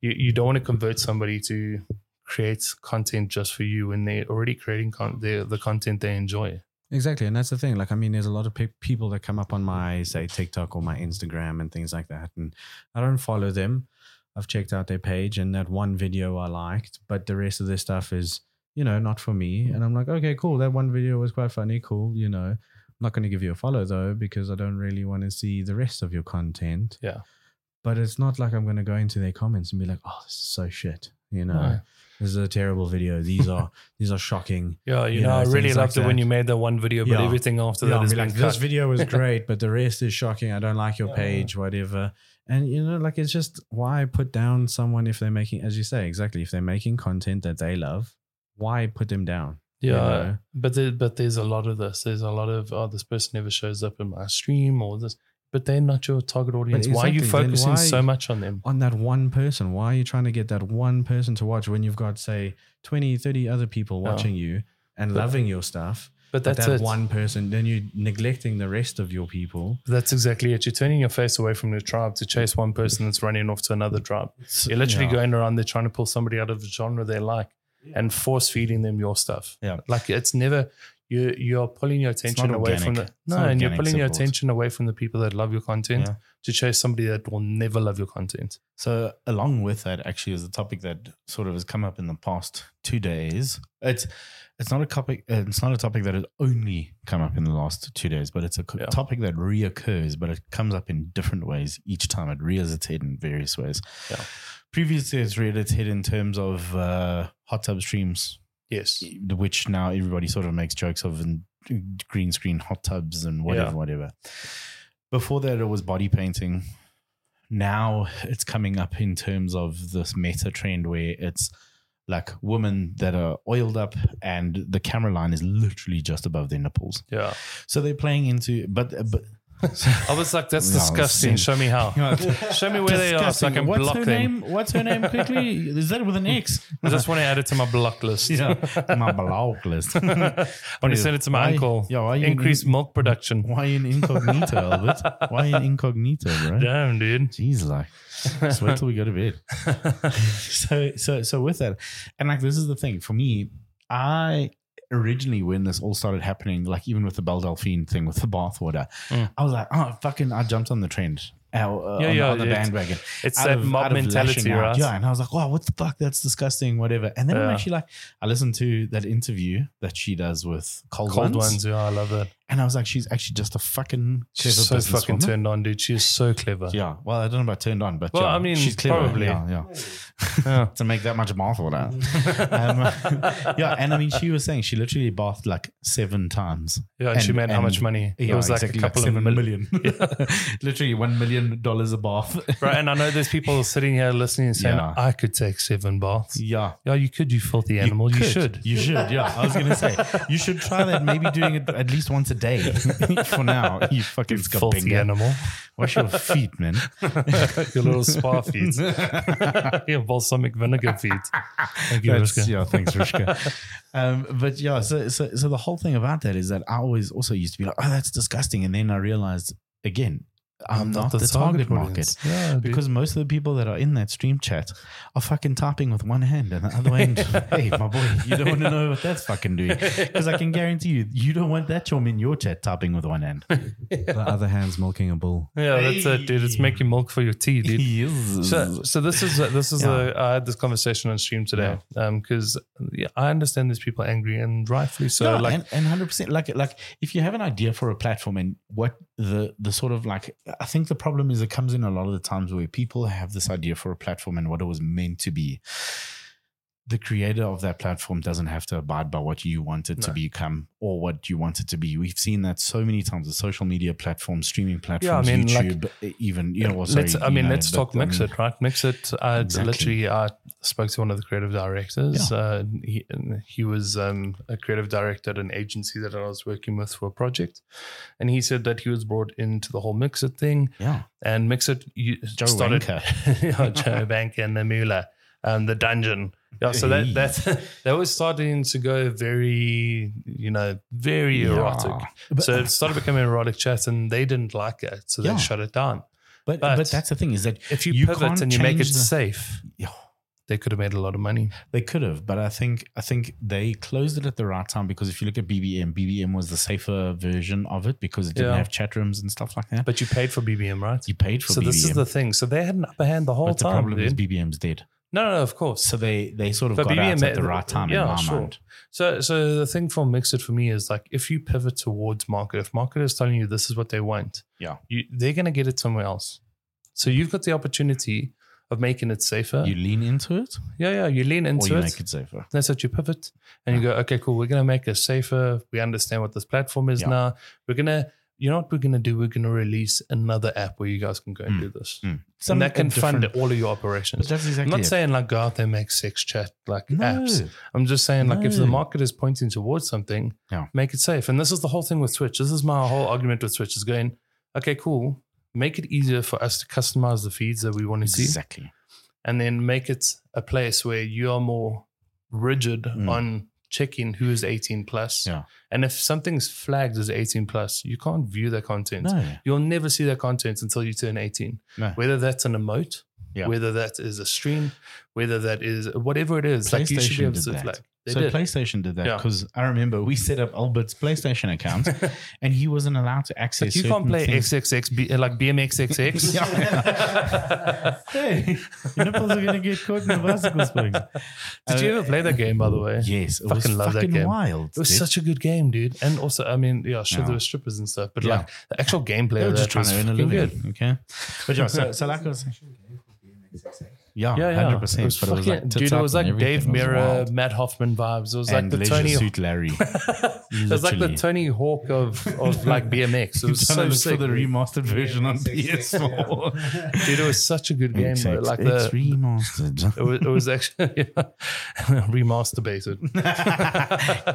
Speaker 1: you, you don't want to convert somebody to create content just for you when they're already creating con- the, the content they enjoy.
Speaker 3: Exactly, and that's the thing. Like, I mean, there's a lot of pe- people that come up on my say TikTok or my Instagram and things like that, and I don't follow them. I've checked out their page, and that one video I liked, but the rest of their stuff is, you know, not for me. And I'm like, okay, cool. That one video was quite funny, cool. You know, I'm not going to give you a follow though because I don't really want to see the rest of your content.
Speaker 1: Yeah.
Speaker 3: But it's not like I'm going to go into their comments and be like, oh, this is so shit. You know,
Speaker 1: No.
Speaker 3: this is a terrible video. These are these are shocking.
Speaker 1: Yeah, you
Speaker 3: You
Speaker 1: know,
Speaker 3: know,
Speaker 1: I really
Speaker 3: things like
Speaker 1: loved it when
Speaker 3: that.
Speaker 1: you made that one video, but
Speaker 3: Yeah.
Speaker 1: everything after
Speaker 3: Yeah,
Speaker 1: that
Speaker 3: I'll
Speaker 1: is
Speaker 3: be like,
Speaker 1: like,
Speaker 3: this
Speaker 1: *laughs*
Speaker 3: video was great, but the rest is shocking. I don't like your
Speaker 1: Yeah.
Speaker 3: page, whatever. And you know, like it's just why put down someone if they're making, as you say, exactly, if they're making content that they love, why put them down?
Speaker 1: Yeah,
Speaker 3: know?
Speaker 1: but there, but there's a lot of this. There's a lot of oh, this person never shows up in my stream or this, but they're not your target audience. Why are you
Speaker 3: exactly, then
Speaker 1: focusing
Speaker 3: why-
Speaker 1: so much on them?
Speaker 3: On that one person, why are you trying to get that one person to watch when you've got, say, 20, 30 other people
Speaker 1: Yeah.
Speaker 3: watching you and
Speaker 1: But-
Speaker 3: loving your stuff?
Speaker 1: But
Speaker 3: But
Speaker 1: that's
Speaker 3: that
Speaker 1: it.
Speaker 3: one person, then you're neglecting the rest of your people.
Speaker 1: That's exactly it. You're turning your face away from your tribe to chase one person that's running off to another tribe. You're literally
Speaker 2: yeah.
Speaker 1: going around there trying to pull somebody out of the genre they like and force feeding them your stuff.
Speaker 2: Yeah.
Speaker 1: Like it's never you you're pulling your attention
Speaker 2: not
Speaker 1: away from
Speaker 2: organic.
Speaker 1: the
Speaker 2: It's
Speaker 1: no,
Speaker 2: not
Speaker 1: and you're
Speaker 2: organic
Speaker 1: pulling your
Speaker 2: support.
Speaker 1: attention away from the people that love your content
Speaker 2: Yeah.
Speaker 1: to chase somebody that will never love your content.
Speaker 2: So, along with that, actually, is a topic that sort of has come up in the past two days. It's it's not a topic. uh, It's not a topic that has only come up in the last two days, but it's a co-
Speaker 1: Yeah.
Speaker 2: topic that reoccurs, but it comes up in different ways each time. It rears its head in various ways.
Speaker 1: Yeah.
Speaker 2: Previously, it's reared its head in terms of uh, hot tub streams,
Speaker 1: Yes.
Speaker 2: which now everybody sort of makes jokes of and green screen hot tubs and whatever,
Speaker 1: Yeah.
Speaker 2: whatever. Before that, it was body painting. Now it's coming up in terms of this meta trend where it's like women that are oiled up and the camera line is literally just above their nipples.
Speaker 1: Yeah.
Speaker 2: So they're playing into, but, but
Speaker 1: I was like, that's
Speaker 2: No, it's
Speaker 1: disgusting.
Speaker 2: sin.
Speaker 1: Show me how. *laughs* Show me *laughs* where they are so I
Speaker 2: Disgusting.
Speaker 1: can
Speaker 2: What's
Speaker 1: block
Speaker 2: her
Speaker 1: them.
Speaker 2: name? What's her name? Quickly, is that with an X?
Speaker 1: *laughs* I just want to add it to my block list.
Speaker 2: Yeah, my block list. *laughs*
Speaker 1: I want to send it to my
Speaker 2: Why-
Speaker 1: uncle.
Speaker 2: yeah, why you-
Speaker 1: Increase milk production.
Speaker 2: Why in incognito, Albert? Why in incognito, bro?
Speaker 1: Damn, dude.
Speaker 2: Jeez, like, just wait till we go to
Speaker 1: *laughs*
Speaker 2: bed. so, so, so with that, and like, this is the thing for me. I originally, when this all started happening, like even with the Belle Delphine thing with the bathwater,
Speaker 1: Mm.
Speaker 2: I was like, oh fucking, I jumped on the trend. Out, uh,
Speaker 1: Yeah,
Speaker 2: on, the-
Speaker 1: yeah,
Speaker 2: on the
Speaker 1: yeah.
Speaker 2: bandwagon.
Speaker 1: It's
Speaker 2: Out
Speaker 1: that
Speaker 2: of-
Speaker 1: mob
Speaker 2: out of
Speaker 1: mentality,
Speaker 2: lashing out.
Speaker 1: right?
Speaker 2: Yeah, and I was like, wow, what the fuck? That's disgusting, whatever. And then I'm
Speaker 1: Yeah.
Speaker 2: actually like, I listened to that interview that she does with Cold,
Speaker 1: Cold
Speaker 2: Ones,
Speaker 1: ones. Yeah, I love that.
Speaker 2: and I was like, she's actually just a fucking clever
Speaker 1: She's so fucking
Speaker 2: businesswoman.
Speaker 1: turned on, dude. She is so clever.
Speaker 2: Yeah. Well, I don't know about turned on, but
Speaker 1: Well,
Speaker 2: yeah,
Speaker 1: I mean,
Speaker 2: she's clever.
Speaker 1: probably.
Speaker 2: Yeah, yeah.
Speaker 1: Yeah.
Speaker 2: *laughs* to make that much bath water. um, *laughs* yeah, and I mean, she was saying she literally bathed like seven times.
Speaker 1: Yeah, and she
Speaker 2: And-
Speaker 1: made how
Speaker 2: and-
Speaker 1: much money? it
Speaker 2: Yeah,
Speaker 1: was like
Speaker 2: exactly,
Speaker 1: a couple of
Speaker 2: seven
Speaker 1: mil- *laughs*
Speaker 2: million. *laughs* literally one million dollars a bath.
Speaker 1: Right, and I know there's
Speaker 2: *laughs*
Speaker 1: people sitting here listening and saying,
Speaker 2: Yeah.
Speaker 1: "I could take seven baths."
Speaker 2: Yeah.
Speaker 1: Yeah, you could, you filthy animal. You,
Speaker 2: could.
Speaker 1: should.
Speaker 2: You should. Yeah, I was gonna say you should try that. Maybe doing it at least once a day *laughs* for now. You fucking
Speaker 1: filthy
Speaker 2: scapenga.
Speaker 1: animal.
Speaker 2: Wash your feet, man.
Speaker 1: Your little
Speaker 2: *laughs*
Speaker 1: spa feet. *laughs* Your balsamic vinegar feet. Thank you,
Speaker 2: That's-
Speaker 1: Rivka.
Speaker 2: yeah, thanks, *laughs* Rishka. um, but yeah, so, so so the whole thing about that is that I always also used to be like, oh, that's disgusting, and then I realized again, I'm, not, the, target, market.
Speaker 1: audience. Yeah, dude.
Speaker 2: Because most of the people that are in that stream chat are fucking typing with one hand and the other *laughs* hand. hey, my boy, you don't want to know what that's fucking doing. Because I can guarantee you, you don't want that chum in your chat typing with one *laughs* hand.
Speaker 3: The other hand's milking a bull.
Speaker 1: Yeah, that's it, dude. It's making milk for your tea, dude.
Speaker 2: Yes.
Speaker 1: So, so this is this is
Speaker 2: Yeah.
Speaker 1: a, I had this conversation on stream today because yeah, I understand these people are angry and rightfully so.
Speaker 2: yeah,
Speaker 1: like,
Speaker 2: and hundred percent. Like like if you have an idea for a platform and what the the sort of like I think the problem is it comes in a lot of the times where people have this idea for a platform and what it was meant to be. The creator of that platform doesn't have to abide by what you want it to
Speaker 1: No.
Speaker 2: become or what you want it to be. We've seen that so many times the social media platforms, streaming platforms,
Speaker 1: mean, like-
Speaker 2: YouTube, e, even, you know, well,
Speaker 1: let's,
Speaker 2: sorry,
Speaker 1: I mean,
Speaker 2: you know,
Speaker 1: let's
Speaker 2: but,
Speaker 1: talk
Speaker 2: um,
Speaker 1: Mixit, right? Mixit, uh, it's
Speaker 2: Exactly.
Speaker 1: literally, I spoke to one of the creative directors. Uh, and he, and he was um, a creative director at an agency that I was working with for a project. And he said that he was brought into the whole Mixit thing.
Speaker 2: Yeah.
Speaker 1: And Mixit you
Speaker 2: Joe
Speaker 1: started.
Speaker 2: Wanker.
Speaker 1: *laughs* yeah, Joe Banker and the Mula and the dungeon. Yeah, so that
Speaker 2: Hey.
Speaker 1: that *laughs* that was starting to go very, you know, very erotic.
Speaker 2: Yeah. But-
Speaker 1: so it started becoming erotic chats, and they didn't like it, so
Speaker 2: Yeah.
Speaker 1: they shut it down.
Speaker 2: But, but
Speaker 1: But
Speaker 2: that's the thing is that
Speaker 1: If you,
Speaker 2: can't
Speaker 1: pivot and you make it
Speaker 2: change the-
Speaker 1: safe,
Speaker 2: Yeah.
Speaker 1: they could have made a lot of money.
Speaker 2: They could have, but I think I think they closed it at the right time because if you look at BBM, BBM was the safer version of it because it didn't
Speaker 1: Yeah.
Speaker 2: have chat rooms and stuff like that.
Speaker 1: But you paid for BBM, right?
Speaker 2: you paid for
Speaker 1: so
Speaker 2: BBM.
Speaker 1: this is the thing. So they had an upper hand the whole
Speaker 2: but the
Speaker 1: time.
Speaker 2: problem is
Speaker 1: dude.
Speaker 2: BBM's dead.
Speaker 1: no, no, no, of course.
Speaker 2: So they they sort of
Speaker 1: But
Speaker 2: got out
Speaker 1: BBM
Speaker 2: at the right time
Speaker 1: yeah,
Speaker 2: in my
Speaker 1: sure.
Speaker 2: mind.
Speaker 1: So, so the thing from Mixit for me is like if you pivot towards market, if market is telling you this is what they want,
Speaker 2: Yeah.
Speaker 1: you, they're gonna get it somewhere else. So you've got the opportunity of making it safer.
Speaker 2: You lean into it
Speaker 1: yeah, yeah. You lean
Speaker 2: or
Speaker 1: into
Speaker 2: you
Speaker 1: it.
Speaker 2: make it safer.
Speaker 1: That's what you pivot, and you go, okay, cool. We're gonna make it safer. We understand what this platform is
Speaker 2: Yeah.
Speaker 1: now. We're gonna, you know what we're gonna do? We're gonna release another app where you guys can go and
Speaker 2: Mm.
Speaker 1: do this,
Speaker 2: Some
Speaker 1: and that can fund
Speaker 2: different-
Speaker 1: all of your
Speaker 2: But
Speaker 1: operations.
Speaker 2: that's
Speaker 1: I'm
Speaker 2: exactly
Speaker 1: not
Speaker 2: it.
Speaker 1: saying like go out there and make sex chat like
Speaker 2: no.
Speaker 1: apps. I'm just saying, like, if
Speaker 2: No.
Speaker 1: the market is pointing towards something,
Speaker 2: Yeah.
Speaker 1: make it safe. And this is the whole thing with Twitch. This is my whole argument with Twitch is going, okay, cool. Make it easier for us to customize the feeds that we want to see,
Speaker 2: Exactly.
Speaker 1: and then make it a place where you are more rigid
Speaker 2: Mm.
Speaker 1: on checking who is 18 plus.
Speaker 2: Yeah.
Speaker 1: And if something's flagged as 18 plus, you can't view that content.
Speaker 2: No.
Speaker 1: You'll never see that content until you turn 18.
Speaker 2: No.
Speaker 1: Whether that's an emote,
Speaker 2: Yeah.
Speaker 1: whether that is a stream, whether that is whatever it is, like you should be
Speaker 2: PlayStation
Speaker 1: able to
Speaker 2: did that.
Speaker 1: flag. They
Speaker 2: so
Speaker 1: did.
Speaker 2: PlayStation did that
Speaker 1: Yeah.
Speaker 2: because I remember we set up Albert's PlayStation
Speaker 1: *laughs*
Speaker 2: account and he wasn't allowed to access.
Speaker 1: But you can't
Speaker 2: certain
Speaker 1: play
Speaker 2: things.
Speaker 1: XXX B, like
Speaker 2: *laughs*
Speaker 1: BMXXX.
Speaker 2: hey, your nipples are gonna get caught in the bicycle springs.
Speaker 1: Did you
Speaker 2: Uh,
Speaker 1: ever play that game, by the way?
Speaker 2: Yes, it
Speaker 1: Fucking
Speaker 2: was
Speaker 1: love that
Speaker 2: fucking
Speaker 1: game.
Speaker 2: wild.
Speaker 1: It was
Speaker 2: dude.
Speaker 1: such a good game, dude. And also, I mean, yeah, sure,
Speaker 2: Yeah.
Speaker 1: there were strippers and stuff, but
Speaker 2: Yeah.
Speaker 1: like the actual gameplay
Speaker 2: they were
Speaker 1: of
Speaker 2: just
Speaker 1: that
Speaker 2: trying
Speaker 1: was
Speaker 2: to earn a
Speaker 1: fucking
Speaker 2: living.
Speaker 1: good.
Speaker 2: Okay, but yeah, so, so like I was saying, yeah,
Speaker 1: Yeah, yeah.
Speaker 2: hundred percent. But it was like
Speaker 1: fucking-
Speaker 2: tits
Speaker 1: dude, it
Speaker 2: up
Speaker 1: was
Speaker 2: and
Speaker 1: like Dave
Speaker 2: everything. It was
Speaker 1: Mirra,
Speaker 2: wild.
Speaker 1: Matt Hoffman vibes. It was
Speaker 2: and
Speaker 1: like the
Speaker 2: Leisure
Speaker 1: Tony.
Speaker 2: Suit Larry.
Speaker 1: *laughs* it was like the
Speaker 2: Literally.
Speaker 1: Tony Hawk of, of
Speaker 2: *laughs*
Speaker 1: like BMX. It was
Speaker 2: Trying to
Speaker 1: so
Speaker 2: look
Speaker 1: sick.
Speaker 2: for the
Speaker 1: Dude,
Speaker 2: remastered version on PS4. *laughs*
Speaker 1: it was such a good game,
Speaker 2: It's
Speaker 1: though. Like the it
Speaker 2: remastered.
Speaker 1: was, *laughs* it was actually remasterbated.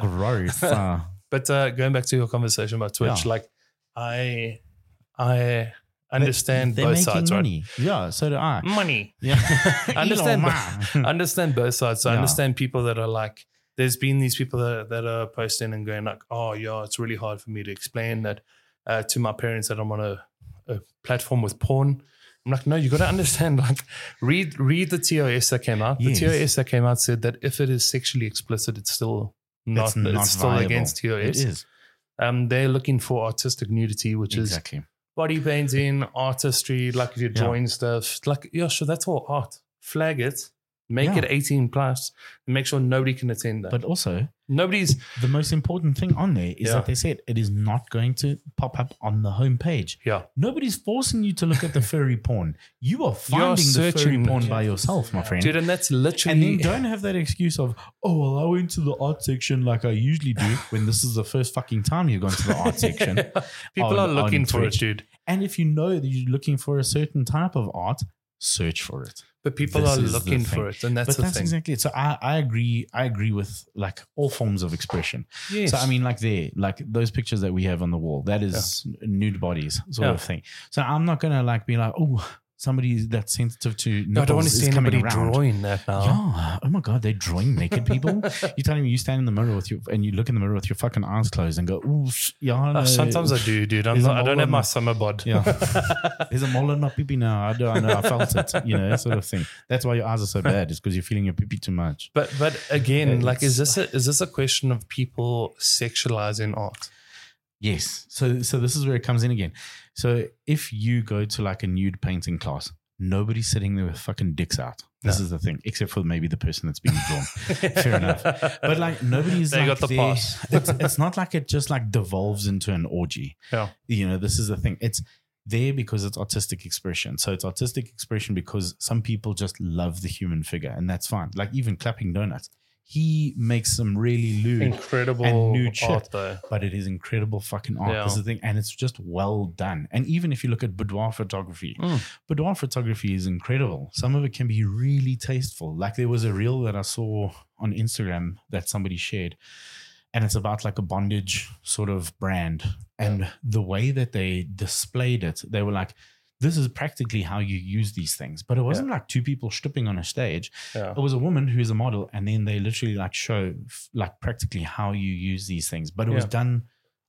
Speaker 1: *laughs*
Speaker 2: *laughs* Gross. uh,
Speaker 1: But uh, going back to your conversation about Twitch,
Speaker 2: Yeah.
Speaker 1: like I, I understand
Speaker 2: They're
Speaker 1: both
Speaker 2: making
Speaker 1: sides, right?
Speaker 2: money. Yeah, so do I.
Speaker 1: Money.
Speaker 2: Yeah,
Speaker 1: *laughs*
Speaker 2: *laughs*
Speaker 1: Understand,
Speaker 2: Elon
Speaker 1: but-
Speaker 2: Musk.
Speaker 1: I *laughs* understand both sides. So I
Speaker 2: Yeah.
Speaker 1: understand people that are like, there's been these people that, that are posting and going like, oh yeah, it's really hard for me to explain that uh, to my parents that I'm on a, a platform with porn. I'm like, no, you got to understand. *laughs* Like, read read the TOS that came out.
Speaker 2: Yes.
Speaker 1: The TOS that came out said that if it is sexually explicit, it's still not. It's, still
Speaker 2: viable.
Speaker 1: against TOS.
Speaker 2: It is
Speaker 1: Um, they're looking for artistic nudity, which is
Speaker 2: exactly.
Speaker 1: body painting, artistry, like if you're
Speaker 2: Yeah.
Speaker 1: drawing stuff. Like, yeah, sure, that's all art. Flag it, make
Speaker 2: Yeah.
Speaker 1: it 18 plus, and make sure nobody can attend that.
Speaker 2: But also,
Speaker 1: nobody's
Speaker 2: the most important thing on there is
Speaker 1: Yeah.
Speaker 2: that they said it is not going to pop up on the homepage.
Speaker 1: yeah.
Speaker 2: Nobody's forcing you to look at the furry porn. You are finding the furry
Speaker 1: searching.
Speaker 2: porn by
Speaker 1: *laughs*
Speaker 2: yourself, my friend.
Speaker 1: Dude, and that's
Speaker 2: and
Speaker 1: literally
Speaker 2: then
Speaker 1: *laughs*
Speaker 2: don't have that excuse of, oh, well, I went to the art section like I usually do when this is the first fucking time you've gone to the
Speaker 1: *laughs*
Speaker 2: art section.
Speaker 1: people
Speaker 2: on-
Speaker 1: are
Speaker 2: on
Speaker 1: looking for it,
Speaker 2: Twitch.
Speaker 1: dude.
Speaker 2: And if you know that you're looking for a certain type of art, search for it.
Speaker 1: But people
Speaker 2: This
Speaker 1: are
Speaker 2: is the
Speaker 1: looking for
Speaker 2: thing.
Speaker 1: it, and that's
Speaker 2: but
Speaker 1: the
Speaker 2: that's
Speaker 1: thing.
Speaker 2: exactly it. So I, I agree. I agree with like all forms of expression.
Speaker 1: Yes.
Speaker 2: So I mean, like there, like those pictures that we have on the wall, that is nude bodies sort
Speaker 1: Yeah.
Speaker 2: of thing. So I'm not gonna like be like, oh, somebody that's sensitive to nipples
Speaker 1: No, I don't want to
Speaker 2: is
Speaker 1: see
Speaker 2: coming
Speaker 1: anybody
Speaker 2: around.
Speaker 1: drawing that now.
Speaker 2: Yeah. Oh my God, they're drawing naked *laughs* people. You're telling me you stand in the mirror with your and you look in the mirror with your fucking eyes closed and go, ooh, sh- yeah.
Speaker 1: Uh,
Speaker 2: no,
Speaker 1: sometimes I do, dude. I'm
Speaker 2: There's a
Speaker 1: not, I don't
Speaker 2: mole
Speaker 1: have
Speaker 2: on
Speaker 1: my
Speaker 2: my-
Speaker 1: summer bod.
Speaker 2: Yeah. There's a mole in my pipi now. I do I know. I felt it. You know, that sort of thing. That's why your eyes are so bad. It's because you're feeling your pipi too much.
Speaker 1: But but again, like, is
Speaker 2: It's-
Speaker 1: this
Speaker 2: *laughs*
Speaker 1: a, is this a question of people sexualizing art?
Speaker 2: Yes. So so this is where it comes in again. So if you go to like a nude painting class, nobody's sitting there with fucking dicks out. This is the thing, except for maybe the person that's being drawn. Fair enough.
Speaker 1: *laughs*
Speaker 2: But *laughs* like nobody's
Speaker 1: They
Speaker 2: like
Speaker 1: got the
Speaker 2: there-
Speaker 1: pass.
Speaker 2: It's, it's not like it just like devolves into an orgy.
Speaker 1: Yeah.
Speaker 2: You know, this is the thing. It's there because it's artistic expression. So it's artistic expression because some people just love the human figure, and that's fine. Like even clapping donuts, he makes some really lewd,
Speaker 1: Incredible
Speaker 2: And nude
Speaker 1: art
Speaker 2: shit.
Speaker 1: though.
Speaker 2: but it is incredible fucking art.
Speaker 1: Yeah.
Speaker 2: That's the thing, and it's just well done. And even if you look at boudoir photography,
Speaker 1: Mm.
Speaker 2: boudoir photography is incredible. Some of it can be really tasteful. Like there was a reel that I saw on Instagram that somebody shared, and it's about like a bondage sort of brand. And the way that they displayed it, they were like, this is practically how you use these things. But it wasn't like two people stripping on a stage.
Speaker 1: Yeah.
Speaker 2: It was a woman who is a model, and then they literally like show f- like practically how you use these things. But it was
Speaker 1: Yeah.
Speaker 2: done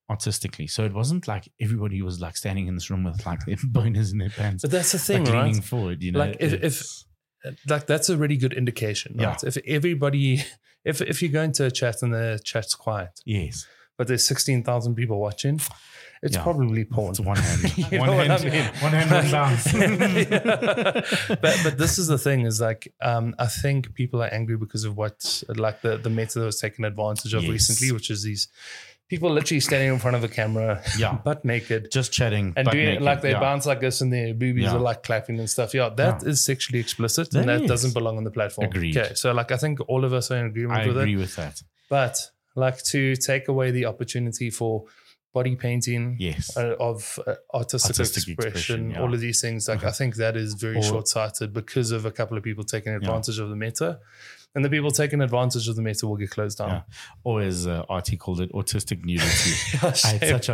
Speaker 2: artistically, so it wasn't like everybody was like standing in this room with like their *laughs* boners in their pants,
Speaker 1: But that's the thing,
Speaker 2: like
Speaker 1: right?
Speaker 2: leaning forward. You know,
Speaker 1: Like, if- if-
Speaker 2: It's-
Speaker 1: like that's a really good indication. Right? If everybody, if if you go into a chat and the chat's quiet,
Speaker 2: yes,
Speaker 1: but there's sixteen thousand people watching, it's
Speaker 2: Yeah.
Speaker 1: probably porn. *laughs*
Speaker 2: it's one hand,
Speaker 1: You
Speaker 2: one,
Speaker 1: know what
Speaker 2: hand
Speaker 1: I mean?
Speaker 2: one hand, one
Speaker 1: *laughs* but but this is the thing is like um, I think people are angry because of what like the the method that was taken advantage of
Speaker 2: Yes.
Speaker 1: recently, which is these people literally standing in front of a camera,
Speaker 2: *laughs*
Speaker 1: *laughs*
Speaker 2: yeah,
Speaker 1: butt naked.
Speaker 2: just chatting
Speaker 1: And
Speaker 2: butt
Speaker 1: doing
Speaker 2: naked.
Speaker 1: like they
Speaker 2: yeah.
Speaker 1: bounce like this, and their boobies
Speaker 2: Yeah.
Speaker 1: are like clapping and stuff. Yeah, that is
Speaker 2: Yeah.
Speaker 1: sexually explicit, and
Speaker 2: That
Speaker 1: that
Speaker 2: is.
Speaker 1: doesn't belong on the platform.
Speaker 2: Agreed.
Speaker 1: Okay, so like I think all of us are in agreement
Speaker 2: I
Speaker 1: with it.
Speaker 2: agree with that.
Speaker 1: but like to take away the opportunity for body painting
Speaker 2: Yes,
Speaker 1: uh, of uh, artistic,
Speaker 2: Artistic
Speaker 1: expression,
Speaker 2: expression, yeah. Uh-huh.
Speaker 1: all of these things like i think that is very
Speaker 2: Or-
Speaker 1: short-sighted because of a couple of people taking advantage of the meta and the people taking advantage of the meta will get closed down
Speaker 2: or as uh, Artie called it, autistic nudity.
Speaker 1: *laughs*
Speaker 2: I had
Speaker 1: Shame.
Speaker 2: such a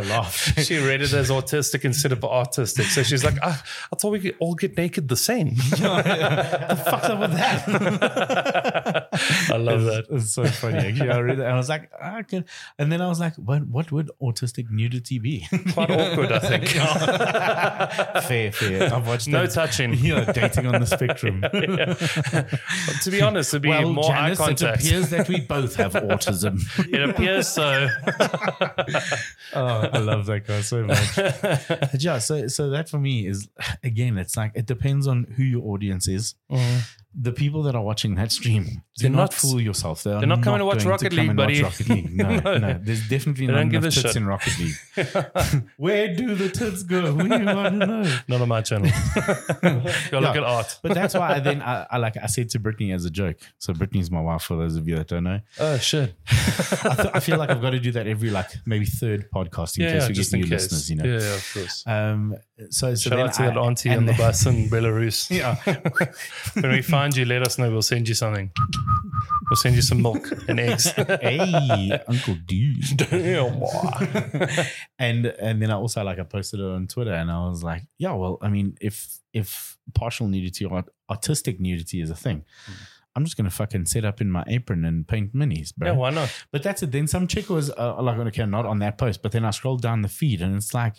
Speaker 1: *laughs*
Speaker 2: laugh.
Speaker 1: she read it as autistic instead of artistic so she's like i, I thought we could all get naked the same *laughs*
Speaker 2: fuck's up with that?
Speaker 1: i love that
Speaker 2: It's- It's so funny. Actually, I read that and I was like, I can. And then I was like, what, what would autistic nudity be? *laughs*
Speaker 1: quite awkward i think *laughs*
Speaker 2: fair, fair. I've watched
Speaker 1: no
Speaker 2: that.
Speaker 1: touching
Speaker 2: *laughs* yeah, dating on the *laughs* spectrum.
Speaker 1: Yeah. to be honest it'd be
Speaker 2: Well,
Speaker 1: more
Speaker 2: Janice,
Speaker 1: eye
Speaker 2: it
Speaker 1: contact
Speaker 2: appears that we both have autism.
Speaker 1: *laughs*
Speaker 2: *laughs*
Speaker 1: It appears so.
Speaker 2: oh, I love that guy so much. But yeah, so so that for me is again, it's like it depends on who your audience is.
Speaker 1: Mm-hmm.
Speaker 2: The people that are watching that stream, *laughs* do
Speaker 1: They're
Speaker 2: not,
Speaker 1: not-
Speaker 2: fool yourself. They are
Speaker 1: they're not coming to watch
Speaker 2: going
Speaker 1: Rocket
Speaker 2: come
Speaker 1: League,
Speaker 2: and watch
Speaker 1: buddy.
Speaker 2: Rocket League. No,
Speaker 1: *laughs*
Speaker 2: no,
Speaker 1: No.
Speaker 2: there's definitely
Speaker 1: They
Speaker 2: not
Speaker 1: don't
Speaker 2: enough
Speaker 1: give a
Speaker 2: tits
Speaker 1: shit.
Speaker 2: in Rocket League. Where do the tits go? We want to know. *laughs*
Speaker 1: Not on my channel. *laughs* Go look at
Speaker 2: Yeah.
Speaker 1: art.
Speaker 2: But that's why I then I, I like I said to Brittany as a joke. So Brittany's my wife. For those of you that don't know,
Speaker 1: Oh shit.
Speaker 2: I, th- I feel like I've got to do that every like maybe third podcast in
Speaker 1: Yeah,
Speaker 2: case
Speaker 1: yeah
Speaker 2: we get
Speaker 1: just in
Speaker 2: new
Speaker 1: case.
Speaker 2: listeners. You know.
Speaker 1: Yeah, yeah, of course.
Speaker 2: Um, so, so
Speaker 1: Shout
Speaker 2: then
Speaker 1: out to
Speaker 2: I-
Speaker 1: that auntie
Speaker 2: and
Speaker 1: on the
Speaker 2: then-
Speaker 1: bus in Belarus.
Speaker 2: *laughs* Yeah.
Speaker 1: when we find you, let us know. We'll send you something. We'll send you some milk and
Speaker 2: *laughs*
Speaker 1: eggs. *laughs*
Speaker 2: hey, Uncle D.
Speaker 1: Damn, boy.
Speaker 2: and and then I also like I posted it on Twitter and I was like, yeah, well, I mean, if if partial nudity or artistic nudity is a thing, I'm just gonna fucking set up in my apron and paint minis, bro.
Speaker 1: yeah, why not?
Speaker 2: But that's it. Then some chick was uh, like, okay, not on that post, but then I scrolled down the feed and it's like,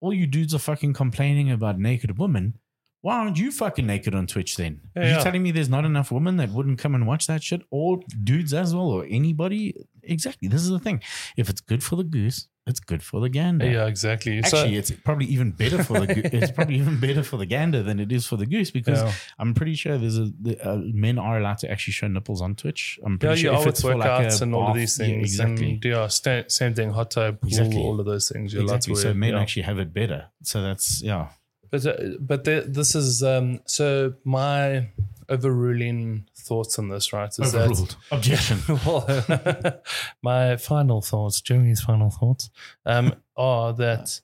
Speaker 2: all you dudes are fucking complaining about naked women. Why aren't you fucking naked on Twitch then?
Speaker 1: Yeah,
Speaker 2: are you
Speaker 1: yeah.
Speaker 2: telling me there's not enough women that wouldn't come and watch that shit? Or dudes as well, or anybody? Exactly. This is the thing. If it's good for the goose, it's good for the gander.
Speaker 1: Yeah, exactly.
Speaker 2: Actually, it's probably even better for the goo it's probably even better for the gander than it is for the goose
Speaker 1: so,
Speaker 2: because
Speaker 1: yeah.
Speaker 2: I'm pretty sure there's a the, uh, men are allowed to actually show nipples on Twitch. I'm
Speaker 1: yeah,
Speaker 2: pretty
Speaker 1: you
Speaker 2: sure if
Speaker 1: always
Speaker 2: it's for
Speaker 1: workouts
Speaker 2: like a
Speaker 1: and all of
Speaker 2: bath-
Speaker 1: these
Speaker 2: yeah,
Speaker 1: things.
Speaker 2: exactly.
Speaker 1: And, yeah, sta- same thing. Hot tub, pool,
Speaker 2: Exactly.
Speaker 1: all of those things. You're allowed
Speaker 2: exactly.
Speaker 1: to
Speaker 2: So
Speaker 1: wear.
Speaker 2: men
Speaker 1: Yeah.
Speaker 2: actually have it better. So that's yeah.
Speaker 1: But uh, but the, this is um, so my overruling thoughts on this, right? Is
Speaker 2: *laughs* Objection.
Speaker 1: that *laughs* well, *laughs* my final thoughts, Jeremy's final thoughts,
Speaker 2: *laughs*
Speaker 1: um, are that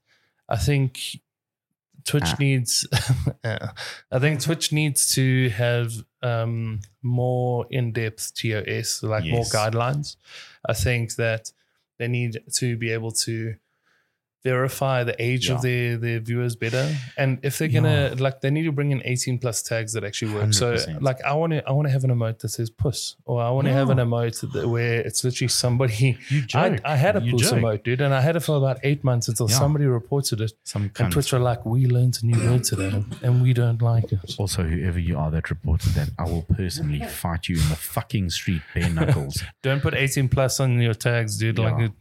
Speaker 1: I think Twitch
Speaker 2: Ah.
Speaker 1: needs, *laughs* I think Twitch needs to have um, more in depth TOS, like more
Speaker 2: Yes.
Speaker 1: guidelines. I think that they need to be able to verify the age of their their viewers better and if they're gonna like they need to bring in 18 plus tags that actually work so
Speaker 2: 100%.
Speaker 1: like i want to i want to have an emote that says puss or i want to have
Speaker 2: Yeah.
Speaker 1: an emote that, where it's literally somebody
Speaker 2: You joke.
Speaker 1: *laughs* I, I had a
Speaker 2: You
Speaker 1: puss
Speaker 2: joke.
Speaker 1: emote dude and i had it for about eight months until
Speaker 2: Yeah.
Speaker 1: somebody reported it
Speaker 2: Some
Speaker 1: and
Speaker 2: kind
Speaker 1: twitch were like we learned a new word today and we don't like it
Speaker 2: Also, whoever you are that reported that, I will *laughs* personally fight you in the fucking street, bare knuckles.
Speaker 1: don't put 18 plus on your tags dude like
Speaker 2: Yeah.
Speaker 1: it,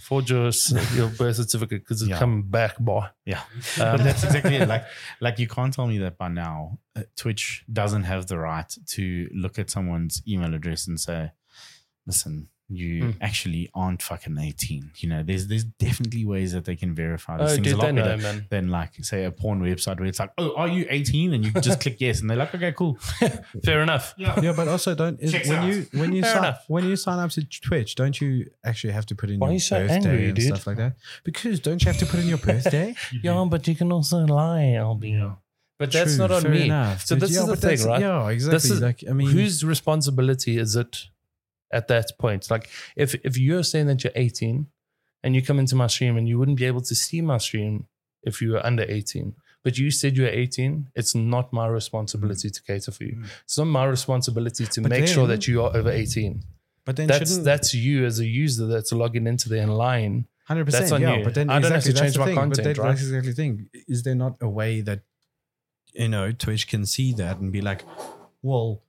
Speaker 1: forge your, s- your birth certificate because it's
Speaker 2: Yeah.
Speaker 1: coming back boy
Speaker 2: yeah,
Speaker 1: Um,
Speaker 2: *laughs* but that's exactly it.
Speaker 1: *laughs*
Speaker 2: Like, like you can't tell me that by now. Uh, Twitch doesn't have the right to look at someone's email address and say, "Listen, you
Speaker 1: Mm.
Speaker 2: actually aren't fucking 18. You know, there's there's definitely ways that they can verify these
Speaker 1: Oh,
Speaker 2: things a
Speaker 1: dude,
Speaker 2: lot
Speaker 1: they know,
Speaker 2: better
Speaker 1: man.
Speaker 2: than like say a porn website where it's like, oh, are you 18? And you
Speaker 1: *laughs*
Speaker 2: just click yes, and they're like, okay, cool.
Speaker 1: Fair enough.
Speaker 3: Yeah, but also don't is,
Speaker 2: Checks
Speaker 3: when
Speaker 2: out.
Speaker 3: you when you
Speaker 1: Fair
Speaker 3: sign,
Speaker 1: enough.
Speaker 3: when you sign up to Twitch, don't you actually have to put in
Speaker 1: Why
Speaker 3: your
Speaker 1: are you so
Speaker 3: birthday
Speaker 1: angry,
Speaker 3: and
Speaker 1: dude?
Speaker 3: stuff like that? Because don't you have to put in your birthday?
Speaker 1: Yeah, but you can also lie, Albino. But *laughs* that's
Speaker 3: True,
Speaker 1: not on
Speaker 3: fair
Speaker 1: me.
Speaker 3: enough,
Speaker 1: So
Speaker 3: dude.
Speaker 1: this
Speaker 3: Yeah,
Speaker 1: is the
Speaker 3: but
Speaker 1: thing,
Speaker 3: that's-
Speaker 1: right?
Speaker 3: Yeah, exactly.
Speaker 1: is-
Speaker 3: like I mean,
Speaker 1: Whose responsibility is it at that point? Like, if if you're saying that you're 18 and you come into my stream and you wouldn't be able to see my stream if you were under 18, but you said you're 18, it's not my responsibility to cater for you. It's not my responsibility to
Speaker 3: But
Speaker 1: make sure
Speaker 3: then-
Speaker 1: that you are over 18.
Speaker 3: but then
Speaker 1: That's
Speaker 3: shouldn't
Speaker 1: that's you as a user that's logging into there and lying.
Speaker 3: Hundred
Speaker 1: That's on
Speaker 3: percent. Yeah,
Speaker 1: you.
Speaker 3: but then
Speaker 1: I don't have
Speaker 3: exactly,
Speaker 1: to
Speaker 3: that's
Speaker 1: change
Speaker 3: the
Speaker 1: my
Speaker 3: thing, But
Speaker 1: content,
Speaker 3: that-
Speaker 1: right?
Speaker 3: that's exactly the thing. Is there not a way that you know Twitch can see that and be like, well,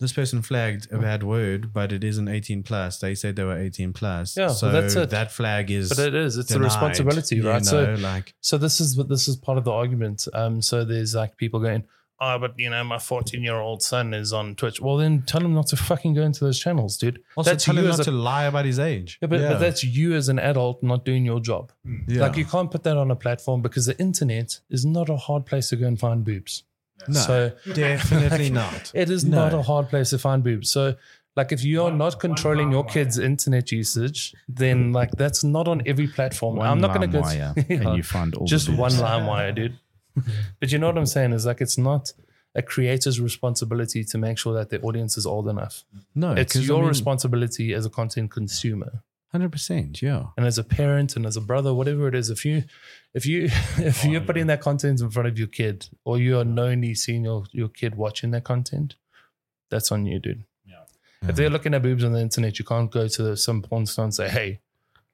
Speaker 3: this person flagged a bad word, but it isn't eighteen plus. They said they were eighteen plus.
Speaker 1: Yeah, well,
Speaker 3: so
Speaker 1: that's it.
Speaker 3: that flag is.
Speaker 1: But it is, it's
Speaker 3: denied,
Speaker 1: a responsibility,
Speaker 3: you
Speaker 1: right? so
Speaker 3: know, like
Speaker 1: So this is what this is part of the argument. Um, so there's like people going, oh, but you know, my 14 year old son is on Twitch. Well, then tell him not to fucking go into those channels, dude.
Speaker 3: also
Speaker 1: that's
Speaker 3: tell
Speaker 1: you
Speaker 3: him
Speaker 1: as
Speaker 3: not
Speaker 1: a-
Speaker 3: to lie about his age.
Speaker 1: Yeah, but, but that's you as an adult not doing your job.
Speaker 3: yeah.
Speaker 1: Like you can't put that on a platform because the internet is not a hard place to go and find boobs.
Speaker 3: No.
Speaker 1: So *laughs*
Speaker 3: definitely not.
Speaker 1: it is
Speaker 3: No.
Speaker 1: not a hard place to find boobs. So like if you're not controlling your kids' internet usage, then like that's not on every platform.
Speaker 2: One
Speaker 1: I'm not going to go.
Speaker 2: LimeWire,
Speaker 1: *laughs* Yeah
Speaker 2: and you find all the
Speaker 1: just
Speaker 2: boobs.
Speaker 1: one line wire, dude. *laughs* but you know what I'm saying is like it's not a creator's responsibility to make sure that their audience is old enough.
Speaker 3: No,
Speaker 1: It's your responsibility as a content consumer
Speaker 3: Hundred percent. Yeah.
Speaker 1: and as a parent and as a brother, whatever it is. If you, if you, *laughs* if you're putting that content in front of your kid, or you are knowingly seeing your your kid watching that content, that's on you, dude. If they're looking at boobs on the internet, you can't go to some porn star and say, "Hey."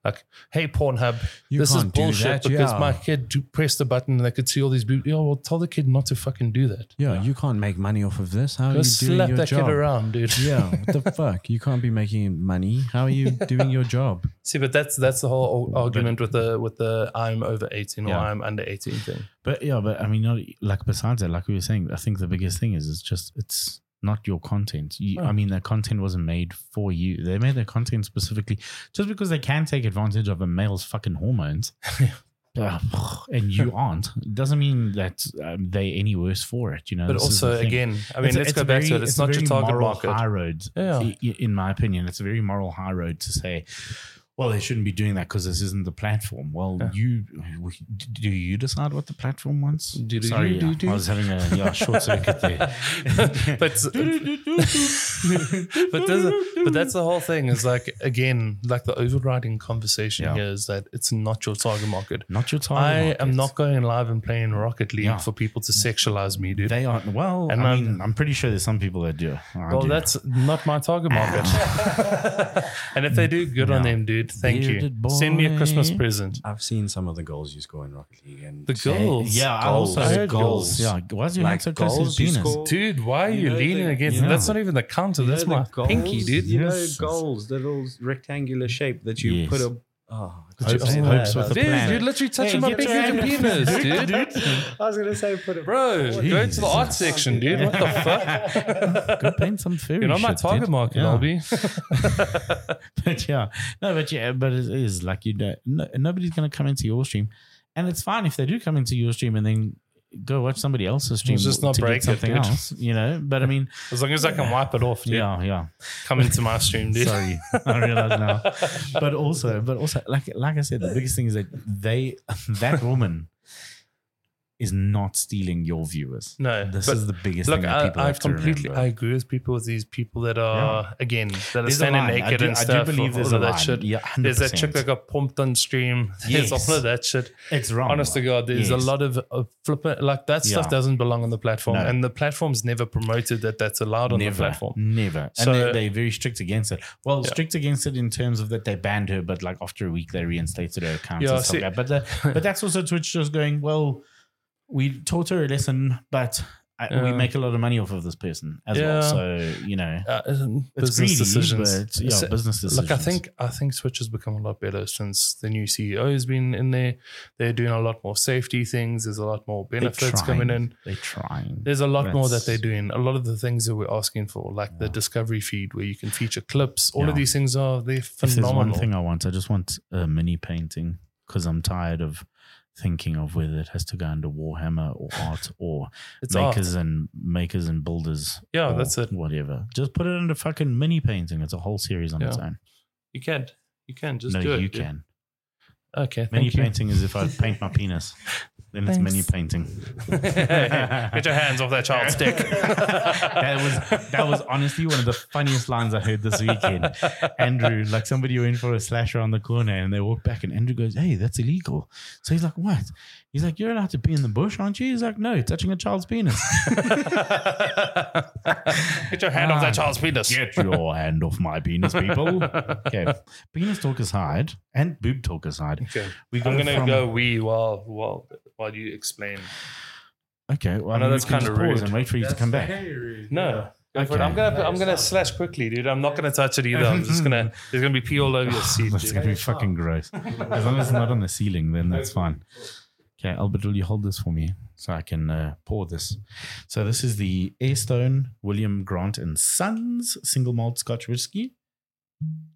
Speaker 1: Like, hey, Pornhub,
Speaker 3: You
Speaker 1: this is
Speaker 3: can't do
Speaker 1: bullshit
Speaker 3: that,
Speaker 1: because
Speaker 3: yeah.
Speaker 1: my kid do- pressed the button and they could see all these boobs. Yeah, well, tell the kid not to fucking do that.
Speaker 3: Yeah, you can't make money off of this. How are you
Speaker 1: Just
Speaker 3: doing
Speaker 1: slap
Speaker 3: your
Speaker 1: that
Speaker 3: job?
Speaker 1: kid around, dude.
Speaker 3: Yeah, what the fuck? You can't be making money. How
Speaker 2: *laughs*
Speaker 3: are you doing your job?
Speaker 1: *laughs* See, but that's that's the whole ar- argument with the with the I'm over eighteen or
Speaker 2: Yeah.
Speaker 1: I'm under eighteen thing.
Speaker 2: But yeah, but I mean, not like besides that, like we were saying, I think the biggest thing is it's just it's not your content. You, I
Speaker 1: Oh.
Speaker 2: mean, that content wasn't made for you. They made their content specifically just because they can take advantage of a male's
Speaker 1: *laughs*
Speaker 2: fucking hormones. Uh, and you aren't doesn't mean that um, they any worse for it, you know.
Speaker 1: But
Speaker 2: this is the
Speaker 1: also,
Speaker 2: thing.
Speaker 1: again, I mean,
Speaker 2: It's a-
Speaker 1: let's
Speaker 2: it's
Speaker 1: go
Speaker 2: a
Speaker 1: back to
Speaker 2: very-
Speaker 1: it. It's,
Speaker 2: a
Speaker 1: not your
Speaker 2: very
Speaker 1: target
Speaker 2: moral
Speaker 1: market.
Speaker 2: High road,
Speaker 1: Yeah.
Speaker 2: i- i- in my opinion, it's a very moral high road to say, well, they shouldn't be doing that because this isn't the platform. Well,
Speaker 1: Yeah.
Speaker 2: you do you decide what the platform wants?
Speaker 1: Do- do-
Speaker 2: Sorry,
Speaker 1: do-
Speaker 2: yeah,
Speaker 1: do-
Speaker 2: I
Speaker 3: *laughs*
Speaker 2: was having a
Speaker 1: *laughs*
Speaker 2: yeah, short circuit there. *laughs*
Speaker 1: but but there's- but that's the whole thing. Is like again, like the overriding conversation
Speaker 2: Yeah.
Speaker 1: here is that it's not your target market.
Speaker 2: not your
Speaker 1: *laughs*
Speaker 2: target.
Speaker 1: I am
Speaker 2: market.
Speaker 1: not going live and playing Rocket League
Speaker 2: Yeah.
Speaker 1: for people to sexualize me, dude.
Speaker 2: They aren't. Well,
Speaker 1: And
Speaker 2: I
Speaker 1: I'm-
Speaker 2: mean, I'm pretty sure there's some people that do. I
Speaker 1: um, well,
Speaker 2: do.
Speaker 1: that's not my target
Speaker 2: *laughs*
Speaker 1: market. and if they do, good on
Speaker 2: No.
Speaker 1: them, dude. Thank
Speaker 2: Bearded
Speaker 1: you. Send me a Christmas
Speaker 2: boy.
Speaker 1: present.
Speaker 3: I've seen some of the goals you score in Rocket League, and
Speaker 1: The goals.
Speaker 2: yeah. I
Speaker 3: Goals.
Speaker 2: also
Speaker 1: I heard goals.
Speaker 2: Yeah, why is your
Speaker 3: Like
Speaker 2: hand so close to his
Speaker 3: goals you
Speaker 2: penis?
Speaker 3: score.
Speaker 1: Dude, why are you,
Speaker 3: You know
Speaker 1: leaning
Speaker 3: the-
Speaker 1: against?
Speaker 2: you know
Speaker 1: that's
Speaker 2: the-
Speaker 1: not even the counter.
Speaker 3: You
Speaker 1: That's
Speaker 3: know
Speaker 1: my
Speaker 3: the goals?
Speaker 1: pinky, dude.
Speaker 3: You
Speaker 2: Yes.
Speaker 3: know goals, the little rectangular shape that you
Speaker 2: Yes.
Speaker 3: put a. Oh,
Speaker 1: Did you-
Speaker 2: Hopes-
Speaker 1: oh,
Speaker 2: hopes with
Speaker 1: dude,
Speaker 2: the plan.
Speaker 1: you're literally touching my
Speaker 2: Hey, get
Speaker 1: pinky
Speaker 2: your
Speaker 1: and penis,
Speaker 3: *laughs*
Speaker 1: dude.
Speaker 3: I was gonna say put a.
Speaker 1: Bro, go to
Speaker 2: Jesus.
Speaker 1: the art section, dude. What the *laughs* fuck?
Speaker 2: Go paint some fairy.
Speaker 1: You're not my
Speaker 2: shit,
Speaker 1: target
Speaker 2: dude.
Speaker 1: market,
Speaker 2: Yeah.
Speaker 1: Albie.
Speaker 2: but yeah, no, but yeah, but it is like you don't. No, nobody's gonna come into your stream, and it's fine if they do come into your stream and then go watch somebody else's stream.
Speaker 1: Let's just not
Speaker 2: to get
Speaker 1: break it,
Speaker 2: something
Speaker 1: dude.
Speaker 2: else, you know. But I mean,
Speaker 1: *laughs* As long as I can wipe it off, dude.
Speaker 2: yeah,
Speaker 1: *laughs*
Speaker 2: yeah.
Speaker 1: Come into my stream, dude.
Speaker 2: Sorry, I realize now. But also, but also, like like I said, the biggest thing is that they *laughs* that woman is not stealing your viewers.
Speaker 1: *laughs* No,
Speaker 2: This
Speaker 1: but
Speaker 2: is the biggest
Speaker 1: Look,
Speaker 2: thing that
Speaker 1: I,
Speaker 2: people
Speaker 1: I
Speaker 2: have to
Speaker 1: completely
Speaker 2: remember.
Speaker 1: I agree with people with these people that are again that are
Speaker 2: There's a
Speaker 1: standing
Speaker 2: line. I
Speaker 1: naked
Speaker 2: do-
Speaker 1: and
Speaker 2: I do
Speaker 1: stuff.
Speaker 2: believe there's
Speaker 1: all of
Speaker 2: a
Speaker 1: that
Speaker 2: line.
Speaker 1: shit.
Speaker 2: Yeah,
Speaker 1: there's that chick
Speaker 2: 100%.
Speaker 1: that got pumped on stream. *laughs* There's
Speaker 2: Yes.
Speaker 1: all of that shit.
Speaker 2: it's wrong.
Speaker 1: Honest to God, there's
Speaker 2: Yes.
Speaker 1: a lot of, of flippant like that
Speaker 2: Yeah.
Speaker 1: stuff doesn't belong on the platform,
Speaker 2: No.
Speaker 1: and the platform's never promoted that that's allowed on
Speaker 2: never, Mm.
Speaker 1: the platform.
Speaker 2: Never. And
Speaker 1: So-
Speaker 2: they, they're very strict against it. Well,
Speaker 1: Yeah.
Speaker 2: strict against it in terms of that they banned her, but like after a week they reinstated her account
Speaker 1: Yeah,
Speaker 2: and stuff
Speaker 1: see- *laughs*
Speaker 2: like that. But, the, but that's also Twitch just going, well, we taught her a lesson, but I, we
Speaker 1: Yeah.
Speaker 2: make a lot of money off of this person as
Speaker 1: Yeah.
Speaker 2: well. So you know,
Speaker 1: Uh, um,
Speaker 2: it's
Speaker 1: business
Speaker 2: greedy,
Speaker 1: decisions.
Speaker 2: but it's, yeah,
Speaker 1: It's-
Speaker 2: business decisions.
Speaker 1: Like I think I think Switch has become a lot better since the new CEO has been in there. They're doing a lot more safety things. There's a lot more
Speaker 2: They're
Speaker 1: benefits
Speaker 2: trying.
Speaker 1: coming in.
Speaker 2: They're trying.
Speaker 1: There's a lot more that
Speaker 2: That's-
Speaker 1: they're doing. A lot of the things that we're asking for, like the discovery feed where you can feature clips. All
Speaker 2: Yeah.
Speaker 1: of these things are they're
Speaker 2: If there's one
Speaker 1: phenomenal.
Speaker 2: thing I want, I just want a mini painting because I'm tired of thinking of whether it has to go under Warhammer or art or
Speaker 1: it's art.
Speaker 2: makers and makers and builders.
Speaker 1: Yeah,
Speaker 2: or
Speaker 1: that's it.
Speaker 2: Whatever. Just put it under fucking mini painting. It's a whole series on its
Speaker 1: Yeah.
Speaker 2: own.
Speaker 1: You can. You can just
Speaker 2: no,
Speaker 1: do it.
Speaker 2: you
Speaker 1: dude.
Speaker 2: can.
Speaker 1: Okay, thank
Speaker 2: Mini
Speaker 1: you.
Speaker 2: painting is
Speaker 1: *laughs*
Speaker 2: if I paint my penis. Then it's mini
Speaker 1: Thanks.
Speaker 2: painting.
Speaker 1: Get your hands off that child's dick.
Speaker 2: that was that was honestly one of the funniest lines I heard this weekend. Andrew, like somebody went for a slash around the corner and they walked back and Andrew goes, Hey, that's illegal. So he's like, What? He's like, You're allowed to be in the bush, aren't you? He's like, No, touching a child's penis.
Speaker 1: Get your hand off
Speaker 2: Ah.
Speaker 1: that child's penis.
Speaker 2: Get your hand off my penis, people. Okay. Penis talk aside and boob talk aside.
Speaker 1: Okay.
Speaker 2: We
Speaker 1: I'm
Speaker 2: go
Speaker 1: gonna
Speaker 2: from-
Speaker 1: go we while while while you explain.
Speaker 2: Okay. Well,
Speaker 1: I know
Speaker 2: mean, we
Speaker 1: that's
Speaker 2: can just
Speaker 1: kinda rude.
Speaker 2: pause And wait for you to come back.
Speaker 1: *laughs* No.
Speaker 2: Yeah.
Speaker 1: Go for it.
Speaker 2: Okay.
Speaker 1: I'm gonna I'm gonna slash quickly, dude. I'm not gonna touch it either. I'm
Speaker 2: *laughs*
Speaker 1: just gonna there's gonna be pee all
Speaker 2: *sighs*
Speaker 1: over your seat.
Speaker 2: Oh, That's
Speaker 1: dude.
Speaker 2: gonna be fucking gross. As long as it's not on the ceiling, then that's *laughs* fine. Okay, Albert, will you hold this for me so I can uh, pour this? So this is the Airstone William Grant and Sons single malt Scotch whiskey.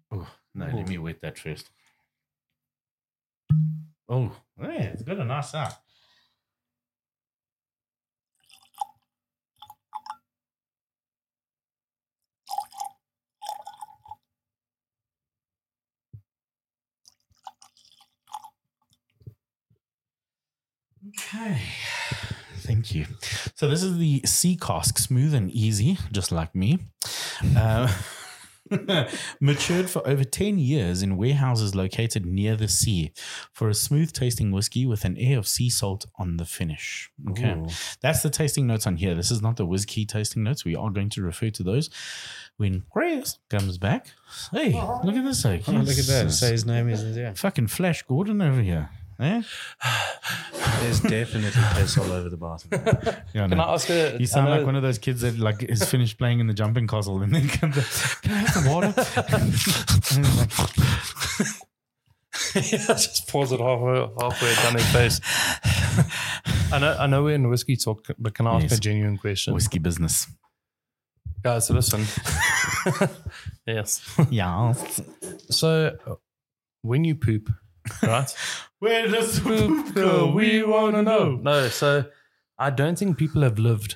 Speaker 2: Oh no, let me wait that first. Oh, hey, it's got a nice sound. Okay. Thank you. So this is the sea cask, smooth and easy, just like me. Uh, *laughs* matured for over 10 years in warehouses located near the sea for a smooth tasting whiskey with an air of sea salt on the finish. Okay. That's the tasting notes on here. This is not the whiskey tasting notes. We are going to refer to those when Chris comes back. Hey, look at this. Hey.
Speaker 3: Oh, look at that. So his name is yeah.
Speaker 2: Fucking Flash Gordon over here. Eh?
Speaker 3: There's definitely piss all over the bathroom.
Speaker 2: Yeah, I
Speaker 1: Can
Speaker 2: know.
Speaker 1: I ask a uh,
Speaker 2: You sound
Speaker 1: I know- *laughs*
Speaker 2: like one of those kids that like is finished playing in the jumping castle and then comes up, Can I have the water?
Speaker 1: just pause it halfway halfway down his
Speaker 2: *laughs*
Speaker 1: face. I know I know we're in whiskey talk, but can I ask
Speaker 2: Yes.
Speaker 1: a genuine question?
Speaker 2: Whiskey
Speaker 1: *laughs*
Speaker 2: business.
Speaker 1: Guys,
Speaker 2: *laughs*
Speaker 1: listen. *laughs* yes.
Speaker 2: Yeah.
Speaker 1: So uh, when you poop,
Speaker 2: *laughs*
Speaker 1: right?
Speaker 2: Where does poop
Speaker 1: *laughs* No, so I don't think people have lived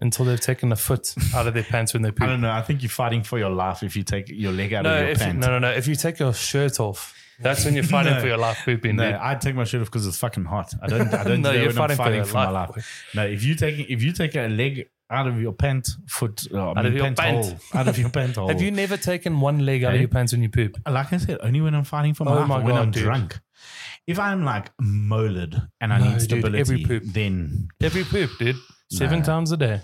Speaker 1: until they've taken a foot out of their pants when they *laughs*
Speaker 2: I
Speaker 1: poop.
Speaker 2: don't know. I think you're fighting for your life if you take your leg out
Speaker 1: No,
Speaker 2: of your
Speaker 1: if you,
Speaker 2: pants.
Speaker 1: no, no, no. If you take your shirt off, that's *laughs* when you're fighting
Speaker 2: No.
Speaker 1: for your life pooping,
Speaker 2: No,
Speaker 1: dude.
Speaker 2: I take my shirt off because it's fucking hot. I don't.
Speaker 1: *laughs*
Speaker 2: I don't.
Speaker 1: no,
Speaker 2: do that
Speaker 1: you're
Speaker 2: when I'm
Speaker 1: fighting,
Speaker 2: fighting
Speaker 1: for,
Speaker 2: for
Speaker 1: your
Speaker 2: my
Speaker 1: life.
Speaker 2: life. No, if you take if you take a leg out of your pant foot uh, out,
Speaker 1: of your pant.
Speaker 2: hole, *laughs* out of your pant hole.
Speaker 1: Have you never taken one leg out
Speaker 2: Hey?
Speaker 1: of your pants when you poop?
Speaker 2: like I said, only when I'm fighting for my
Speaker 1: Oh
Speaker 2: life,
Speaker 1: my
Speaker 2: or when
Speaker 1: God,
Speaker 2: I'm
Speaker 1: dude.
Speaker 2: drunk. If I'm like molded and I
Speaker 1: No,
Speaker 2: need
Speaker 1: dude,
Speaker 2: stability,
Speaker 1: every poop.
Speaker 2: then
Speaker 1: Every poop, dude. Seven
Speaker 2: No.
Speaker 1: times a day.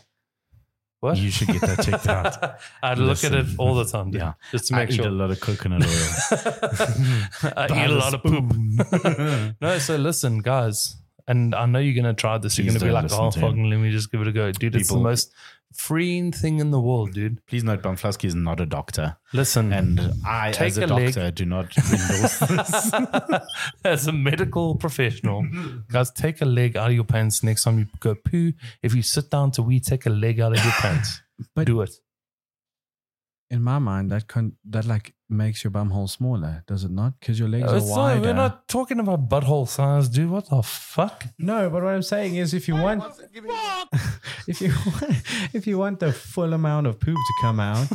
Speaker 1: What? *laughs*
Speaker 2: you should get that checked out.
Speaker 1: I'd look at it
Speaker 2: Listen.
Speaker 1: all the time, dude,
Speaker 2: Yeah.
Speaker 1: just to
Speaker 2: I
Speaker 1: make
Speaker 2: eat a
Speaker 1: sure.
Speaker 2: lot of coconut oil.
Speaker 1: I eat
Speaker 2: By
Speaker 1: a
Speaker 2: the
Speaker 1: lot of poop.
Speaker 2: spoon.
Speaker 1: *laughs* No, so listen, guys, and I know you're gonna try this. You're
Speaker 2: Please
Speaker 1: gonna be
Speaker 2: don't
Speaker 1: like,
Speaker 2: listen
Speaker 1: "Oh,
Speaker 2: to him.
Speaker 1: fucking, let me just give it a go, dude." It's the
Speaker 2: People-
Speaker 1: most freeing thing in the world, dude.
Speaker 2: *laughs* Please note, Bumflowski is not a doctor,
Speaker 1: Listen, *laughs*
Speaker 2: and I,
Speaker 1: Take
Speaker 2: as
Speaker 1: a
Speaker 2: a,
Speaker 1: leg.
Speaker 2: doctor, do not endorse *laughs* this.
Speaker 1: as a medical professional, guys, take a leg out of your pants next time you go poo. If you sit down to wee, take a leg out of your *laughs* pants.
Speaker 3: But-
Speaker 1: do it.
Speaker 3: In my mind, that con- that like makes your bum hole smaller, does it not? Because your legs
Speaker 1: It's
Speaker 3: are
Speaker 1: not-
Speaker 3: wider.
Speaker 1: we're not talking about butthole size, dude. What the fuck?
Speaker 3: No, but what I'm saying is, if you want, *laughs* if you want, if you want the full amount of poop to come out,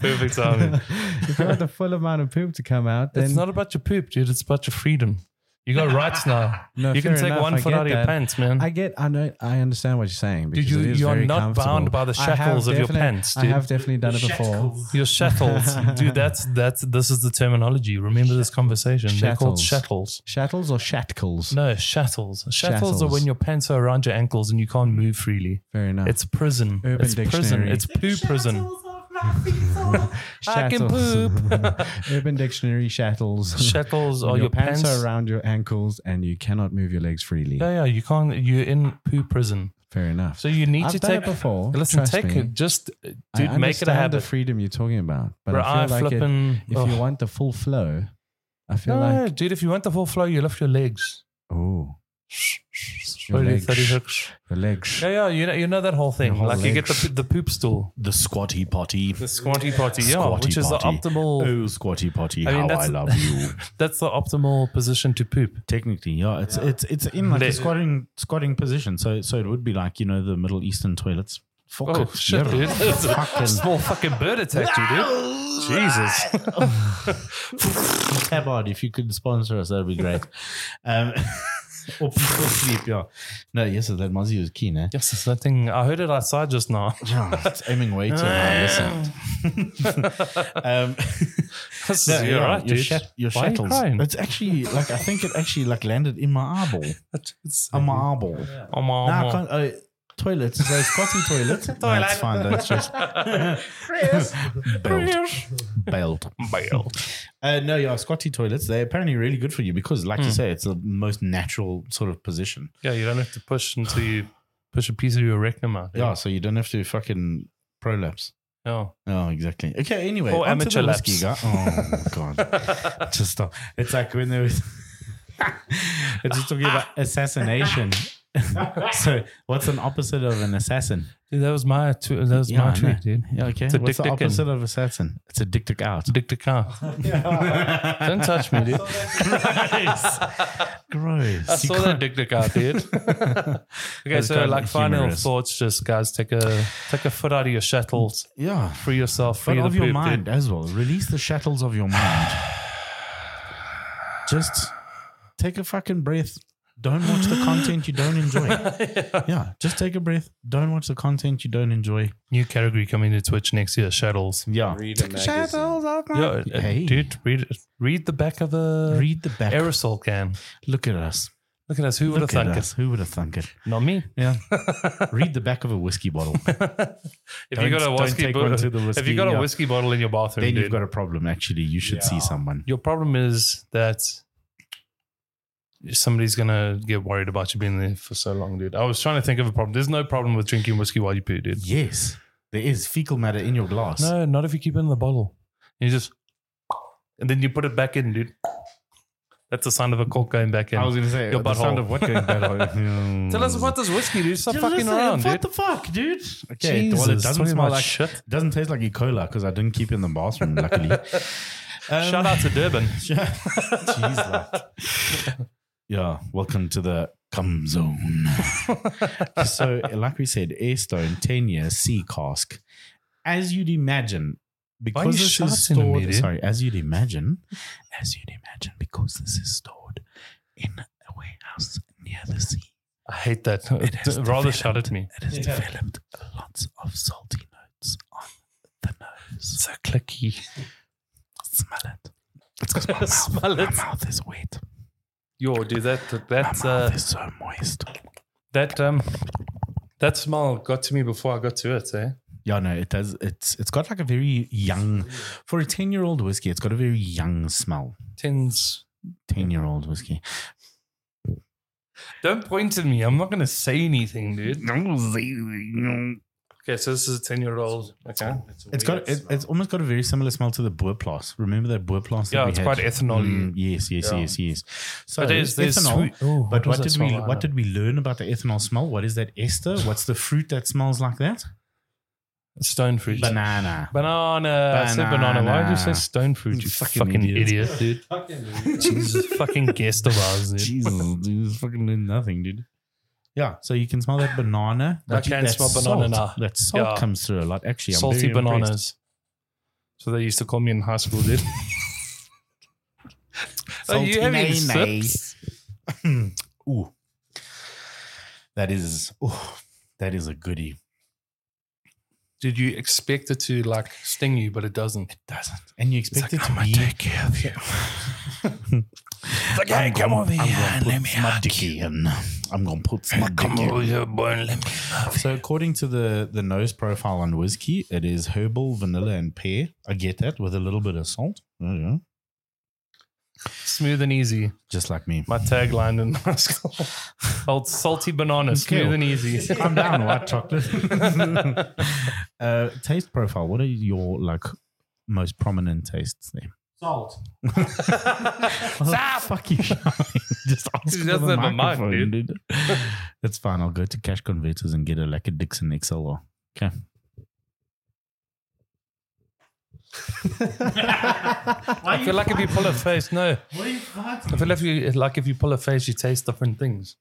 Speaker 1: Perfect timing.
Speaker 3: if you want the full amount of poop to come out,
Speaker 1: *laughs*
Speaker 3: then
Speaker 1: it's not about your poop, dude. It's about your freedom. You got rights *laughs* now.
Speaker 3: No,
Speaker 1: you can
Speaker 3: fair
Speaker 1: take
Speaker 3: enough,
Speaker 1: one
Speaker 3: I
Speaker 1: foot
Speaker 3: get
Speaker 1: out of your
Speaker 3: that.
Speaker 1: pants, man.
Speaker 3: I get, I know, I understand what you're saying.
Speaker 1: Dude,
Speaker 3: Because
Speaker 1: you-
Speaker 3: it is
Speaker 1: you are
Speaker 3: very
Speaker 1: not
Speaker 3: comfortable.
Speaker 1: bound by the
Speaker 3: I have
Speaker 1: shackles of your
Speaker 3: definite-
Speaker 1: pants,
Speaker 3: I
Speaker 1: dude.
Speaker 3: have definitely done it before.
Speaker 1: *laughs* Your shuttles, dude. That's that's this is the terminology. Remember this conversation. They're called shuttles.
Speaker 3: Shattles or shatkles?
Speaker 1: No, shuttles. Shuttles are
Speaker 3: Shattles.
Speaker 1: when your pants are around your ankles and you can't move freely.
Speaker 3: Fair enough.
Speaker 1: It's prison.
Speaker 3: Urban
Speaker 1: it's prison.
Speaker 3: Dictionary.
Speaker 1: It's poo prison. I can
Speaker 3: Shattles.
Speaker 1: *laughs* poop.
Speaker 3: *laughs* Urban Dictionary *laughs* shattles.
Speaker 1: Shuttles
Speaker 3: When
Speaker 1: are your, pants.
Speaker 3: are around your ankles and you cannot move your legs freely.
Speaker 1: yeah, yeah. You can't. You're in poo prison.
Speaker 3: Fair enough.
Speaker 1: So you need
Speaker 3: I've
Speaker 1: to
Speaker 3: done
Speaker 1: take.
Speaker 3: it before.
Speaker 1: Listen,
Speaker 3: trust
Speaker 1: take
Speaker 3: me.
Speaker 1: it. Just uh,
Speaker 3: I
Speaker 1: dude, make it a
Speaker 3: understand the
Speaker 1: habit.
Speaker 3: freedom you're talking about, but
Speaker 1: Bro,
Speaker 3: I
Speaker 1: I
Speaker 3: feel like it-
Speaker 1: flipping.
Speaker 3: if you
Speaker 1: oh.
Speaker 3: want the full flow, I feel
Speaker 1: no,
Speaker 3: like
Speaker 1: dude, if you want the full flow, you lift your legs.
Speaker 3: oh, Your
Speaker 1: 20,
Speaker 3: legs.
Speaker 1: 30 hooks.
Speaker 3: the legs.
Speaker 1: Yeah, yeah, you know, you know that whole thing.
Speaker 3: whole
Speaker 1: like you get the,
Speaker 3: legs.
Speaker 1: the poop stool,
Speaker 2: The squatty potty.
Speaker 1: the squatty potty, yeah,
Speaker 2: Squatty
Speaker 1: which is the
Speaker 2: potty.
Speaker 1: optimal.
Speaker 2: Oh, squatty potty.
Speaker 1: I mean,
Speaker 2: how I
Speaker 1: that's-
Speaker 2: love
Speaker 1: *laughs*
Speaker 2: you.
Speaker 1: That's the optimal position to poop.
Speaker 2: Technically, yeah, it's it's it's in like a
Speaker 1: Le-
Speaker 2: squatting squatting position. So so it would be like you know the Middle Eastern toilets. Fuck
Speaker 1: Oh
Speaker 2: it.
Speaker 1: shit,
Speaker 2: Yeah.
Speaker 1: dude!
Speaker 2: *laughs*
Speaker 1: *laughs* It's a
Speaker 2: Fucking
Speaker 1: small fucking bird attacked you, dude. *laughs* Jesus.
Speaker 2: Tabard, if you could sponsor us, that'd be
Speaker 1: *laughs*
Speaker 2: great. Um, *laughs* or people sleep, yeah. No, yes, that Mozzie was keen, eh?
Speaker 1: Yes, it's that thing. I heard it outside just
Speaker 2: *laughs*
Speaker 1: now. *laughs*
Speaker 2: Yeah, Oh, it's aiming way too high. Listen. um,
Speaker 1: This
Speaker 2: no,
Speaker 1: is, you're
Speaker 2: yeah,
Speaker 1: right,
Speaker 2: your,
Speaker 1: dude.
Speaker 2: shat- your
Speaker 1: Why are you
Speaker 2: shattles.
Speaker 1: crying?
Speaker 2: It's actually like I think it actually like landed in my eyeball.
Speaker 1: It's-
Speaker 2: On my eyeball.
Speaker 1: Oh, my, oh,
Speaker 2: No,
Speaker 1: my.
Speaker 2: um, I can't. Uh, toilets. So it's
Speaker 1: *laughs*
Speaker 2: Scotty toilet. toilet. That's fine. That's just *laughs* bailed. bailed.
Speaker 1: Bail.
Speaker 2: Uh, no, yeah, Scotty toilets. They're apparently really good for you because, like
Speaker 1: Hmm.
Speaker 2: you say, it's the most natural sort of position.
Speaker 1: Yeah, you don't have to push until you push a piece of your rectum out. dude.
Speaker 2: Yeah, so you don't have to fucking prolapse.
Speaker 1: Yeah.
Speaker 2: Oh, exactly. Okay, anyway.
Speaker 1: Or
Speaker 2: onto the
Speaker 1: amateur
Speaker 2: whiskey guy.
Speaker 1: laps.
Speaker 2: Oh, God. *laughs* just stop. It's like when there was. *laughs* it's just talking about assassination. *laughs* so, what's an opposite of an assassin?
Speaker 1: Dude, that was my tw- that was
Speaker 2: Yeah, I
Speaker 1: my
Speaker 2: know.
Speaker 1: tweet, dude.
Speaker 2: Yeah, okay.
Speaker 1: It's a
Speaker 2: what's the
Speaker 1: dick-dick in.
Speaker 2: opposite of assassin? It's a dick dick out.
Speaker 1: Dick to
Speaker 2: *laughs*
Speaker 1: cow. Don't touch me, dude.
Speaker 2: Gross.
Speaker 1: I
Speaker 2: *laughs* You
Speaker 1: saw
Speaker 2: can't-
Speaker 1: that dick dick out,
Speaker 2: *laughs*
Speaker 1: dude. okay,
Speaker 2: That's
Speaker 1: so
Speaker 2: kind of
Speaker 1: like final
Speaker 2: humorous.
Speaker 1: thoughts, just guys, take a take a foot out of your shuttles,
Speaker 2: Yeah.
Speaker 1: free yourself, free
Speaker 2: But
Speaker 1: the
Speaker 2: of your
Speaker 1: poop,
Speaker 2: mind
Speaker 1: dude.
Speaker 2: as well. Release the shackles of your mind. *sighs* just take a fucking breath. Don't watch the content you don't enjoy. *laughs* yeah. just take a breath. Don't watch the content you don't enjoy.
Speaker 1: New category coming to Twitch next year, shuttles.
Speaker 2: Yeah.
Speaker 6: Read a magazine.
Speaker 2: off
Speaker 1: Yeah, uh,
Speaker 2: Hey.
Speaker 1: dude, read read the back of a
Speaker 2: Read the back.
Speaker 1: aerosol can.
Speaker 2: Look at us.
Speaker 1: Look at us. Who would have
Speaker 2: Look at
Speaker 1: thunk it?
Speaker 2: us. Who would have thunk it?
Speaker 1: Not me.
Speaker 2: *laughs* Yeah. Read the back of a whiskey *laughs* bottle.
Speaker 1: If
Speaker 2: Don't-
Speaker 1: you got a
Speaker 2: don't
Speaker 1: whiskey
Speaker 2: take one
Speaker 1: bottle,
Speaker 2: to the
Speaker 1: if you got a
Speaker 2: whiskey, yeah.
Speaker 1: whiskey bottle in your bathroom,
Speaker 2: then you've
Speaker 1: dude,
Speaker 2: got a problem. Actually, you should see someone.
Speaker 1: your problem is that somebody's gonna get worried about you being there for so long, dude. I was trying to think of a problem. There's no problem with drinking whiskey while you poo, dude.
Speaker 2: Yes. There is fecal matter in your glass.
Speaker 1: No, not if you keep it in the bottle. You just and then you put it back in, dude. That's the sound of a cork going back in.
Speaker 2: I was going to say, uh,
Speaker 1: Your
Speaker 2: the sound
Speaker 1: butthole.
Speaker 2: of what going bad. *laughs*
Speaker 1: Tell us about this whiskey, dude. Stop
Speaker 2: Dude,
Speaker 1: fucking
Speaker 2: listen,
Speaker 1: around,
Speaker 2: What
Speaker 1: dude.
Speaker 2: the fuck, dude? Okay, well,
Speaker 1: Jesus,
Speaker 2: it doesn't
Speaker 1: talking
Speaker 2: smell
Speaker 1: about
Speaker 2: like
Speaker 1: shit.
Speaker 2: Doesn't taste like E. cola because I didn't keep it in the bathroom, *laughs* luckily. Um,
Speaker 1: Shout out to Durban.
Speaker 2: Jeez, like- *laughs* yeah, welcome to the
Speaker 1: *laughs*
Speaker 2: cum zone. so, like we said, Airstone, 10 year sea cask. As you'd imagine,
Speaker 1: Why are you
Speaker 2: because this is
Speaker 1: shouting at me,
Speaker 2: stored,
Speaker 1: dude?
Speaker 2: sorry, as you'd imagine, as you'd imagine, because this is stored in a warehouse near the sea.
Speaker 1: I hate that.
Speaker 2: It has
Speaker 1: Rather *laughs*
Speaker 2: developed.
Speaker 1: shout at me.
Speaker 2: It has developed lots of salty notes on the nose.
Speaker 1: So clicky.
Speaker 2: Smell it. It's because my, *laughs* mouth,
Speaker 1: Smell
Speaker 2: my
Speaker 1: it.
Speaker 2: mouth is wet.
Speaker 1: Yo, dude, that
Speaker 2: My
Speaker 1: that's uh,
Speaker 2: mouth is so moist.
Speaker 1: That um, that smell got to me before I got to it. Eh?
Speaker 2: Yeah, no, it does. It's it's got like a very young, for a ten year old whiskey. It's got a very young smell.
Speaker 1: Tins.
Speaker 2: Ten year old whiskey.
Speaker 1: Don't point at me. I'm not gonna say anything, dude.
Speaker 2: It's
Speaker 1: Okay, so this is a ten-year-old. Okay.
Speaker 2: got it, it's almost got a very similar smell to the Boerplas. Remember that Boerplas? that
Speaker 1: Yeah,
Speaker 2: we
Speaker 1: it's
Speaker 2: had?
Speaker 1: quite ethanol-y.
Speaker 2: Mm, yes, yes,
Speaker 1: Yeah.
Speaker 2: yes, yes. So
Speaker 1: But there's, there's
Speaker 2: ethanol.
Speaker 1: sweet. Oh,
Speaker 2: But
Speaker 1: does
Speaker 2: what,
Speaker 1: that
Speaker 2: did we
Speaker 1: smell like?
Speaker 2: what did we learn about the ethanol smell? What is that ester? What's the fruit that smells like that?
Speaker 1: Stone fruit.
Speaker 2: Banana.
Speaker 1: Banana. I said banana. Why did you say
Speaker 2: Banana.
Speaker 1: stone fruit? You fucking, idiot, dude. *laughs* Jesus, fucking guest of ours, dude.
Speaker 2: Jesus, dude, this fucking did nothing, dude. Yeah, so you can smell that banana.
Speaker 1: I can
Speaker 2: that
Speaker 1: smell banana
Speaker 2: salt-
Speaker 1: now.
Speaker 2: That salt
Speaker 1: Yeah.
Speaker 2: comes through a lot. Actually, I'm
Speaker 1: Salty
Speaker 2: very impressed.
Speaker 1: bananas. So they used to call me in high school, dude. Are you
Speaker 2: *laughs* Salty
Speaker 1: having
Speaker 2: nanas. *clears throat* Ooh, that is ooh, that is a goodie.
Speaker 1: Did you expect it to like sting you, but it doesn't.
Speaker 2: Doesn't and you expect it to be
Speaker 1: care of you.
Speaker 2: *laughs* like, hey, come over here, let me my dick in. I'm gonna put my dick in. So according to the the nose profile on whiskey, it is herbal, vanilla, and pear. I get that with a little bit of salt. Yeah, yeah.
Speaker 1: smooth and easy.
Speaker 2: just like me.
Speaker 1: My tagline in high
Speaker 2: *laughs*
Speaker 1: school. Old salty banana, smooth
Speaker 2: Cool.
Speaker 1: and *laughs* easy.
Speaker 2: Calm down, white chocolate. *laughs* uh, taste profile. What are your like most prominent tastes there?
Speaker 5: Salt.
Speaker 2: *laughs* Stop! Fuck you, *laughs* Just ask
Speaker 1: He
Speaker 2: for
Speaker 1: doesn't
Speaker 2: the
Speaker 1: have a mic,
Speaker 2: microphone,
Speaker 1: dude.
Speaker 2: dude. That's fine. I'll go to Cash Converters and get a like a Dixon XLR. Okay.
Speaker 1: I feel like if you pull a face, no.
Speaker 2: What are you
Speaker 1: I feel if you like if you pull a face, you taste different things.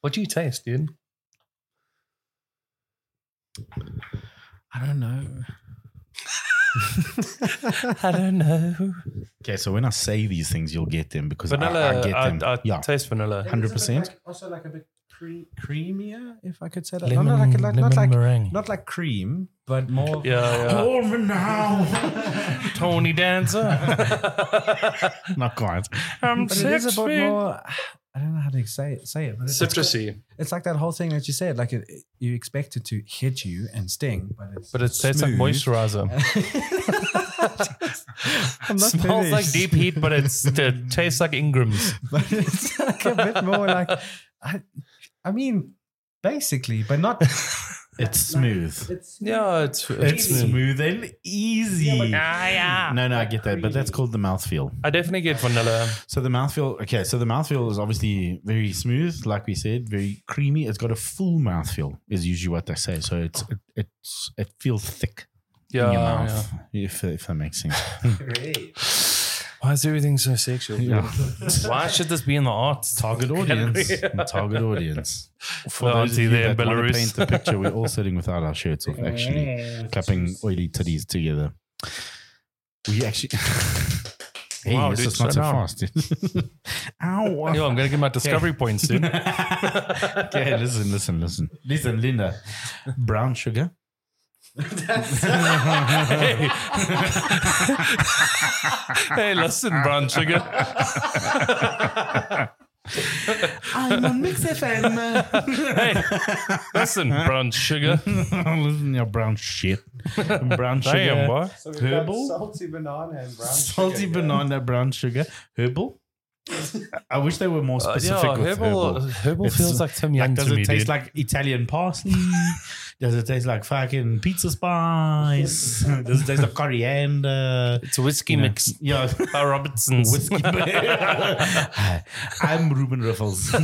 Speaker 1: What do you taste, dude?
Speaker 3: I don't know.
Speaker 1: I don't know.
Speaker 2: Okay, so when I say these things, you'll get them because I-
Speaker 1: Vanilla. uh,
Speaker 2: I,
Speaker 1: I,
Speaker 2: get them.
Speaker 1: I
Speaker 2: yeah.
Speaker 1: taste vanilla.
Speaker 2: 100%?
Speaker 3: Also, like a bit cre- creamier, if I could say that.
Speaker 1: Lemon,
Speaker 3: not, like, like, not,
Speaker 1: lemon
Speaker 3: like,
Speaker 1: meringue.
Speaker 3: not like cream, but more.
Speaker 1: yeah, yeah.
Speaker 2: Over now.
Speaker 1: Tony Dancer.
Speaker 2: Not quite.
Speaker 1: I'm
Speaker 3: But it is a bit more. *sighs* I don't know how to say it. Say it. But it's,
Speaker 1: citrusy,
Speaker 3: it's like that whole thing that you said. Like it, it- you expect it to hit you and sting, but it's
Speaker 1: but it tastes like
Speaker 3: smooth.
Speaker 1: moisturizer.
Speaker 3: I'm not
Speaker 1: Smells like
Speaker 3: finished.
Speaker 1: deep heat, but it's, it tastes like Ingram's.
Speaker 3: *laughs* but it's like a bit more like I, I mean basically but not
Speaker 2: It's smooth.
Speaker 3: it's
Speaker 1: Yeah, it's
Speaker 2: It's smooth and easy.
Speaker 1: yeah.
Speaker 2: No, no, I get that, but that's called the mouthfeel.
Speaker 1: I definitely get vanilla.
Speaker 2: So the mouthfeel, okay, so the mouthfeel is obviously very smooth, like we said, very creamy. It's got a full mouthfeel, is usually what they say. So it's it it's, it feels thick
Speaker 1: Yeah,
Speaker 2: in your mouth, if, if that makes sense.
Speaker 1: Why is everything so sexual?
Speaker 2: Yeah.
Speaker 1: Why should this be in the arts? *laughs*
Speaker 2: Target audience. *laughs* Target audience. For
Speaker 1: The
Speaker 2: those of
Speaker 1: auntie
Speaker 2: you
Speaker 1: there in
Speaker 2: that want to
Speaker 1: Belarus.
Speaker 2: paint the picture, we're all sitting without our shirts off, actually, clapping oily titties together. We actually. *laughs* hey,
Speaker 1: Wow,
Speaker 2: this
Speaker 1: dude,
Speaker 2: is not
Speaker 1: slow
Speaker 2: so
Speaker 1: down.
Speaker 2: fast. *laughs*
Speaker 1: *laughs*
Speaker 2: Ow.
Speaker 1: Yo, I'm gonna
Speaker 2: *laughs*
Speaker 1: get my discovery points soon.
Speaker 2: okay, listen, listen, listen. Listen, Linda. Brown sugar.
Speaker 1: hey. hey, listen, brown sugar.
Speaker 2: I'm on Mix FM.
Speaker 1: Hey, listen, brown sugar.
Speaker 2: *laughs* listen, your brown shit. Brown sugar.
Speaker 1: Damn, Uh, boy.
Speaker 2: Herbal?
Speaker 3: salty banana and brown
Speaker 2: Salty banana, brown sugar. Herbal. I wish they were more
Speaker 1: Uh,
Speaker 2: specific
Speaker 1: yeah,
Speaker 2: with herbal.
Speaker 1: herbal, uh, herbal
Speaker 2: It's-
Speaker 1: feels like Tim Yum
Speaker 2: Like, does
Speaker 1: to
Speaker 2: it
Speaker 1: me,
Speaker 2: taste
Speaker 1: dude.
Speaker 2: like Italian parsley? does it taste like fucking pizza spice? does it taste like coriander?
Speaker 1: it's a whiskey
Speaker 2: You know,
Speaker 1: mix *laughs*
Speaker 2: *laughs* Yeah.
Speaker 1: by Robertson's. *laughs*
Speaker 2: Whiskey. *laughs* Hi, I'm Ruben Ruffles. *laughs*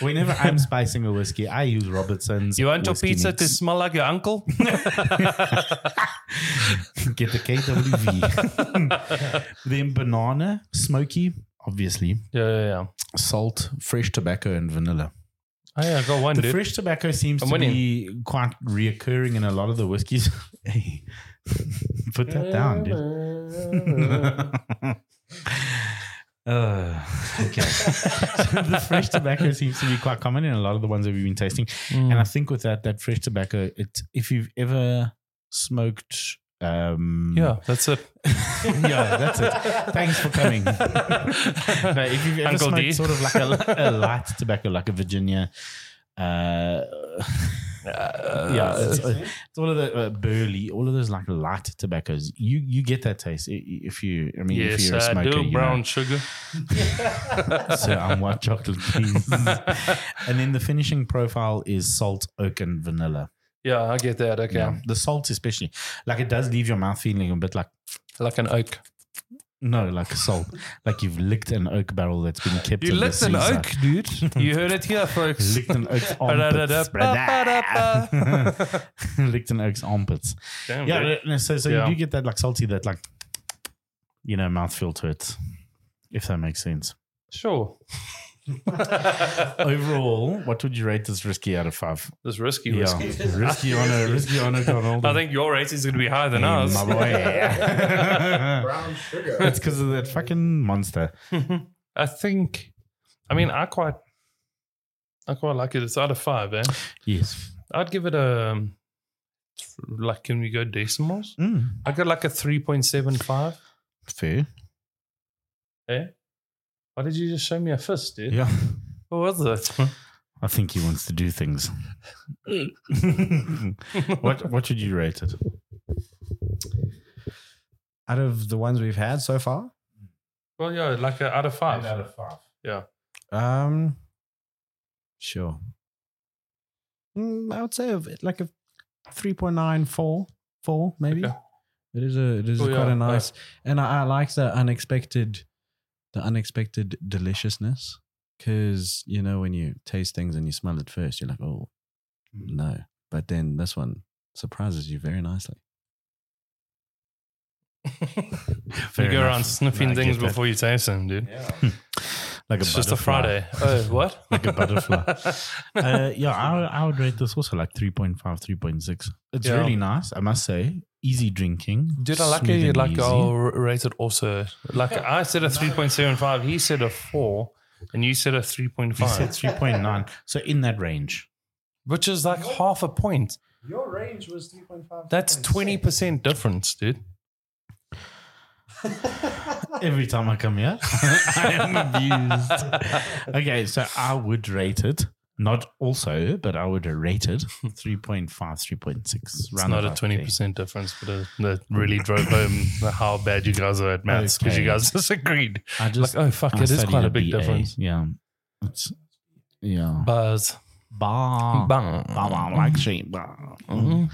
Speaker 2: Whenever I'm spicing a whiskey, I use Robertson's.
Speaker 1: you want your
Speaker 2: whiskey
Speaker 1: pizza to
Speaker 2: mix.
Speaker 1: smell like your
Speaker 2: *laughs*
Speaker 1: uncle?
Speaker 2: get the KWV? *laughs* then banana, smoky, obviously,
Speaker 1: Yeah, yeah, yeah.
Speaker 2: salt, fresh tobacco, and vanilla.
Speaker 1: Oh, yeah, I got one,
Speaker 2: The
Speaker 1: dude.
Speaker 2: fresh tobacco seems
Speaker 1: I'm
Speaker 2: to
Speaker 1: winning.
Speaker 2: be quite reoccurring in a lot of the whiskeys. *laughs* hey, put that down, dude.
Speaker 1: *sighs*
Speaker 2: Uh, okay. *laughs* so the fresh tobacco seems to be quite common in a lot of the ones that we've been tasting.
Speaker 1: Mm.
Speaker 2: And I think with that, that fresh tobacco, it if you've ever smoked um
Speaker 1: *laughs* yeah, that's it.
Speaker 2: yeah, that's it. Thanks for *laughs* coming. no, if you've ever
Speaker 1: Uncle
Speaker 2: smoked
Speaker 1: D.
Speaker 2: sort of like a, a light tobacco, like a Virginia, uh, yeah, Uh,
Speaker 1: Uh,
Speaker 2: it's, it's all of the uh, burley, all of those like light tobaccos. You you get that taste i- i- if you. I mean, if
Speaker 1: yes,
Speaker 2: you're a
Speaker 1: I
Speaker 2: smoker,
Speaker 1: do.
Speaker 2: you
Speaker 1: Brown
Speaker 2: know.
Speaker 1: sugar.
Speaker 2: So I'm *laughs* white chocolate, please. and then the finishing profile is salt, oak, and vanilla.
Speaker 1: Yeah, I get that. Okay.
Speaker 2: Yeah, the salt especially, like it does leave your mouth feeling a bit like.
Speaker 1: Like an oak.
Speaker 2: No, like salt. like you've licked an oak barrel that's been kept.
Speaker 1: You
Speaker 2: in the
Speaker 1: licked an
Speaker 2: freezer.
Speaker 1: oak, dude.
Speaker 2: *laughs*
Speaker 1: You heard it here, folks.
Speaker 2: Licked an *laughs* oak's armpits. brother. *laughs*
Speaker 1: Ba-da-da-ba-ba-da-ba.
Speaker 2: Licked an oak's armpits.
Speaker 1: Damn,
Speaker 2: Yeah,
Speaker 1: dude.
Speaker 2: no, no, eh, so, so
Speaker 1: Yeah.
Speaker 2: you do get that like salty, that like, you know, mouthfeel to it, if that makes sense.
Speaker 1: Sure.
Speaker 2: Overall, what would you rate this risky out of five?
Speaker 1: This risky
Speaker 2: Yeah.
Speaker 1: whiskey.
Speaker 2: risky on a risky on a *laughs* Donald.
Speaker 1: I think your rating's going to be higher than
Speaker 2: Hey,
Speaker 1: ours.
Speaker 2: my *laughs* boy.
Speaker 3: brown sugar
Speaker 2: It's because of that fucking monster.
Speaker 1: *laughs* I think, I mean, I quite, I quite like it. It's out of five, eh?
Speaker 2: Yes.
Speaker 1: I'd give it a, um, like, can we go decimals?
Speaker 2: Mm,
Speaker 1: I got like a 3.75.
Speaker 2: fair.
Speaker 1: Eh? Why did you just show me a fist, dude?
Speaker 2: Yeah.
Speaker 1: What was it?
Speaker 2: I think he wants to do *laughs* things. what What would you rate it?
Speaker 3: out of the ones we've had so far,
Speaker 1: Well, yeah, like a, out of five.
Speaker 2: Eight out of five.
Speaker 3: um, sure. Mm, I would say of it like a 3.9, 4, 4 maybe.
Speaker 1: Okay.
Speaker 3: It is a it is
Speaker 1: Oh,
Speaker 3: quite
Speaker 1: yeah,
Speaker 3: a nice, and I, I like the unexpected, the unexpected deliciousness. Because you know when you taste things and you smell it first, you're like, oh
Speaker 2: Mm.
Speaker 3: no. But then this one surprises you very nicely.
Speaker 1: you go around sniffing
Speaker 2: No, I get
Speaker 1: things
Speaker 2: that.
Speaker 1: before you taste them, dude.
Speaker 2: Like
Speaker 1: It's just a
Speaker 2: butterfly.
Speaker 1: Friday.
Speaker 2: *laughs*
Speaker 1: Oh, what?
Speaker 2: Like a
Speaker 1: *laughs*
Speaker 2: butterfly. uh, yeah, I, I would rate this also like 3.5, 3.6. It's
Speaker 1: Yeah.
Speaker 2: really nice, I must say. Easy drinking.
Speaker 1: Dude, I like
Speaker 2: smooth
Speaker 1: it.
Speaker 2: and
Speaker 1: Like
Speaker 2: easy.
Speaker 1: I'll r- rate it also. Like I said a three point seven five. He said a four, and you said a three point *laughs*
Speaker 2: You said
Speaker 1: five,
Speaker 2: 3.9. So in that range.
Speaker 1: which is like half a point.
Speaker 4: Your range was 3.5.
Speaker 1: That's twenty percent difference, dude.
Speaker 2: Every time I come here, *laughs* I am
Speaker 1: *laughs*
Speaker 2: abused. Okay, so I would rate it. Not also, but I would rate it 3.5, 3.6.
Speaker 1: It's not a twenty percent difference, but uh that really drove home *laughs* the how bad you guys are at maths because
Speaker 2: Okay.
Speaker 1: you guys *laughs* disagreed.
Speaker 2: I
Speaker 1: Like,
Speaker 2: just,
Speaker 1: oh fuck,
Speaker 2: I
Speaker 1: it is
Speaker 2: studied
Speaker 1: quite a big
Speaker 2: BA.
Speaker 1: difference.
Speaker 2: Yeah. It's, yeah.
Speaker 1: Buzz,
Speaker 2: Bah.
Speaker 1: bang,
Speaker 2: Bah, bah, like
Speaker 1: uh,
Speaker 2: sheep. Bah.
Speaker 1: Mhm.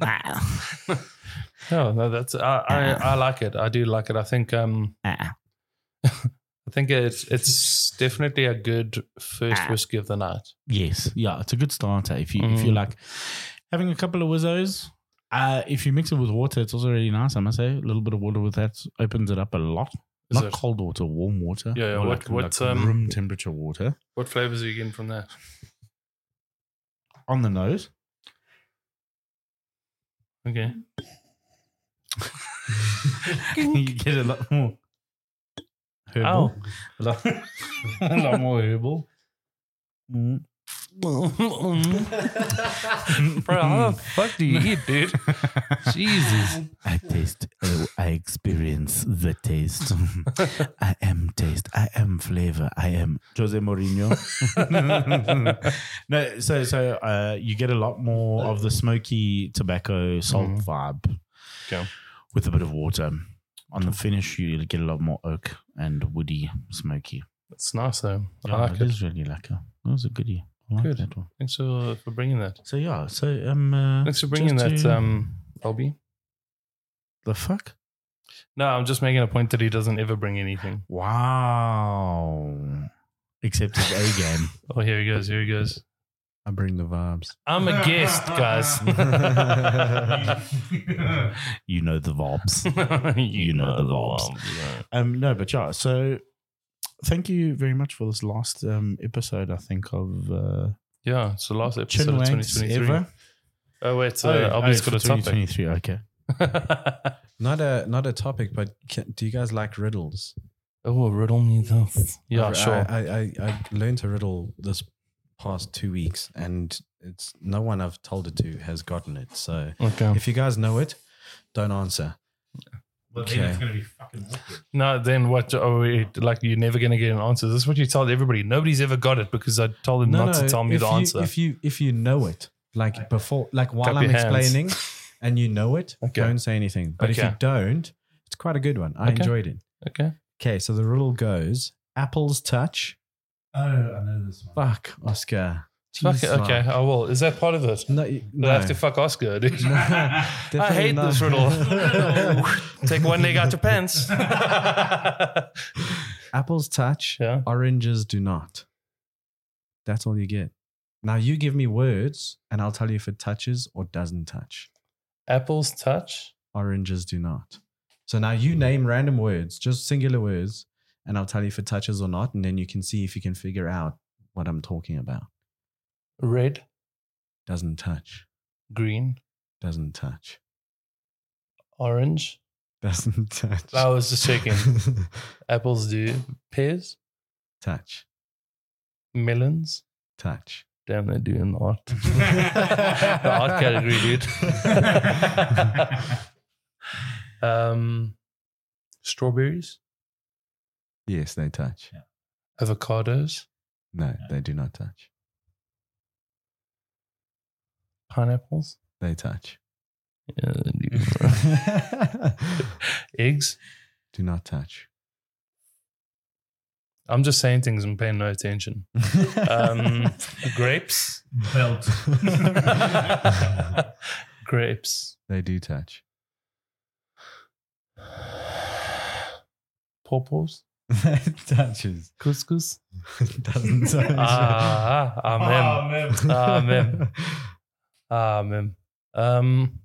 Speaker 1: *laughs*
Speaker 2: Ah.
Speaker 1: No, Oh, no, that's I, I, I like it. I do like it. I think um
Speaker 2: Ah.
Speaker 1: I think it's it's definitely a good first whiskey of the night.
Speaker 2: Yes, yeah, it's a good starter if you if you
Speaker 1: Mm.
Speaker 2: like having a couple of whizzos. Uh, if you mix it with water, it's also really nice. I must say, a little bit of water with that opens it up a lot.
Speaker 1: Is
Speaker 2: Not
Speaker 1: it?
Speaker 2: cold water, warm water.
Speaker 1: Yeah, yeah,
Speaker 2: More
Speaker 1: what-
Speaker 2: like,
Speaker 1: what,
Speaker 2: like
Speaker 1: um,
Speaker 2: room temperature water
Speaker 1: What flavors are you getting from that?
Speaker 2: on the nose. *laughs*
Speaker 1: Okay.
Speaker 2: you get a lot more herbal,
Speaker 1: Oh.
Speaker 2: *laughs* a, lot, a lot more herbal. Mm.
Speaker 1: *laughs* Bro, how the *laughs* fuck do you eat, *laughs* dude? Jesus.
Speaker 2: I taste. uh, I experience the taste. *laughs* I am taste. I am flavor. I am Jose Mourinho. *laughs* no, so so uh, you get a lot more of the smoky tobacco salt
Speaker 1: Mhm.
Speaker 2: vibe.
Speaker 1: Okay.
Speaker 2: With a bit of water. On the finish, you get a lot more oak and woody, smoky.
Speaker 1: It's nice though.
Speaker 2: Yeah,
Speaker 1: I like
Speaker 2: it
Speaker 1: it.
Speaker 2: is really lekker. That was a goodie. I like
Speaker 1: Good.
Speaker 2: that one.
Speaker 1: Thanks for, for bringing that.
Speaker 2: So yeah, so um, uh,
Speaker 1: Thanks for bringing
Speaker 2: just
Speaker 1: that,
Speaker 2: to-
Speaker 1: um, Albie.
Speaker 2: the fuck?
Speaker 1: No, I'm just making a point that he doesn't ever bring anything.
Speaker 2: Wow. Except his A game.
Speaker 1: Oh, here he goes. Here he goes.
Speaker 3: I bring the vibes.
Speaker 1: I'm a guest, *laughs* guys.
Speaker 2: *laughs* you know the vibes.
Speaker 1: you,
Speaker 2: know the vibes.
Speaker 1: vibes, yeah.
Speaker 2: Um, no, but yeah. So, thank you very much for this last um, episode. I think of uh,
Speaker 1: Yeah, it's the last episode of
Speaker 2: Chinwags
Speaker 1: 2023.
Speaker 2: ever.
Speaker 1: Oh, wait,
Speaker 2: Oh,
Speaker 1: uh, Albie's
Speaker 2: oh,
Speaker 1: got a
Speaker 2: for
Speaker 1: topic.
Speaker 2: 2023. Okay.
Speaker 3: Not a not a topic, but can, do you guys like riddles?
Speaker 1: *laughs* oh, riddle me this. Yeah,
Speaker 3: I,
Speaker 1: sure.
Speaker 3: I, I I learned a riddle this past two weeks, and it's no one I've told it to has gotten it. So
Speaker 1: okay.
Speaker 3: if you guys know it, don't answer. Okay.
Speaker 2: gonna be fucking awkward.
Speaker 1: No, then what? Are we, like, you're never going to get an answer. This is what you told everybody. Nobody's ever got it because I told them not to tell me
Speaker 3: if
Speaker 1: the
Speaker 3: you,
Speaker 1: answer.
Speaker 3: If you if you know it, like before, like while
Speaker 1: Clap
Speaker 3: I'm
Speaker 1: your hands.
Speaker 3: explaining, and you know it,
Speaker 1: Okay.
Speaker 3: don't say anything. But if
Speaker 1: Okay.
Speaker 3: you don't, it's quite a good one. I
Speaker 1: Okay.
Speaker 3: enjoyed it.
Speaker 1: okay.
Speaker 3: Okay, so the riddle goes: apples touch.
Speaker 2: Oh, I know this one.
Speaker 3: Fuck, Oscar.
Speaker 1: Fuck
Speaker 3: Jeez,
Speaker 1: it, okay,
Speaker 3: Mark.
Speaker 1: I will. Is that part of it?
Speaker 3: No, you-
Speaker 1: No.
Speaker 3: no.
Speaker 1: I have to fuck Oscar, dude.
Speaker 3: No,
Speaker 1: I
Speaker 3: *laughs* definitely
Speaker 1: hate
Speaker 3: not.
Speaker 1: this riddle.
Speaker 3: *laughs*
Speaker 1: *laughs* Take one leg out your pants. *laughs* yeah.
Speaker 3: Apples touch, oranges do not. That's all you get. Now you give me words, and I'll tell you if it touches or doesn't touch.
Speaker 1: Apples touch.
Speaker 3: Oranges do not. So now you name random words, just singular words, and I'll tell you if it touches or not, and then you can see if you can figure out what I'm talking about.
Speaker 1: Red,
Speaker 3: Doesn't touch.
Speaker 1: green,
Speaker 3: Doesn't touch. *laughs*
Speaker 1: orange.
Speaker 3: Doesn't touch.
Speaker 1: I was just checking. Apples do. Pears,
Speaker 3: *laughs* touch.
Speaker 1: melons.
Speaker 3: Touch.
Speaker 1: Damn, they're doing art.
Speaker 3: *laughs*
Speaker 1: the art category, dude. um, strawberries,
Speaker 3: Yes, they touch.
Speaker 1: avocados,
Speaker 3: No, they do not touch.
Speaker 1: pineapples.
Speaker 3: *laughs* They touch.
Speaker 1: Yeah, they do. Eggs.
Speaker 3: Do not touch.
Speaker 1: I'm just saying things and paying no attention. Um, grapes.
Speaker 2: Belt.
Speaker 1: *laughs* grapes.
Speaker 3: they do touch.
Speaker 1: Pawpaws.
Speaker 3: it touches.
Speaker 1: Couscous.
Speaker 3: It doesn't
Speaker 1: *laughs*
Speaker 3: touch.
Speaker 1: Ah, ah, amen. Ah, man. Ah, man. Um,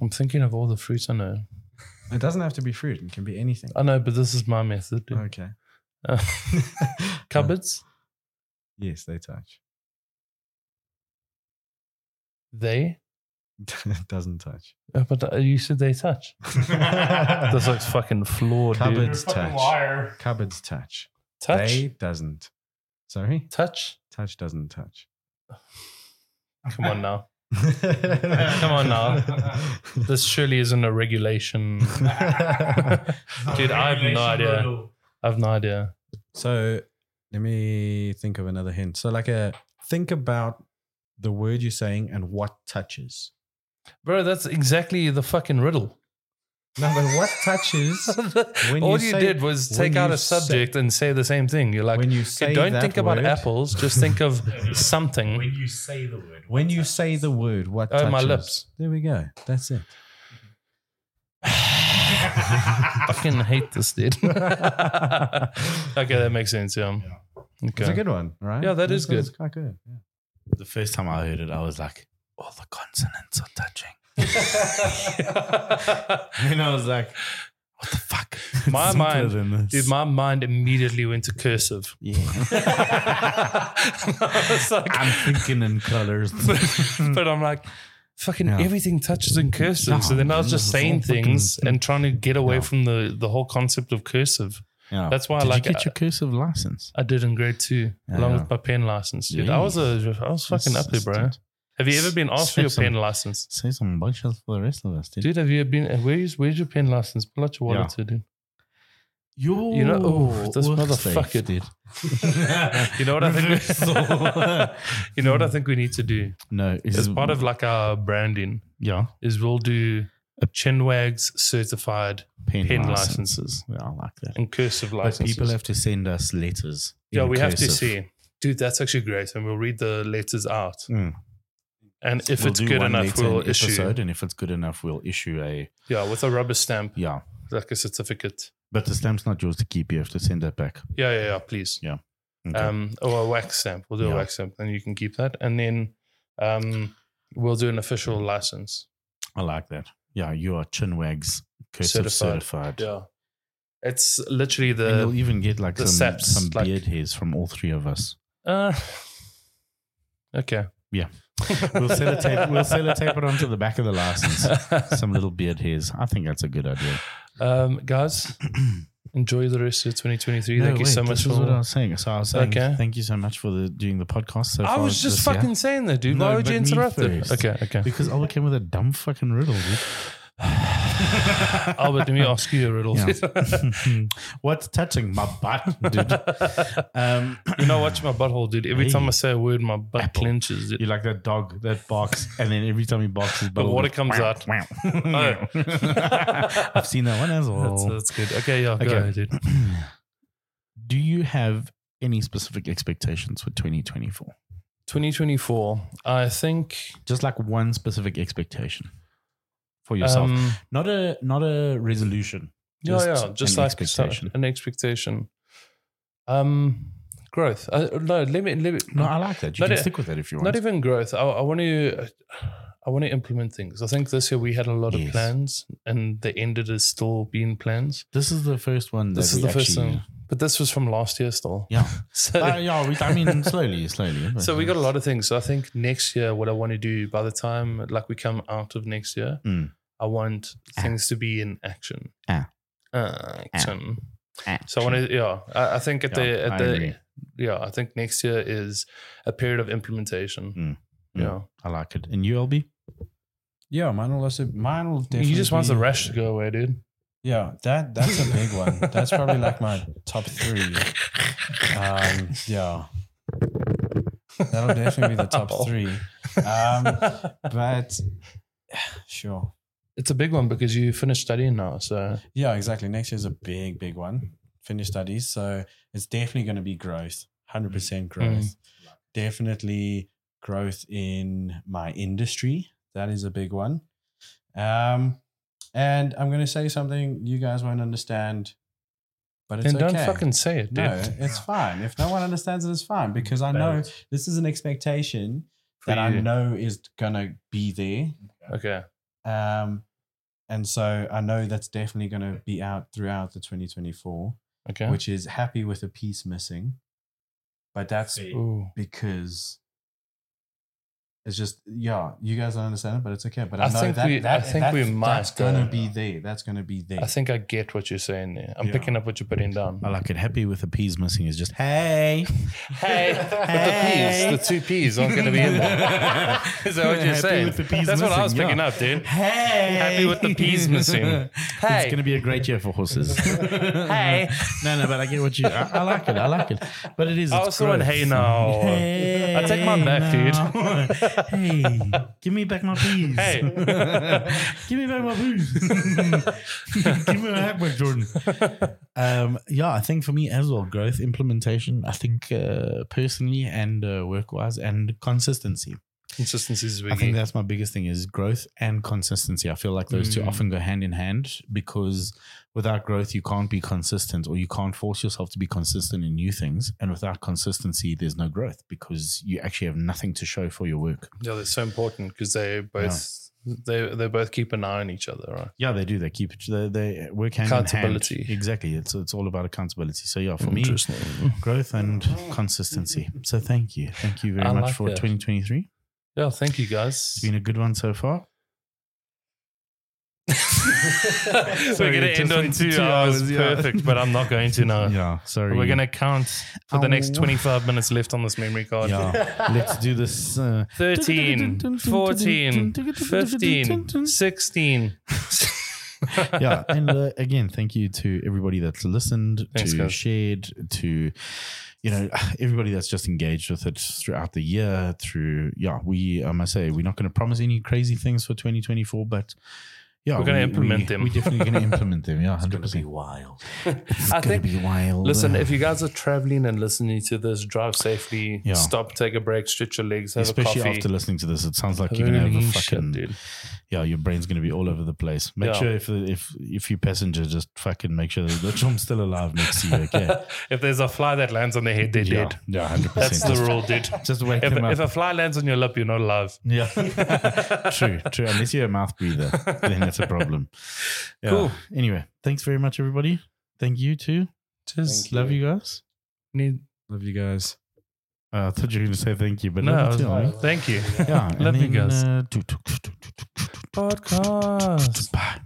Speaker 1: I'm thinking of all the fruits I know.
Speaker 3: It doesn't have to be fruit. It can be anything.
Speaker 1: I know, but this is my method.
Speaker 3: Okay. *laughs*
Speaker 1: Uh, cupboards.
Speaker 3: Uh, Yes, they touch. *laughs*
Speaker 1: They.
Speaker 3: it doesn't touch.
Speaker 1: *laughs* Uh, but uh, you said they touch. This looks fucking flawed, dude.
Speaker 3: Cupboards touch.
Speaker 5: liar.
Speaker 3: Cupboards touch.
Speaker 1: Touch.
Speaker 3: They doesn't. Sorry?
Speaker 1: Touch.
Speaker 3: Touch doesn't touch.
Speaker 1: Come on now.
Speaker 3: Come
Speaker 1: on now. This surely isn't a regulation. Dude, I have no idea. I have no idea.
Speaker 3: *laughs* so let me think of another hint. So like a think about the word you're saying and what touches.
Speaker 1: Bro, that's exactly the fucking riddle.
Speaker 3: No, but what touches When
Speaker 1: All
Speaker 3: you
Speaker 1: you
Speaker 3: say-
Speaker 1: did was
Speaker 3: when
Speaker 1: take out
Speaker 3: you
Speaker 1: a subject and say the same thing. You're like,
Speaker 3: when you
Speaker 1: okay,
Speaker 3: say
Speaker 1: don't
Speaker 3: that
Speaker 1: think about
Speaker 3: word-
Speaker 1: apples, just think of something.
Speaker 5: When you say the word.
Speaker 3: When you say the word, what
Speaker 1: Oh,
Speaker 3: touches?
Speaker 1: my lips.
Speaker 3: There we go. That's it.
Speaker 1: fucking hate this, dude. okay, that makes sense. Yeah.
Speaker 3: It's a
Speaker 1: Okay.
Speaker 3: good one, right?
Speaker 1: Yeah, that is
Speaker 3: This one's
Speaker 1: good.
Speaker 3: Quite good. yeah.
Speaker 2: the first time I heard it, I was like, all the consonants are touching. And I was like, what the fuck? *laughs* It's
Speaker 1: My
Speaker 2: simpler
Speaker 1: mind-
Speaker 2: than
Speaker 1: *laughs*
Speaker 2: this.
Speaker 1: Dude, my mind immediately went to cursive. *laughs* I was like-
Speaker 2: *laughs* I'm thinking in colors.
Speaker 1: but I'm like, fucking
Speaker 3: Yeah.
Speaker 1: everything touches in cursive. so
Speaker 2: No,
Speaker 1: then I was
Speaker 2: this
Speaker 1: just
Speaker 2: is
Speaker 1: saying
Speaker 2: all fucking-
Speaker 1: things and trying to get away
Speaker 2: No.
Speaker 1: from the, the whole concept of cursive.
Speaker 2: Yeah.
Speaker 1: *laughs* That's why I
Speaker 2: Did
Speaker 1: like
Speaker 2: you
Speaker 1: it.
Speaker 2: get your cursive license?
Speaker 1: I did in grade two,
Speaker 2: Yeah,
Speaker 1: along
Speaker 2: yeah.
Speaker 1: with my pen license, dude. I was a, I was fucking up there, bro.
Speaker 2: Consistent.
Speaker 1: Have you ever been asked for your
Speaker 2: Stepson.
Speaker 1: pen license,
Speaker 2: Say some bullshit for the rest of us, dude.
Speaker 1: dude? Have you been? Where's where's your pen license? Pull out your wallet, dude. *laughs*
Speaker 2: Yo,
Speaker 1: You know, oh, this
Speaker 2: work
Speaker 1: motherfucker,
Speaker 2: safe.
Speaker 1: dude. you know what I
Speaker 2: *laughs*
Speaker 1: think? *laughs* you know what I think we need to do
Speaker 2: No, it's
Speaker 1: as part of like our branding
Speaker 2: yeah
Speaker 1: is we'll do Chinwags certified
Speaker 2: pen,
Speaker 1: pen
Speaker 2: license.
Speaker 1: licenses
Speaker 2: Yeah, I like that.
Speaker 1: and cursive
Speaker 2: But
Speaker 1: licenses.
Speaker 2: people have to send us letters.
Speaker 1: yeah,
Speaker 2: in
Speaker 1: we have to
Speaker 2: cursive.
Speaker 1: see, dude. That's actually great, and we'll read the letters out.
Speaker 2: Mm.
Speaker 1: And if
Speaker 2: We'll
Speaker 1: it's
Speaker 2: do
Speaker 1: good
Speaker 2: one
Speaker 1: enough,
Speaker 2: letter
Speaker 1: we'll
Speaker 2: an
Speaker 1: issue.
Speaker 2: episode, and if it's good enough, we'll issue a
Speaker 1: Yeah, with a rubber stamp.
Speaker 2: yeah.
Speaker 1: like a certificate.
Speaker 2: But the stamp's not yours to keep. You have to send that back.
Speaker 1: Yeah, yeah, yeah, please.
Speaker 2: Okay.
Speaker 1: Um, or a wax stamp. We'll do
Speaker 2: Yeah.
Speaker 1: a wax stamp, and you can keep that. And then um, we'll do an official license.
Speaker 2: I like that. Yeah, you are chinwags cursive certified.
Speaker 1: Certified. Yeah, it's literally
Speaker 2: and you'll
Speaker 1: the.
Speaker 2: even get like
Speaker 1: the
Speaker 2: some
Speaker 1: saps,
Speaker 2: some
Speaker 1: like-
Speaker 2: beard hairs from all three of us.
Speaker 1: Uh, okay.
Speaker 2: Yeah. We'll sellotape. we'll sellotape it onto the back of the license. Some little beard hairs. I think that's a good idea.
Speaker 1: *laughs* um,
Speaker 2: *clears throat*
Speaker 1: guys, enjoy the rest of 2023.
Speaker 2: No,
Speaker 1: Thank you so
Speaker 2: wait,
Speaker 1: much
Speaker 2: This is what I
Speaker 1: for.
Speaker 2: was saying. So I was saying,
Speaker 1: Okay.
Speaker 2: thank you so much for the, doing the podcast. So
Speaker 1: I
Speaker 2: far
Speaker 1: was just
Speaker 2: this year.
Speaker 1: fucking saying that, dude.
Speaker 2: No,
Speaker 1: Why would you
Speaker 2: but me
Speaker 1: interrupt it?
Speaker 2: first.
Speaker 1: Okay, okay.
Speaker 2: because Albert came with a dumb fucking riddle. Dude.
Speaker 1: *laughs* Albert, let me ask you a riddle.
Speaker 2: Yeah. What's touching my butt, dude? Um,
Speaker 1: *laughs*
Speaker 2: *coughs*
Speaker 1: You know, watch my butthole, dude. Every
Speaker 2: Hey.
Speaker 1: time I say a word, my butt
Speaker 2: Apple.
Speaker 1: clenches. *laughs* Dude.
Speaker 2: you like that dog that barks, and then every time he barks, his
Speaker 1: The
Speaker 2: butthole
Speaker 1: water
Speaker 2: goes,
Speaker 1: comes
Speaker 2: "Wow,
Speaker 1: out. *laughs*
Speaker 2: wow." *laughs* I've seen that one as
Speaker 1: That's,
Speaker 2: well.
Speaker 1: that's good. Okay, yeah, go
Speaker 2: Okay.
Speaker 1: ahead, dude.
Speaker 2: Do you have any specific expectations for 2024?
Speaker 1: 2024. I think
Speaker 2: Just like one specific expectation for yourself,
Speaker 1: um,
Speaker 2: not a not a resolution.
Speaker 1: yeah, yeah, just
Speaker 2: an
Speaker 1: like
Speaker 2: expectation.
Speaker 1: expectation. an expectation. Um, growth. Uh, no, let me let me.
Speaker 2: No, I like that. You
Speaker 1: Not
Speaker 2: can
Speaker 1: a-
Speaker 2: stick with that if you want.
Speaker 1: not even growth. I, I want to. I want to implement things. I think this year we had a lot
Speaker 2: Yes.
Speaker 1: of plans, and the ended is still being plans.
Speaker 2: this is the first one. That
Speaker 1: This is
Speaker 2: we
Speaker 1: the first
Speaker 2: actually-
Speaker 1: thing, but this was from last year still.
Speaker 2: *laughs* Yeah.
Speaker 1: *laughs* So
Speaker 2: Uh, yeah, we, I mean, slowly, slowly.
Speaker 1: *laughs*
Speaker 2: but-
Speaker 1: So we got a lot of things. So I think next year, what I want to do by the time like we come out of next year,
Speaker 2: Mm.
Speaker 1: I want
Speaker 2: Ah.
Speaker 1: things to be in action. Uh,
Speaker 2: Ah.
Speaker 1: Action. So I want to, yeah. I, I think at
Speaker 2: Yeah,
Speaker 1: the at
Speaker 2: I
Speaker 1: the
Speaker 2: agree.
Speaker 1: yeah, I think next year is a period of implementation.
Speaker 2: Mm.
Speaker 1: Yeah,
Speaker 2: I like it. And you, LB?
Speaker 3: *laughs* Yeah, mine will also mine will definitely
Speaker 1: he just wants
Speaker 3: be-
Speaker 1: the rush to go away, dude.
Speaker 3: Yeah, that that's a big one. That's probably like my top three. Um, yeah. That'll definitely be the top three. Um, but *sighs* sure.
Speaker 1: *laughs* It's a big one because you finished studying now. So
Speaker 3: Yeah, exactly. Next year's a big, big one. Finish studies. So it's definitely going to be growth,
Speaker 1: Mm.
Speaker 3: 100% growth. Definitely growth in my industry. That is a big one. Um, and I'm going to say something you guys won't understand, but it's
Speaker 1: then
Speaker 3: okay.
Speaker 1: don't fucking say it, dude.
Speaker 3: no, it's fine. If no one understands it, it's fine because I know this is an expectation
Speaker 1: For
Speaker 3: that I
Speaker 1: you.
Speaker 3: know is going to be there.
Speaker 1: Okay.
Speaker 3: Um, and so I know that's definitely going to be out throughout the 2024,
Speaker 1: Okay.
Speaker 3: which is happy with a piece missing. But that's
Speaker 1: Ooh.
Speaker 3: because it's just, yeah, you guys don't understand it, but it's okay. But I,
Speaker 1: I
Speaker 3: know
Speaker 1: think
Speaker 3: that,
Speaker 1: we- I
Speaker 3: that,
Speaker 1: think
Speaker 3: that's,
Speaker 1: we might
Speaker 3: that's going to
Speaker 1: go-
Speaker 3: be there. That's going to be there.
Speaker 1: I think I get what you're saying there. I'm
Speaker 3: Yeah.
Speaker 1: picking up what you're putting down.
Speaker 2: I like it. Happy with the peas missing is just
Speaker 1: *laughs*
Speaker 2: hey.
Speaker 1: Hey,
Speaker 2: Hey.
Speaker 1: with the peas, the two peas aren't going to be in there. Is that what you're
Speaker 2: Happy
Speaker 1: saying?
Speaker 2: with the peas
Speaker 1: That's what I was
Speaker 2: missing,
Speaker 1: picking
Speaker 2: yeah.
Speaker 1: up, dude.
Speaker 2: Hey.
Speaker 1: Happy with the peas
Speaker 2: *laughs*
Speaker 1: missing.
Speaker 2: It's going to be a great year for horses. hey. No, no, but I get what you. I, I like it. I like it. But it is.
Speaker 1: I
Speaker 2: it's
Speaker 1: also want
Speaker 2: growth.
Speaker 1: Oh, hey now.
Speaker 2: Hey,
Speaker 1: I take mine back,
Speaker 2: dude. *laughs* hey, give me back my peas.
Speaker 1: Hey.
Speaker 2: *laughs* give me back my peas. *laughs* give me back my Jordan. Um, yeah, I think for me as well, growth implementation. I think uh, personally and uh, work wise and consistency.
Speaker 1: Consistency is a
Speaker 2: I
Speaker 1: biggie.
Speaker 2: think that's my biggest thing is growth and consistency. I feel like those two
Speaker 1: Mm.
Speaker 2: often go hand in hand because without growth, you can't be consistent or you can't force yourself to be consistent in new things. And without consistency, there's no growth because you actually have nothing to show for your work.
Speaker 1: yeah, that's so important because they both they they both keep an eye on each other, right?
Speaker 2: Yeah, they do. They keep it. They, they work hand in hand.
Speaker 1: Accountability.
Speaker 2: Exactly. It's it's all about accountability. So yeah, for me,
Speaker 1: Interesting.
Speaker 2: growth and consistency. So thank you, thank you very
Speaker 1: I
Speaker 2: much
Speaker 1: like
Speaker 2: for
Speaker 1: that.
Speaker 2: 2023.
Speaker 1: Yeah, thank you guys.
Speaker 2: It's
Speaker 1: *laughs*
Speaker 2: been a good one so far.
Speaker 1: We're
Speaker 2: Sorry,
Speaker 1: gonna
Speaker 2: it
Speaker 1: end
Speaker 2: just
Speaker 1: on
Speaker 2: went
Speaker 1: two,
Speaker 2: two
Speaker 1: hours,
Speaker 2: hours, yeah.
Speaker 1: perfect, but I'm not going to now.
Speaker 2: Yeah, sorry.
Speaker 1: We're gonna count for the next
Speaker 2: Ow.
Speaker 1: 25 minutes left on this memory card.
Speaker 2: Oh. Yeah. Let's do this. Uh,
Speaker 1: 13, 14, 15, 16.
Speaker 2: yeah. And uh, again, thank you to everybody that's listened,
Speaker 1: Thanks,
Speaker 2: to
Speaker 1: guys.
Speaker 2: shared, to, you know, everybody that's just engaged with it throughout the year. Through, yeah, we, I must say, we're not going to promise any crazy things for 2024, but. Yeah,
Speaker 1: We're gonna
Speaker 2: we-
Speaker 1: implement
Speaker 2: we-
Speaker 1: them.
Speaker 2: We're definitely going to implement them. Yeah, hundred
Speaker 5: It'll be
Speaker 2: percent.
Speaker 5: wild.
Speaker 1: I
Speaker 2: Going
Speaker 1: think,
Speaker 2: to be wild.
Speaker 1: listen, if you guys are traveling and listening to this, drive safely,
Speaker 2: Yeah.
Speaker 1: stop, take a break, stretch your legs, have
Speaker 2: especially
Speaker 1: a coffee.
Speaker 2: after listening to this, it sounds like you're going to have
Speaker 1: Holy
Speaker 2: a
Speaker 1: shit,
Speaker 2: fucking
Speaker 1: dude.
Speaker 2: yeah, your brain's gonna be all over the place. Make
Speaker 1: Yeah.
Speaker 2: sure if if if you passenger, just fucking make sure that the chom's still alive next to you. Okay,
Speaker 1: If there's a fly that lands on their head, they're
Speaker 2: yeah,
Speaker 1: dead.
Speaker 2: yeah, hundred
Speaker 1: That's
Speaker 2: percent.
Speaker 1: the rule,
Speaker 2: *laughs*
Speaker 1: dude.
Speaker 2: Just wake
Speaker 1: If,
Speaker 2: him up.
Speaker 1: if a fly lands on your lip, you're not alive.
Speaker 2: yeah, true, true. Unless you're a mouth breather, then that's a problem. Yeah.
Speaker 1: Cool.
Speaker 2: Anyway, thanks very much, everybody. Thank you too.
Speaker 1: Just
Speaker 2: Love you guys.
Speaker 1: need
Speaker 3: Love you guys.
Speaker 2: Uh, I thought you were gonna say thank you, but
Speaker 1: no. I
Speaker 2: love
Speaker 1: was-
Speaker 2: you too, homie.
Speaker 1: *laughs* Thank you.
Speaker 2: Yeah, and uh,
Speaker 1: Love you
Speaker 2: then,
Speaker 1: guys.
Speaker 2: uh,
Speaker 1: Podcast.
Speaker 2: bye.